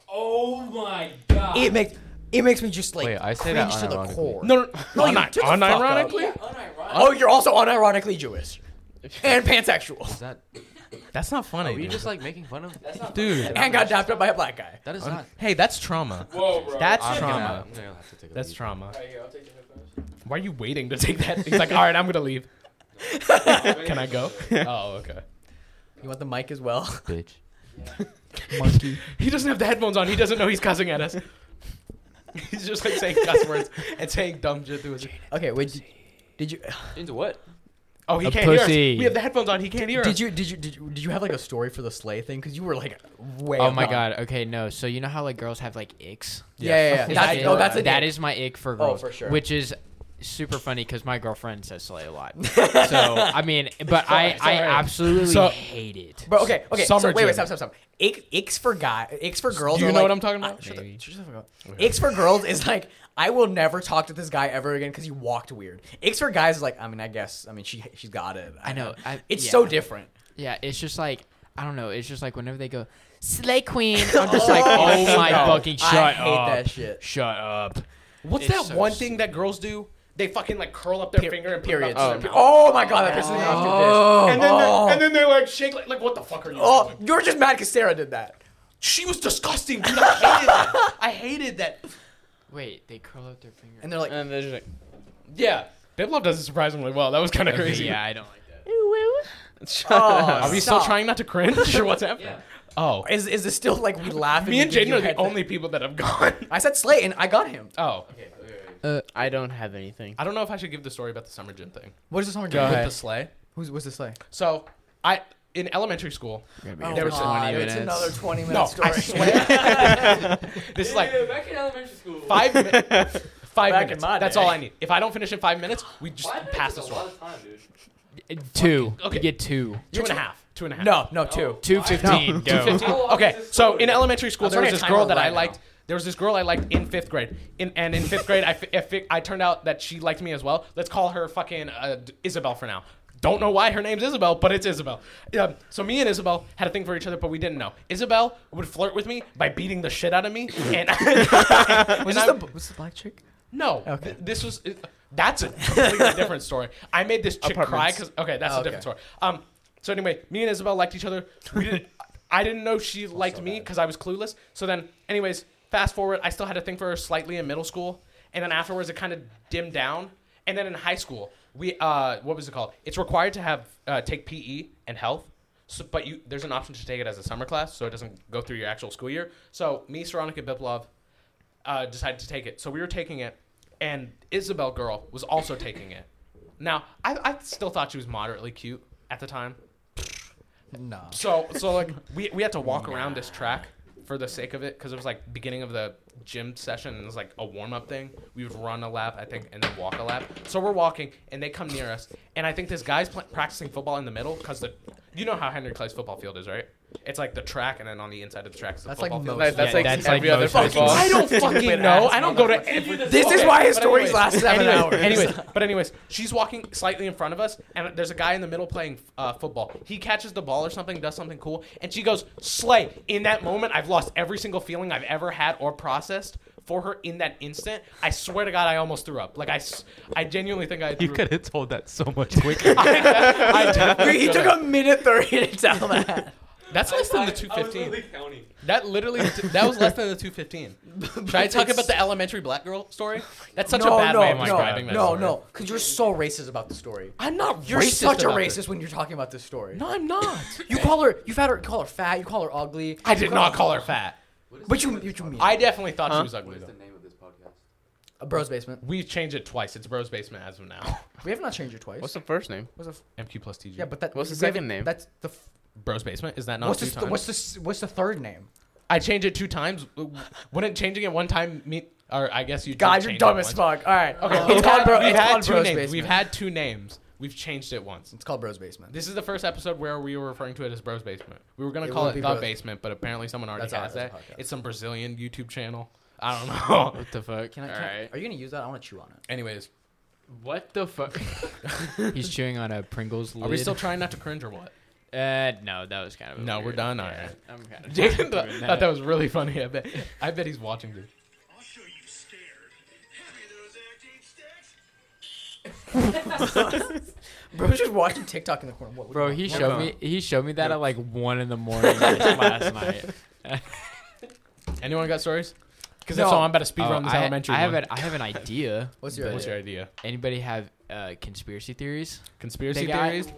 D: Oh my god.
A: It makes it makes me just like
G: Wait, I say that
A: cringe to the
G: unironically.
A: core.
C: no, no, no,
A: you shut
C: not
A: the fuck up.
C: unironically.
A: Oh, you're also unironically Jewish and pansexual
G: Is that?
C: That's not funny.
G: Are you
C: dude.
G: just like making fun of?
C: dude.
A: and got dapped up by a black guy.
G: That is not.
C: Hey, that's trauma.
D: Whoa, bro.
C: That's
G: I'm
C: trauma.
G: gonna- I'm gonna have to take a
C: That's
G: leave.
C: trauma.
D: Right here, I'll take the headphones.
C: Why are you waiting to take that? He's like, all right, I'm gonna leave. Can I go? Oh, okay.
A: You want the mic as well?
G: Bitch.
A: Monkey.
C: He doesn't have the headphones on. He doesn't know he's cussing at us. he's just like saying cuss words and saying dumb shit through his.
A: Okay, wait. Did, did you
G: Into what?
C: Oh, he
B: A
C: can't hear
B: pussy.
C: us. We have the headphones on. He can't hear us.
A: did you did you did you did you have like a story for the sleigh thing? Because you were like way.
D: Oh
A: up
D: my
A: on-
D: god. Okay, no. So you know how like girls have like icks?
A: Yeah, yeah, yeah.
D: Is
A: That-
D: it-
A: no, that's a
D: that
A: dick. Oh,
D: is my ick for girls,
A: for sure.
D: which is super funny because my girlfriend says slay a lot. so I mean, but I, I
C: sorry.
D: absolutely
C: So-
D: hate it.
A: But okay, okay. So,
C: Summer
A: wait, wait, stop,
C: gym.
A: stop, stop. Ick, icks for guy, icks for girls.
C: you
A: are
C: know
A: like-
C: what I'm talking about?
A: I- shut the-
C: Maybe.
A: shut the fuck up. Icks for girls is like I will never talk to this guy ever again because he walked weird. Icks for guys is like I mean I guess I mean she she's got it.
D: I know, I-
A: it's
D: yeah.
A: so different.
D: Yeah, it's just like I don't know. It's just like whenever they go slay queen, I'm just like, oh my fucking shut
A: I hate
D: up,
A: that shit.
D: shut up.
C: What's
D: It's
C: that
D: so
C: one thing that girls do? They fucking like curl up their finger and put it
A: Periods.
C: up to their mouth.
A: Oh my god, that pisses me off. Oh,
C: And then,
A: oh,
C: They, and then they like shake like, like what the fuck are you
A: oh,
C: doing?
A: you're just mad because Sarah did that.
C: She was disgusting, dude. I hated that. I hated that.
D: Wait, they curl up their finger.
A: And they're like,
B: And they're just like,
C: Yeah. Biblov does it surprisingly well. That was kind of crazy.
D: yeah, I don't like that.
A: oh,
C: Are we
A: stop.
C: still trying not to cringe? or what's happening? Oh.
A: Is is this still like we laughing?
C: Me and
A: because
C: Jaden
A: you
C: are the
A: had that-
C: only people that have gone.
A: I said Slay and I got him.
C: Oh.
B: I don't have anything.
C: I don't know if I should give the story about the summer gym thing.
A: What is this summer
B: Go ahead.
C: The sleigh.
A: Who's what's the Slay?
C: So I in elementary school.
A: Oh,
C: there was
A: God,
B: 20
A: It's
B: minutes.
A: another 20 minute
C: No,
A: story.
C: I swear. this is like
G: back in elementary school.
C: five minutes. Five
A: Back in
C: minutes.
A: my
C: That's
A: day.
C: all I need. If I don't finish in five minutes, we just pass the story.
D: Uh, Two,
C: Okay.
D: you get two,
C: Two and a half. Two and a half.
A: no, no, two.
D: two fifteen. go.
C: Okay, so in elementary school,
A: I'm
C: there was
A: starting
C: this
A: a timer
C: girl that I
A: right now.
C: liked. There was this girl I liked in fifth grade. In, and in fifth grade, I, fi- I, fi- I turned out that she liked me as well. Let's call her fucking uh, D- Isabel for now. Don't know why her name's Isabel, but it's Isabel. Um, so me and Isabel had a thing for each other, but we didn't know. Isabel would flirt with me by beating the shit out of me. And
A: Was
C: was
A: this the, was the black chick?
C: no,
A: Okay.
C: th- this was. it- That's a completely different story. I made this chick cry
B: Apartments.
C: because okay, that's
A: Oh,
C: a different
A: okay.
C: story. Um, so anyway, me and Isabel liked each other. We didn't. I didn't know she liked me because I was clueless. So then, anyways, fast forward. I still had a thing for her slightly in middle school, and then afterwards it kind of dimmed down. And then in high school, we uh, what was it called? It's required to have uh, take PE and health. So, but you there's an option to take it as a summer class, so it doesn't go through your actual school year. So me, Saronic, and Biplov uh, decided to take it. So we were taking it, and Isabel girl was also taking it. Now, I, I still thought she was moderately cute at the time.
A: No.
C: So so like we, we had to walk around this track for the sake of it because it was like beginning of the gym session and it was like a warm up thing. We would run a lap I think and then walk a lap. So we're walking and they come near us and I think this guy's pl- practicing football in the middle because the you know how Henry Clay's football field is right? It's like the track and then on the inside of the track is the
A: That's like
C: football field.
A: most
B: That's like
D: that's
B: every
D: like
B: other
D: most
B: football.
C: I don't fucking know. I don't go to every. This is why his
A: stories last seven
C: anyways,
A: hours.
C: Anyways, but anyways, she's walking slightly in front of us, and there's a guy in the middle playing uh, football. He catches the ball or something, does something cool, and she goes slay. In that moment, I've lost every single feeling I've ever had or processed for her in that instant. I swear to God, I almost threw up. Like I, s- I genuinely think I. Threw
I: You could have told that so much quicker.
A: he took a minute thirty to tell that.
C: That's less than the two fifteen. That literally, that was less than the two fifteen. Should I talk about the elementary black girl story? That's such a
A: no,
C: bad
A: no,
C: way of
A: no,
C: describing that
A: no,
C: story.
A: no, because you're so racist about the story.
C: I'm not
A: You're
C: racist
A: such a
C: about
A: racist
C: this.
A: when you're talking about this story.
C: No, I'm not.
A: You call her, you've had her, you call her fat, you call her ugly.
C: I did not call her fat.
A: But you, you, you mean
C: I definitely thought she was
G: What
C: ugly.
G: is
C: Though.
G: the name of this podcast?
A: a bro's basement.
C: We've changed it twice. It's Bro's Basement as of now.
A: We have not changed it twice.
B: What's the first name?
A: What's the f-
C: MQ plus TG.
A: yeah, but that
B: What's the
A: we haven't-
B: second name?
A: That's the. F-
C: Bro's Basement is that not
A: what's
C: Oh, two
A: the, th-
C: times?
A: what's the s- what's the third name?
C: I changed it two times. Wouldn't changing it one time mean? Or I guess you. did
A: God, you're
C: change
A: dumb
C: it
A: as
C: once.
A: fuck. All right, okay.
C: We've
A: it's called
C: had-
A: bro.
C: We've
A: It's
C: had
A: called
C: two
A: bros
C: names.
A: basement.
C: We've had two names. We've changed it once.
A: it's called bros basement.
C: This is the first episode where we were referring to it as Bro's Basement. We were gonna
A: It
C: call
A: won't
C: it
A: be
C: the
A: Bro's-
C: Basement, but apparently someone already
A: That's
C: has
A: ours, that's a
C: that.
A: podcast.
C: It's some Brazilian YouTube channel. I don't know.
B: What the fuck?
A: Can I, can,
B: All right.
A: Are you gonna use that? I want to chew on it.
C: Anyways,
D: What the fuck? He's chewing on a Pringles lid.
C: are we still trying not to cringe or what?
D: Uh, no, that was kind of. a
C: No,
D: weird-
C: we're done. All
D: Yeah,
C: right.
D: I'm kind of.
C: Jacob thought, thought that was really funny. I bet. I bet he's watching this.
J: I'll show you scared. Give me those airtime sticks.
A: Bro's just watching TikTok in the corner. What,
D: Bro, he showed me. He showed me that at like one in the morning last night.
C: Anyone got stories? Because
A: No.
C: if so, I'm about to speed
D: Oh,
C: run this
D: I,
C: elementary.
D: I have
C: one.
D: an. I have an idea.
A: What's your
D: but
C: What's your idea?
D: Anybody have uh, conspiracy theories?
C: Conspiracy
D: Big eye?
C: theories.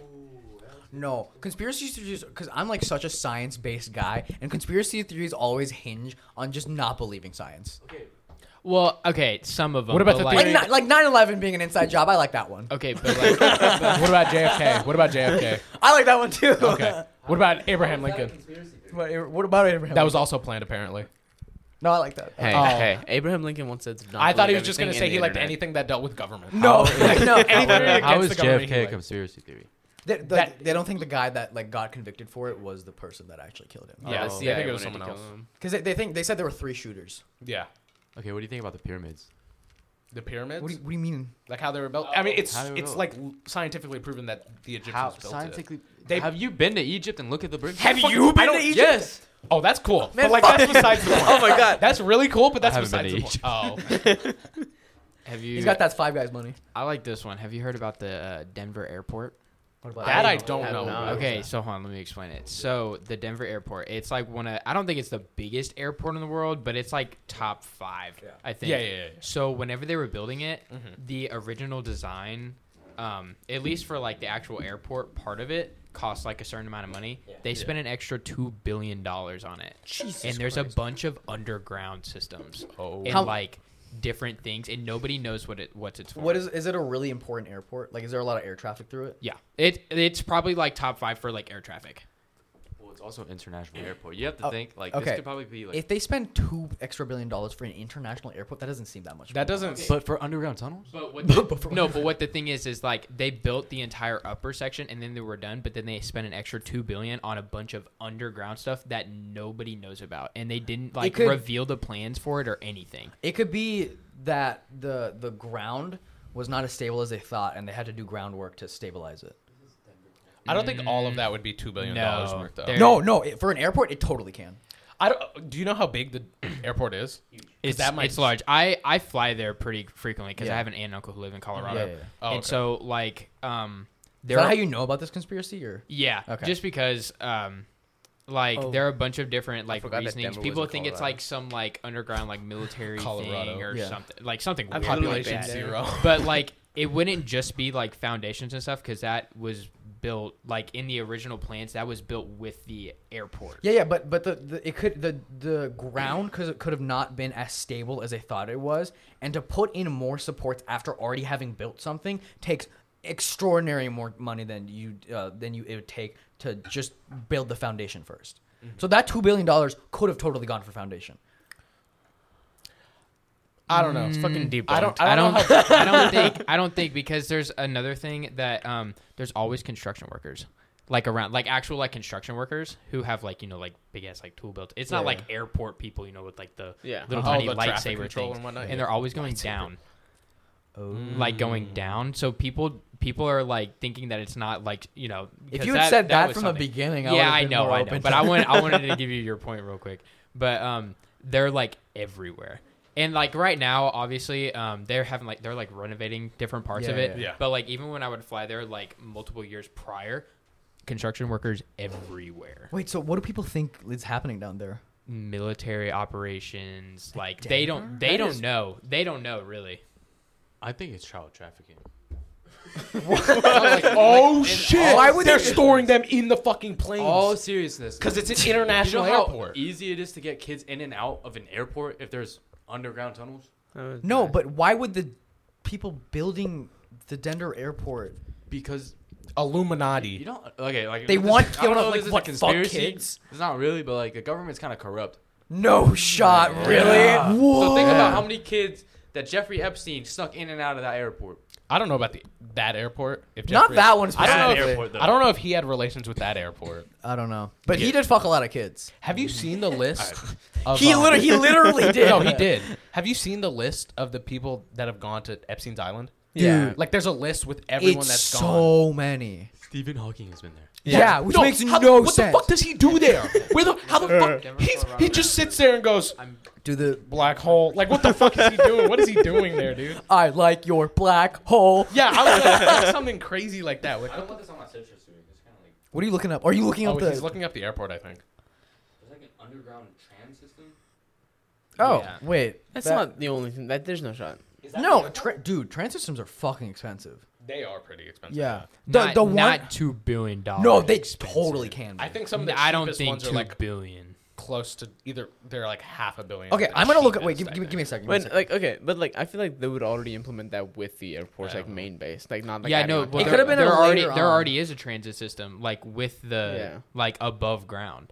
A: No, conspiracy theories because I'm like such a science-based guy, and conspiracy theories always hinge on just not believing science.
D: Well, okay, some of them.
C: What about
D: but
C: the
D: like,
A: Like, ni- like 9/11 being an inside job, I like that one.
D: Okay, but like,
C: what about JFK? What about JFK?
A: I like that one too. eh,
C: Okay. What about Abraham Lincoln?
A: what, what about Abraham?
C: That was also planned, apparently.
A: no, I like that. Uh,
B: Hey,
C: Oh.
B: hey. Abraham Lincoln once said,
C: I thought he was just gonna say he liked
B: anything.
C: anything that dealt with government.
A: No, no,
C: Anything
I: How
C: against
I: is
C: the government.
I: JFK a
C: he liked.
I: conspiracy theory?
A: they, they-
C: That-
A: they don't think the guy that like got convicted for it was the person that actually killed him.
B: Yeah,
C: Oh,
B: that's the
C: yeah, I
B: guy
C: think it
B: who
C: was
B: wanted to
C: someone
B: kill
C: else.
B: him.
A: because they, they think they said there were three shooters.
C: Yeah.
I: Okay, what do you think about the pyramids?
C: The pyramids,
A: What do you, what do you mean?
C: like how they were built. I mean, it's
I: How they were
C: it's
I: built.
C: like l- scientifically proven that the Egyptians
I: How
C: built it.
I: scientifically?
C: They-
I: have you been to Egypt and look at the pyramids?
C: Fuck, I don't-
I: Yes.
C: Oh, that's cool. but like that's besides the point. Oh my god, that's really cool. But that's
I: I haven't
C: besides the
I: been
C: point. Oh,
D: have you?
A: He's got that Five Guys money.
D: I like this one. Have you heard about the uh, Denver airport?
A: What about
C: Oh, that I don't
B: have
C: know.
B: not.
C: Okay.
D: Okay, so hold on, let me explain it. So the Denver airport, it's like one of I don't think it's the biggest airport in the world, but it's like top five, I think.
C: Yeah, yeah, yeah, yeah.
D: So whenever they were building it,
A: Mm-hmm.
D: the original design, um, at least for like the actual airport part of it, cost like a certain amount of money. They spent an extra two billion dollars on it. Jesus and there's a bunch of underground systems
C: Oh.
D: and
A: How-
D: like different things, and nobody knows what it what's it's for.
A: What is is it a really important airport? Like, is there a lot of air traffic through it?
D: Yeah, it it's probably like top five for like air traffic.
I: Well, it's also an international airport. You have to
A: Oh,
I: think like
A: okay.
I: this could probably be like.
A: If they spend two extra billion dollars for an international airport, that doesn't seem that much.
C: that doesn't.
I: but for underground tunnels,
D: But what the, no, but what the thing is is like they built the entire upper section and then they were done, but then they spent an extra two billion on a bunch of underground stuff that nobody knows about, and they didn't like
A: could-
D: reveal the plans for it or anything.
A: It could be that the the ground was not as stable as they thought, and they had to do groundwork to stabilize it.
C: I don't think all of that would be two billion dollars
D: No.
C: worth though.
D: There-
A: No, no, it, for an airport, it totally can.
C: I don't. Do you know how big the airport is?
D: It's
C: that might-
D: it's large. I I fly there pretty frequently because
A: Yeah.
D: I have an aunt and uncle who live in Colorado,
A: Yeah, yeah, yeah.
C: Oh,
D: and
C: okay.
D: so like um
A: Is
D: there
A: that
D: are-
A: how you know about this conspiracy? Or
D: Yeah,
A: Okay.
D: just because um like
A: Oh.
D: there are a bunch of different like
B: forgot that
D: reasonings.
B: Denver was
D: People
B: in
D: think it's
B: Colorado.
D: like some like underground like military
C: Colorado.
D: thing or
A: Yeah.
D: something like something weird like
C: Population
D: that.
C: zero.
D: But like it wouldn't just be like foundations and stuff because that was built like in the original plans that was built with the airport.
A: Yeah, yeah, but but the, the it could the the ground because it could have not been as stable as they thought it was, and to put in more supports after already having built something takes extraordinary more money than you uh, than you it would take to just build the foundation 1st
D: Mm-hmm.
A: So that two billion dollars could have totally gone for foundation.
C: I don't know.
D: It's fucking deep.
C: I don't.
D: I
C: I don't.
D: don't.
C: know how-
D: I don't think. I don't think because there's another thing that um. There's always construction workers, like around, like actual like construction workers who have like you know like big ass like tool belts. It's not like airport people, you know, with like the
B: Yeah.
D: little
C: Oh,
D: tiny
C: the traffic
D: lightsaber
C: control
D: things,
C: and whatnot, yeah.
D: and they're always going down. Like going down, so people people are like thinking that it's not like you know.
A: If
D: because
A: you had said that,
D: was
A: from
D: something
A: the beginning, I
D: yeah,
A: would've
D: I
A: been
D: know,
A: more
D: I
A: open
D: know.
A: to
D: But I
A: that.
D: wanted, I wanted to give you your point real quick. But um, they're like everywhere, and like right now, obviously, um, they're having like they're like renovating different parts
A: Yeah,
D: of it.
C: yeah. Yeah.
D: But like even when I would fly there, like multiple years prior, construction workers everywhere,
A: Wait, so what do people think is happening down there?
D: military operations, like they don't, they don't know, they don't know really.
I: I think it's child trafficking.
C: oh shit!
A: Why would
C: they're
A: they-
C: storing them in the fucking
A: Oh,
I: All
C: planes?
I: seriousness.
C: Because it's an
I: you know
C: international
I: how
C: airport.
I: easy it is to get kids in and out of an airport if there's underground tunnels.
A: No, but why would the people building the Denver airport?
I: Because you
C: Illuminati.
I: don't okay like
A: They
I: this-
A: want-
I: I don't
A: they
I: know
A: want,
I: if
A: like,
I: this is
A: what, fuck
I: conspiracy.
A: kids?
I: It's not really, but like the government's kind of corrupt.
A: No shot, really?
I: So think about how many kids that Jeffrey Epstein snuck in and out of that airport.
C: I don't know about the that airport. If
A: Not
C: Jeffrey-
A: that one
C: I don't know.
A: specifically.
C: If, I don't know if he had relations with that airport.
A: I don't know, but he did fuck a lot of kids.
C: Have you seen the list? of,
A: He
C: um,
A: literally, he literally did.
C: No, he did. Have you seen the list of the people that have gone to Epstein's Island?
A: Yeah.
C: Like, there's a list with everyone
A: it's
C: that's gone.
A: so many.
I: Stephen Hawking has been there.
A: Yeah, which
C: No,
A: makes
C: how-
A: no
C: what
A: sense.
C: the fuck does he do there? Where the how the fuck?
D: Denver
C: He's, he
D: Colorado.
C: just sits there and goes
A: Do the
C: black hole. Like, what the fuck is he doing? What is he doing there, dude?
A: I like your black hole?
C: Yeah, I was gonna like, something crazy like that. Like,
I: I don't want this on my social stream. It's kind of like
A: What are you looking up? Are you looking
C: oh,
A: up the?
C: he's looking up the airport. I think.
I: there's like an underground tram system.
A: oh
D: Yeah.
A: wait,
B: That's
A: that-
B: not the only thing. That there's no shot.
A: No, tra- dude, trans systems are fucking expensive.
C: They are pretty expensive.
A: Yeah, the
D: Not,
A: the one.
D: not two billion dollars.
A: no, they totally can. Be.
C: I think some of the
D: I don't think
C: ones
D: two
C: are
D: billion.
C: like close to either they're like half a billion.
A: Okay,
C: or the
A: I'm gonna look at. Wait,
C: cheapest,
A: give, give me
C: I
A: give me a second.
C: think.
A: give me a
B: But
A: second.
B: like okay, but like I feel like they would already implement that with the airports,
C: I
B: like
C: don't know.
B: main base, like not like
D: yeah,
B: adding
D: no,
B: on
D: well,
A: It
B: top.
D: there,
A: could've been a
D: there already
A: later
D: there
A: on.
D: already is a transit system like with the
B: Yeah.
D: like above ground.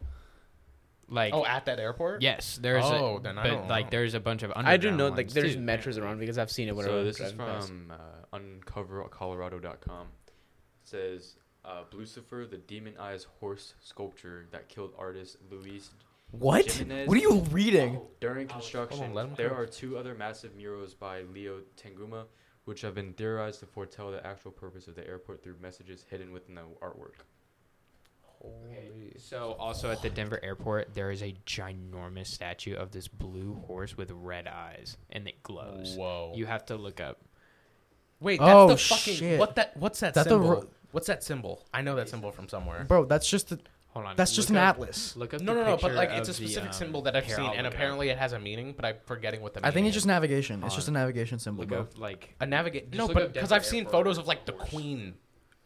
D: Like
C: Oh, at that airport.
D: yes, there's
C: Oh,
D: a
C: then I
D: but
C: don't
D: like
C: know.
D: there's a bunch of underground
B: I do know like
D: ones,
B: there's
D: too.
B: metros around because I've seen it. Whenever
I: so
B: I'm
I: this is
B: driving past.
I: from uh, uncovercolorado.com. It says uh, Lucifer, the demon eyes horse sculpture that killed artist Luis.
A: what?
I: Jimenez-
A: What are you reading?
I: During construction,
C: let him
I: there
C: finish.
I: are two other massive murals by Leo Tenguma, which have been theorized to foretell the actual purpose of the airport through messages hidden within the artwork.
D: So also at the Denver airport, there is a ginormous statue of this blue horse with red eyes, and it glows.
C: Whoa.
D: You have to look up.
C: Wait, that's
A: Oh,
C: the fucking
A: shit.
C: what that what's that,
A: That the
C: symbol?
A: ro-
C: what's that symbol? I know that symbol from somewhere.
A: Bro, that's just the,
D: Hold on.
A: that's just an
D: look up-
A: atlas.
D: Look up.
C: No,
D: the
C: no, no. But
D: picture
C: like, it's a
D: of the,
C: specific
D: um,
C: symbol that I've
D: here,
C: seen,
D: I'll
C: and
D: look it up.
C: apparently it has a meaning, but I'm forgetting what the.
A: I
C: meaning
A: think it's
C: is.
A: just navigation. It's just a navigation symbol,
D: look
A: bro.
D: up like
C: a navigate.
D: Just
C: No,
D: look
C: but
D: up
C: because
D: Denver
C: I've seen
D: airport
C: photos
D: or
C: of like the
D: horse.
C: queen,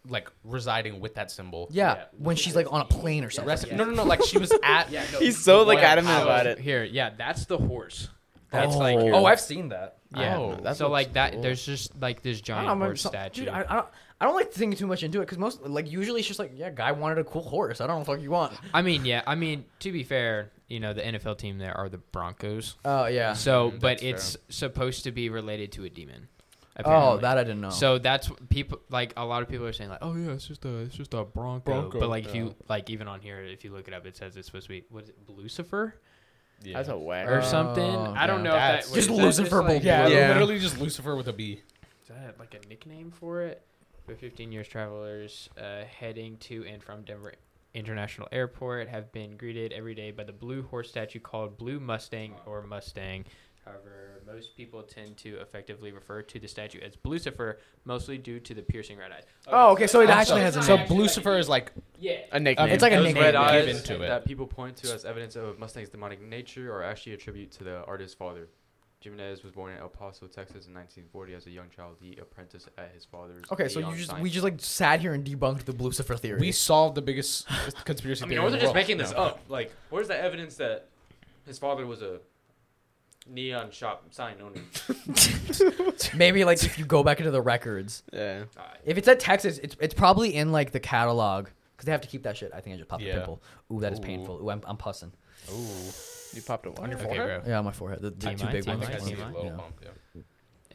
C: like residing with that symbol.
A: Yeah,
D: yeah,
A: when she's like on a plane or something.
C: Rest- No, no, no. Like she was at.
D: Yeah, no,
B: He's so like
C: Whatever.
B: adamant
C: Ow.
B: about it.
D: Here, yeah, that's the horse. That's like
B: Oh.
A: oh, I've seen that.
D: yeah.
C: Oh,
B: that
D: so
B: looks
D: like that,
B: cool.
D: there's just like this
A: I
D: giant
A: don't know, maybe
D: horse
A: some-
D: statue.
A: Dude, I, I, don't, I don't like thinking too much into it because most like usually it's just like yeah, guy wanted a cool horse. I don't know what the fuck you want.
D: I mean, yeah. I mean, to be fair, you know, the NFL team there are the Broncos.
A: Oh yeah.
D: So, but
C: that's fair.
D: it's supposed to be related to a demon.
A: Oh,
D: apparently.
A: that I didn't know.
D: So that's what people like a lot of people are saying like, oh yeah, it's just a it's just a Bronco.
C: Bronco,
D: but like if
C: yeah.
D: you like even on here, if you look it up, it says it's supposed to be what is it, Lucifer
B: That's a whack.
D: or something.
A: Oh,
D: I
A: yeah.
D: don't know. If that,
C: That's-
D: wait,
A: Just
D: is that
A: Lucifer
D: Like,
C: Yeah,
B: Yeah.
C: literally just Lucifer with a B.
D: Is that like a nickname for it? For 15 years, travelers uh, heading to and from Denver International Airport have been greeted every day by the blue horse statue called Blue Mustang or Mustang. However, most people tend to effectively refer to the statue as Lucifer, mostly due to the piercing red eyes.
A: oh, okay. So it
D: I'm
A: actually
D: sorry.
A: has a
C: So
A: name.
C: Lucifer is like
D: Yeah.
B: A nickname.
A: it's like a
C: those
A: nickname.
I: Red eyes
C: Given to it.
I: that people point to as evidence of Mustang's demonic nature are actually attribute to the artist's father. Jimenez was born in El Paso, Texas in 1940 as a young child. He apprenticed at his father's.
A: Okay, so you
I: Aeon
A: just
I: Science
A: we just like sat here and debunked the Lucifer theory.
C: We solved the biggest conspiracy
I: I mean,
C: theory. in
I: or they're
C: the
I: just
C: world.
I: making this
C: No.
I: up. Like, where's the evidence that his father was a neon shop sign owner?
A: Maybe like if you go back into the records,
B: Yeah.
A: if it's at Texas, it's it's probably in like the catalog because they have to keep that shit. I think I just popped
C: Yeah.
A: a pimple. Ooh, that is
C: Ooh.
A: painful. Ooh, I'm I'm pussing.
B: You popped a one.
C: Okay,
D: forehead?
C: bro.
A: Yeah, on my forehead. The, the
D: TMI,
A: two big
C: I
A: ones.
C: think I see a
D: TMI.
C: little
A: Yeah.
C: bump. Yeah. Oh,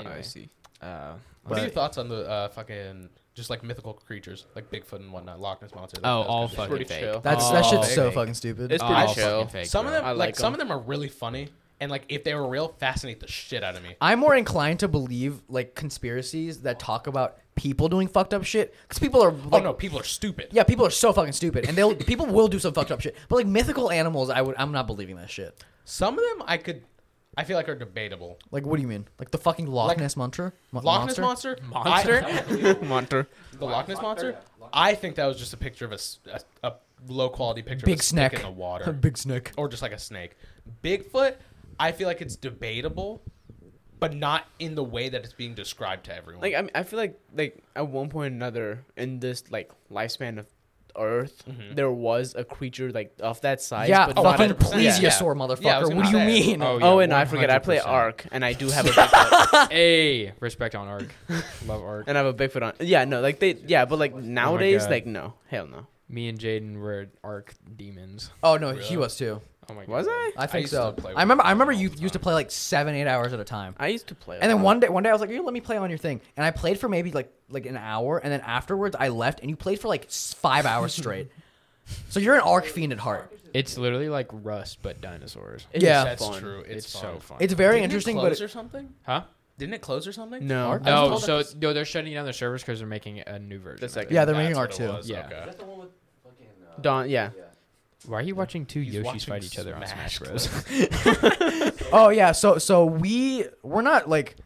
D: Anyway.
G: I see.
B: Uh,
C: What are your
D: But-
C: thoughts on the uh, fucking just like mythical creatures like Bigfoot and whatnot, Loch Ness monster?
D: Oh,
C: those
D: all
C: guys?
D: fucking
B: pretty
D: fake.
B: chill.
A: That's that
C: Oh,
A: shit's so
C: okay.
A: fucking stupid.
B: It's
D: Oh,
B: pretty
D: all
B: chill.
D: fucking fake,
C: Some of
D: bro.
C: them,
B: I
C: like,
B: like
C: some
B: 'em.
C: of them, are really funny, and like if they were real, fascinate the shit out of me.
A: I'm more inclined to believe like conspiracies that talk about people doing fucked up shit because people are like,
C: oh no, people are stupid.
A: yeah, people are so fucking stupid, and they'll people will do some fucked up shit. But like mythical animals, I would I'm not believing that shit.
C: Some of them I could, I feel like are debatable.
A: Like, what do you mean? Like the fucking Loch
C: Like-
A: Ness monster? Mo-
C: Loch Ness monster, monster,
B: Monster.
C: the Loch Ness monster. I think that was just a picture of a s- a, low quality picture
A: Big
C: of a
A: snack.
C: snake in the water,
A: Big snake.
C: or just like a snake. Bigfoot, I feel like it's debatable, but not in the way that it's being described to everyone.
B: Like I, mean, I feel like like at one point or another in this like lifespan of Earth, there was a creature like of that size.
A: Yeah,
B: but
A: oh,
B: not
A: fucking
B: at- Yeah.
A: plesiosaur,
C: Yeah.
A: motherfucker.
C: Yeah, I was
A: what do you
C: gonna say.
A: mean?
D: Oh, yeah,
B: Oh, and I forget I play
D: 100%.
B: Ark, and I do have a Bigfoot,
D: Hey, respect on Ark. Love Ark.
B: and I have a Bigfoot on. Yeah, no, like they, yeah, but like nowadays,
D: God.
B: like no, hell no.
D: Me and Jaden were Ark demons.
A: Oh no, he was too.
D: Oh my god.
B: Was I?
A: I think
C: used to
A: so.
C: play with
A: I remember.
C: him
A: I remember
C: all
A: you
C: the
A: used to
C: time.
A: play like seven, eight hours at a time.
B: I used to play.
A: And then
B: Ark.
A: one day, one day I was like, "You let me play on your thing," and I played for maybe like like an hour, and then afterwards I left, and you played for like s- five hours straight. so you're an arc fiend at heart.
D: It's literally like Rust but dinosaurs.
B: It
A: Yeah.
B: was
C: that's
B: fun.
C: true. It's,
D: It's, so fun.
A: It's very
C: Didn't it
A: interesting, but
C: close
A: it,
C: or something?
D: huh?
C: Didn't it close or something?
B: No,
A: Ark? I was
D: No,
A: told
D: so no, they're shutting down their servers because they're making a new version.
B: The
D: of
B: second-
D: it.
A: yeah, they're
C: That's
A: making
C: what
A: arc
C: it
A: too.
C: was,
D: Yeah.
C: okay.
I: That's the one with fucking. Uh,
B: Don, yeah.
I: yeah.
D: Why are you watching two
C: He's
D: Yoshis
C: watching
D: fight each other on
C: Smash
D: Smash Bros?
A: Oh yeah, so so we we're not like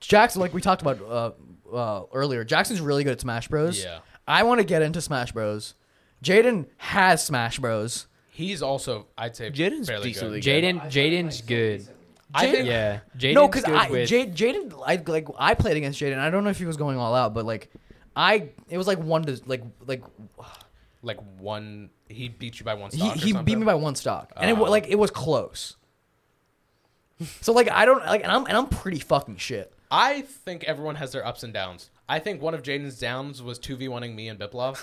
A: Jackson, like we talked about uh, uh, earlier. Jackson's really good at Smash Bros.
C: Yeah.
A: I want to get into Smash Bros. Jaden has Smash Bros.
C: He's also, I'd say,
B: Jaden's
C: fairly
B: decently
C: good.
D: Jaden, Jaden's good.
C: I think
D: Yeah, Jaden's
A: no, because
D: good
A: I
D: with.
A: Jade, Jaden I like I played against Jaden. I don't know if he was going all out, but like I it was like one to like like
C: like one. He beat you by one
A: he,
C: stock.
A: he
C: or
A: beat me
C: something.
A: by one stock, and it wa-
C: Ah.
A: like it was close. so like I don't like and I'm and I'm pretty fucking shit.
C: I think everyone has their ups and downs. I think one of Jaden's downs was two v oneing me and Biplov.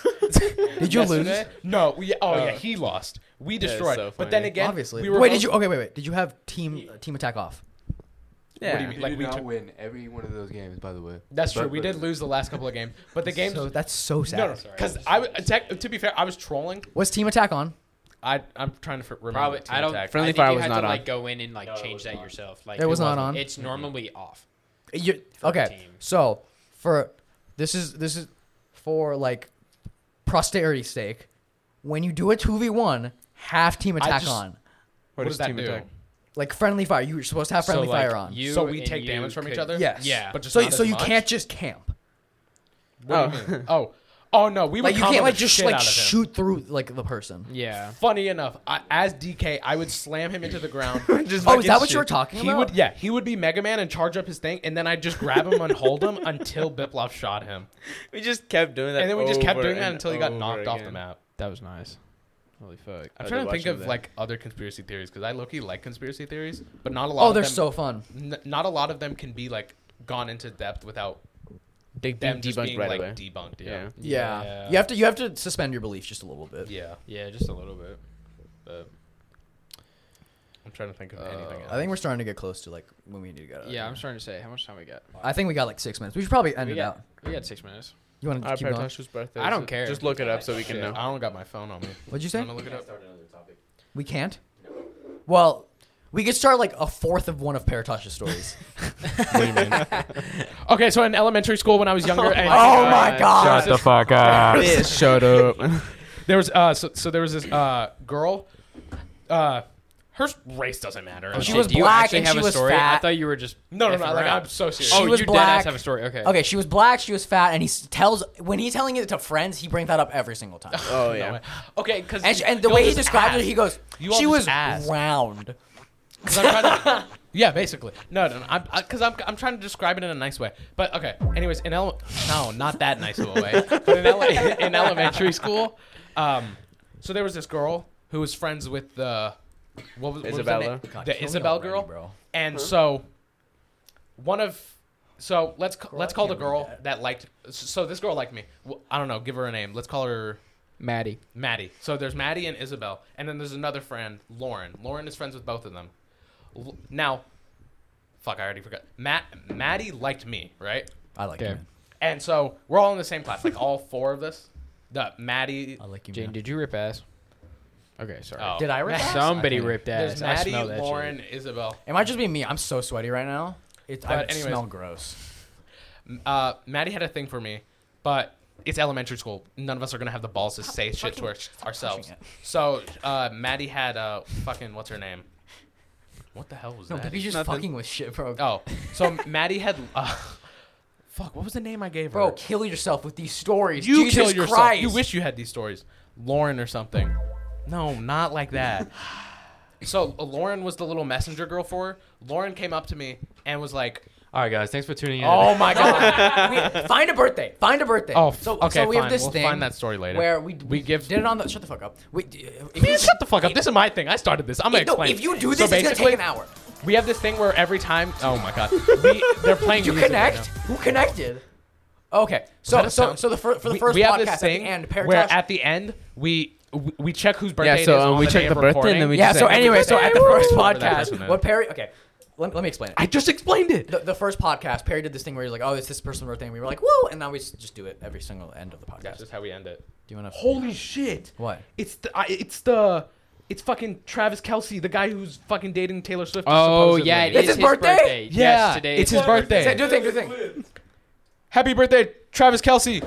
A: Did you lose?
C: Yesterday. No. We, oh yeah, he lost. We
B: it's
C: destroyed.
B: so
C: but then
B: funny.
C: again,
A: Obviously.
C: we were
A: wait,
C: both-
A: did you? Okay, wait, wait. Did you have team uh, team attack off?
B: Yeah.
C: What do you mean?
G: We
C: Like,
G: did
C: we
G: not
C: took-
G: win every one of those games, by the way.
C: That's true.
G: But-
C: we
G: but-
C: did lose the last couple of games, but the games.
A: So that's so sad.
C: no, no, because I w- tech, to be fair, I was trolling.
A: Was team attack on?
C: I I'm trying to f- remember.
D: Probably,
C: Team
D: I don't.
C: Attack.
B: Friendly
D: I think
B: Fire
D: you
B: was
D: had
B: not
D: to,
B: on.
D: Like go in and like
I: No, it
D: change
I: was
D: that
I: not.
D: yourself. Like
A: It was not
D: wasn't.
A: on?
D: It's normally off.
A: You
D: For
A: okay?
D: team.
A: So for this is this is for like posterity's sake. When you do a two v one, have team attack
C: just-
A: on.
C: What does that do?
A: Like friendly fire, you're supposed to have friendly
D: so, like,
A: fire on.
D: You
C: so we
D: and
C: take
D: you
C: damage from each
D: could-
C: other.
A: yes.
D: Yeah.
C: But just
A: so
C: not
A: so
C: as
A: you
C: much?
A: can't just camp.
C: What do you mean? oh. Oh no, we would
A: Like you can't
C: combo
A: like
C: the
A: just
C: shit
A: like
C: out of him.
A: shoot through like the person.
D: Yeah.
C: Funny enough, I, as DK, I would slam him into the ground.
B: Just
A: Oh,
B: like
A: is
B: it's
A: that what
B: shit.
A: you were talking
C: he
A: about?
C: would, yeah, he would be Mega Man and charge up his thing, and then I'd just grab him and hold him until Biplov shot him,
B: We just kept doing that,
C: and then we just kept
B: over
C: doing that
B: and
C: until he got
B: over
C: knocked off the
B: again.
C: map.
D: That was nice. Holy fuck.
C: I'm
B: I
C: trying
B: did
C: to think
B: watch him
C: of
B: then.
C: like other conspiracy theories because I low-key like conspiracy theories, but not a lot.
A: Oh,
C: of
A: they're
C: them,
A: so fun.
C: n- not a lot of them can be like gone into depth without
B: They
C: them just
B: debunked
C: being
B: right
C: like
B: away.
C: debunked. Yeah,
A: Yeah.
D: Yeah.
A: you have to you have to suspend your belief just a little bit.
C: yeah.
D: Yeah, just a little bit. But
C: I'm trying to think of anything. Else.
A: Uh, I think we're starting to get close to like when we need to get. out of
D: yeah,
A: here.
D: I'm starting to say how much time we got.
A: I think we got like six minutes. We should probably end
D: We
A: it
D: got,
A: out.
D: we got six minutes.
A: You want to
B: Our
A: keep going?
B: Paratosh's birthday.
D: I don't
B: so
D: care.
B: Just look it up so we can
C: Shit,
B: know.
C: I don't got my phone on me.
A: What'd you say?
C: I'm gonna look it up.
I: Start another topic.
A: We can't. Well, we could start like a fourth of one of Paratosh's stories.
C: Okay, so in elementary school when I was
D: Oh
C: younger, and-
B: my
A: god!
B: the fuck up. Shut up.
C: There was uh, so, so there was this uh, girl. Uh, her race doesn't matter.
A: Oh, She
D: Shit,
A: was
D: do you
A: black
D: actually
A: and
D: have
A: she
D: a
A: was
D: story? I
A: fat.
D: thought you were just
C: no, no,
D: effing
C: no. Like
D: around.
C: I'm so serious.
A: She
D: oh,
A: was
D: you dead
A: black.
D: ass have a story. Okay.
A: Okay, she was black. She was fat, and he s- tells when he's telling it to friends, he brings that up every single time.
B: Oh
C: No
B: yeah.
C: way. Okay, because
A: And, she, and the way he describes it, he goes,
C: You all
A: "She
C: just
A: was
C: ass."
A: round."
C: I'm trying to, Yeah, basically. No, no, no. I'm, I, cause I'm, I'm trying to describe it in a nice way. But okay. Anyways, in ele- no, not that nice of a way. But in, ele- in elementary school, um, so there was this girl who was friends with the what was, what was her name?
B: Isabella.
A: God, kill
C: the
A: me
C: Isabel
A: already,
C: girl,
A: bro.
C: And so one of so let's ca- let's
A: I
C: call the
A: can't believe
C: girl that. liked. So this girl liked me. Well, I don't know. Give her a name. Let's call her
B: Maddie.
C: Maddie. So there's Maddie and Isabel, and then there's another friend, Lauren. Lauren is friends with both of them. L- Now, fuck, I already forgot. Matt, Maddie liked me, right?
A: I like you.
D: Okay.
A: man.
C: And so we're all in the same class, like all four of us. The Maddie,
A: I like you.
D: Jane,
A: man.
D: did you rip ass? Okay, sorry.
C: Oh.
A: Did I rip ass?
D: Somebody
A: I think-
D: ripped ass.
C: there's
D: I
C: Maddie,
D: smell that
C: Lauren,
D: shit.
C: Isabel.
A: It might just be me. I'm so sweaty right now. It, I
C: But anyways-
A: smell gross.
C: Uh, Maddie had a thing for me, but it's elementary school. None of us are gonna have the balls to say shit to our, ourselves.
A: pushing it.
C: So uh, Maddie had uh, fucking what's her name? What the hell was
A: No,
C: that?
A: Bippy's just fucking with shit, bro.
C: Oh, so Maddie had. Uh, fuck, what was the name I gave
A: Bro,
C: her?
A: kill yourself with these stories.
C: you
A: Jesus
C: kill yourself.
A: Christ.
C: You wish you had these stories, Lauren or something. No, not like that. so uh, Lauren was the little messenger girl for her. Lauren came up to me and was like,
I: All right, guys, thanks for tuning in.
A: Oh my god! We- find a birthday. Find a birthday.
C: "Oh,
A: so
C: okay,
A: so we
C: fine.
A: have this
C: we'll
A: thing
C: find that story later."
A: where we
C: we give.
A: did it on the shut the fuck up. We, uh, if you-
C: Please shut the fuck up. This is my thing. I started this. I'm gonna
A: no,
C: explain.
A: if you do
C: So
A: this, it's gonna
C: basically,
A: take an hour.
C: We have this thing where every time. Oh my god. We, they're playing.
A: Did you
C: music right now.
A: connect? Who connected? Okay, so
C: that a
A: so
C: sound?
A: so the fir- for the
C: we,
A: first
C: we
A: podcast
C: have this
A: at
C: thing
A: the end,
C: where
A: Paratosh-
C: at the end we we- we check whose birthday
B: so,
C: it is
B: um,
C: on
B: we
C: the
B: check
C: day
B: the
C: of
B: birthday and
C: recording.
B: then we
A: yeah. So
B: Happy
A: anyway, so at the first
C: Whatever that person
A: podcast,
C: is.
A: what Perry? Okay, let, me- let me explain it.
C: I just explained it.
A: the, the first podcast, Perry did this thing where he was like, "Oh, it's this person's birthday," and we were like, "Whoa!" And now we s- just do it every single end of the
C: That's
A: podcast.
C: just how we end it.
A: do you want to?
C: Holy shit!
A: What?
C: It's the I, it's the it's fucking Travis Kelsey, the guy who's fucking dating Taylor Swift.
D: Oh
C: supposedly.
D: yeah, it
A: It's
D: is
A: his birthday?
C: yeah.
D: yes, today
C: it's
D: is
C: his birthday.
A: Say, do the thing, do the thing.
C: Happy birthday, Travis Kelsey!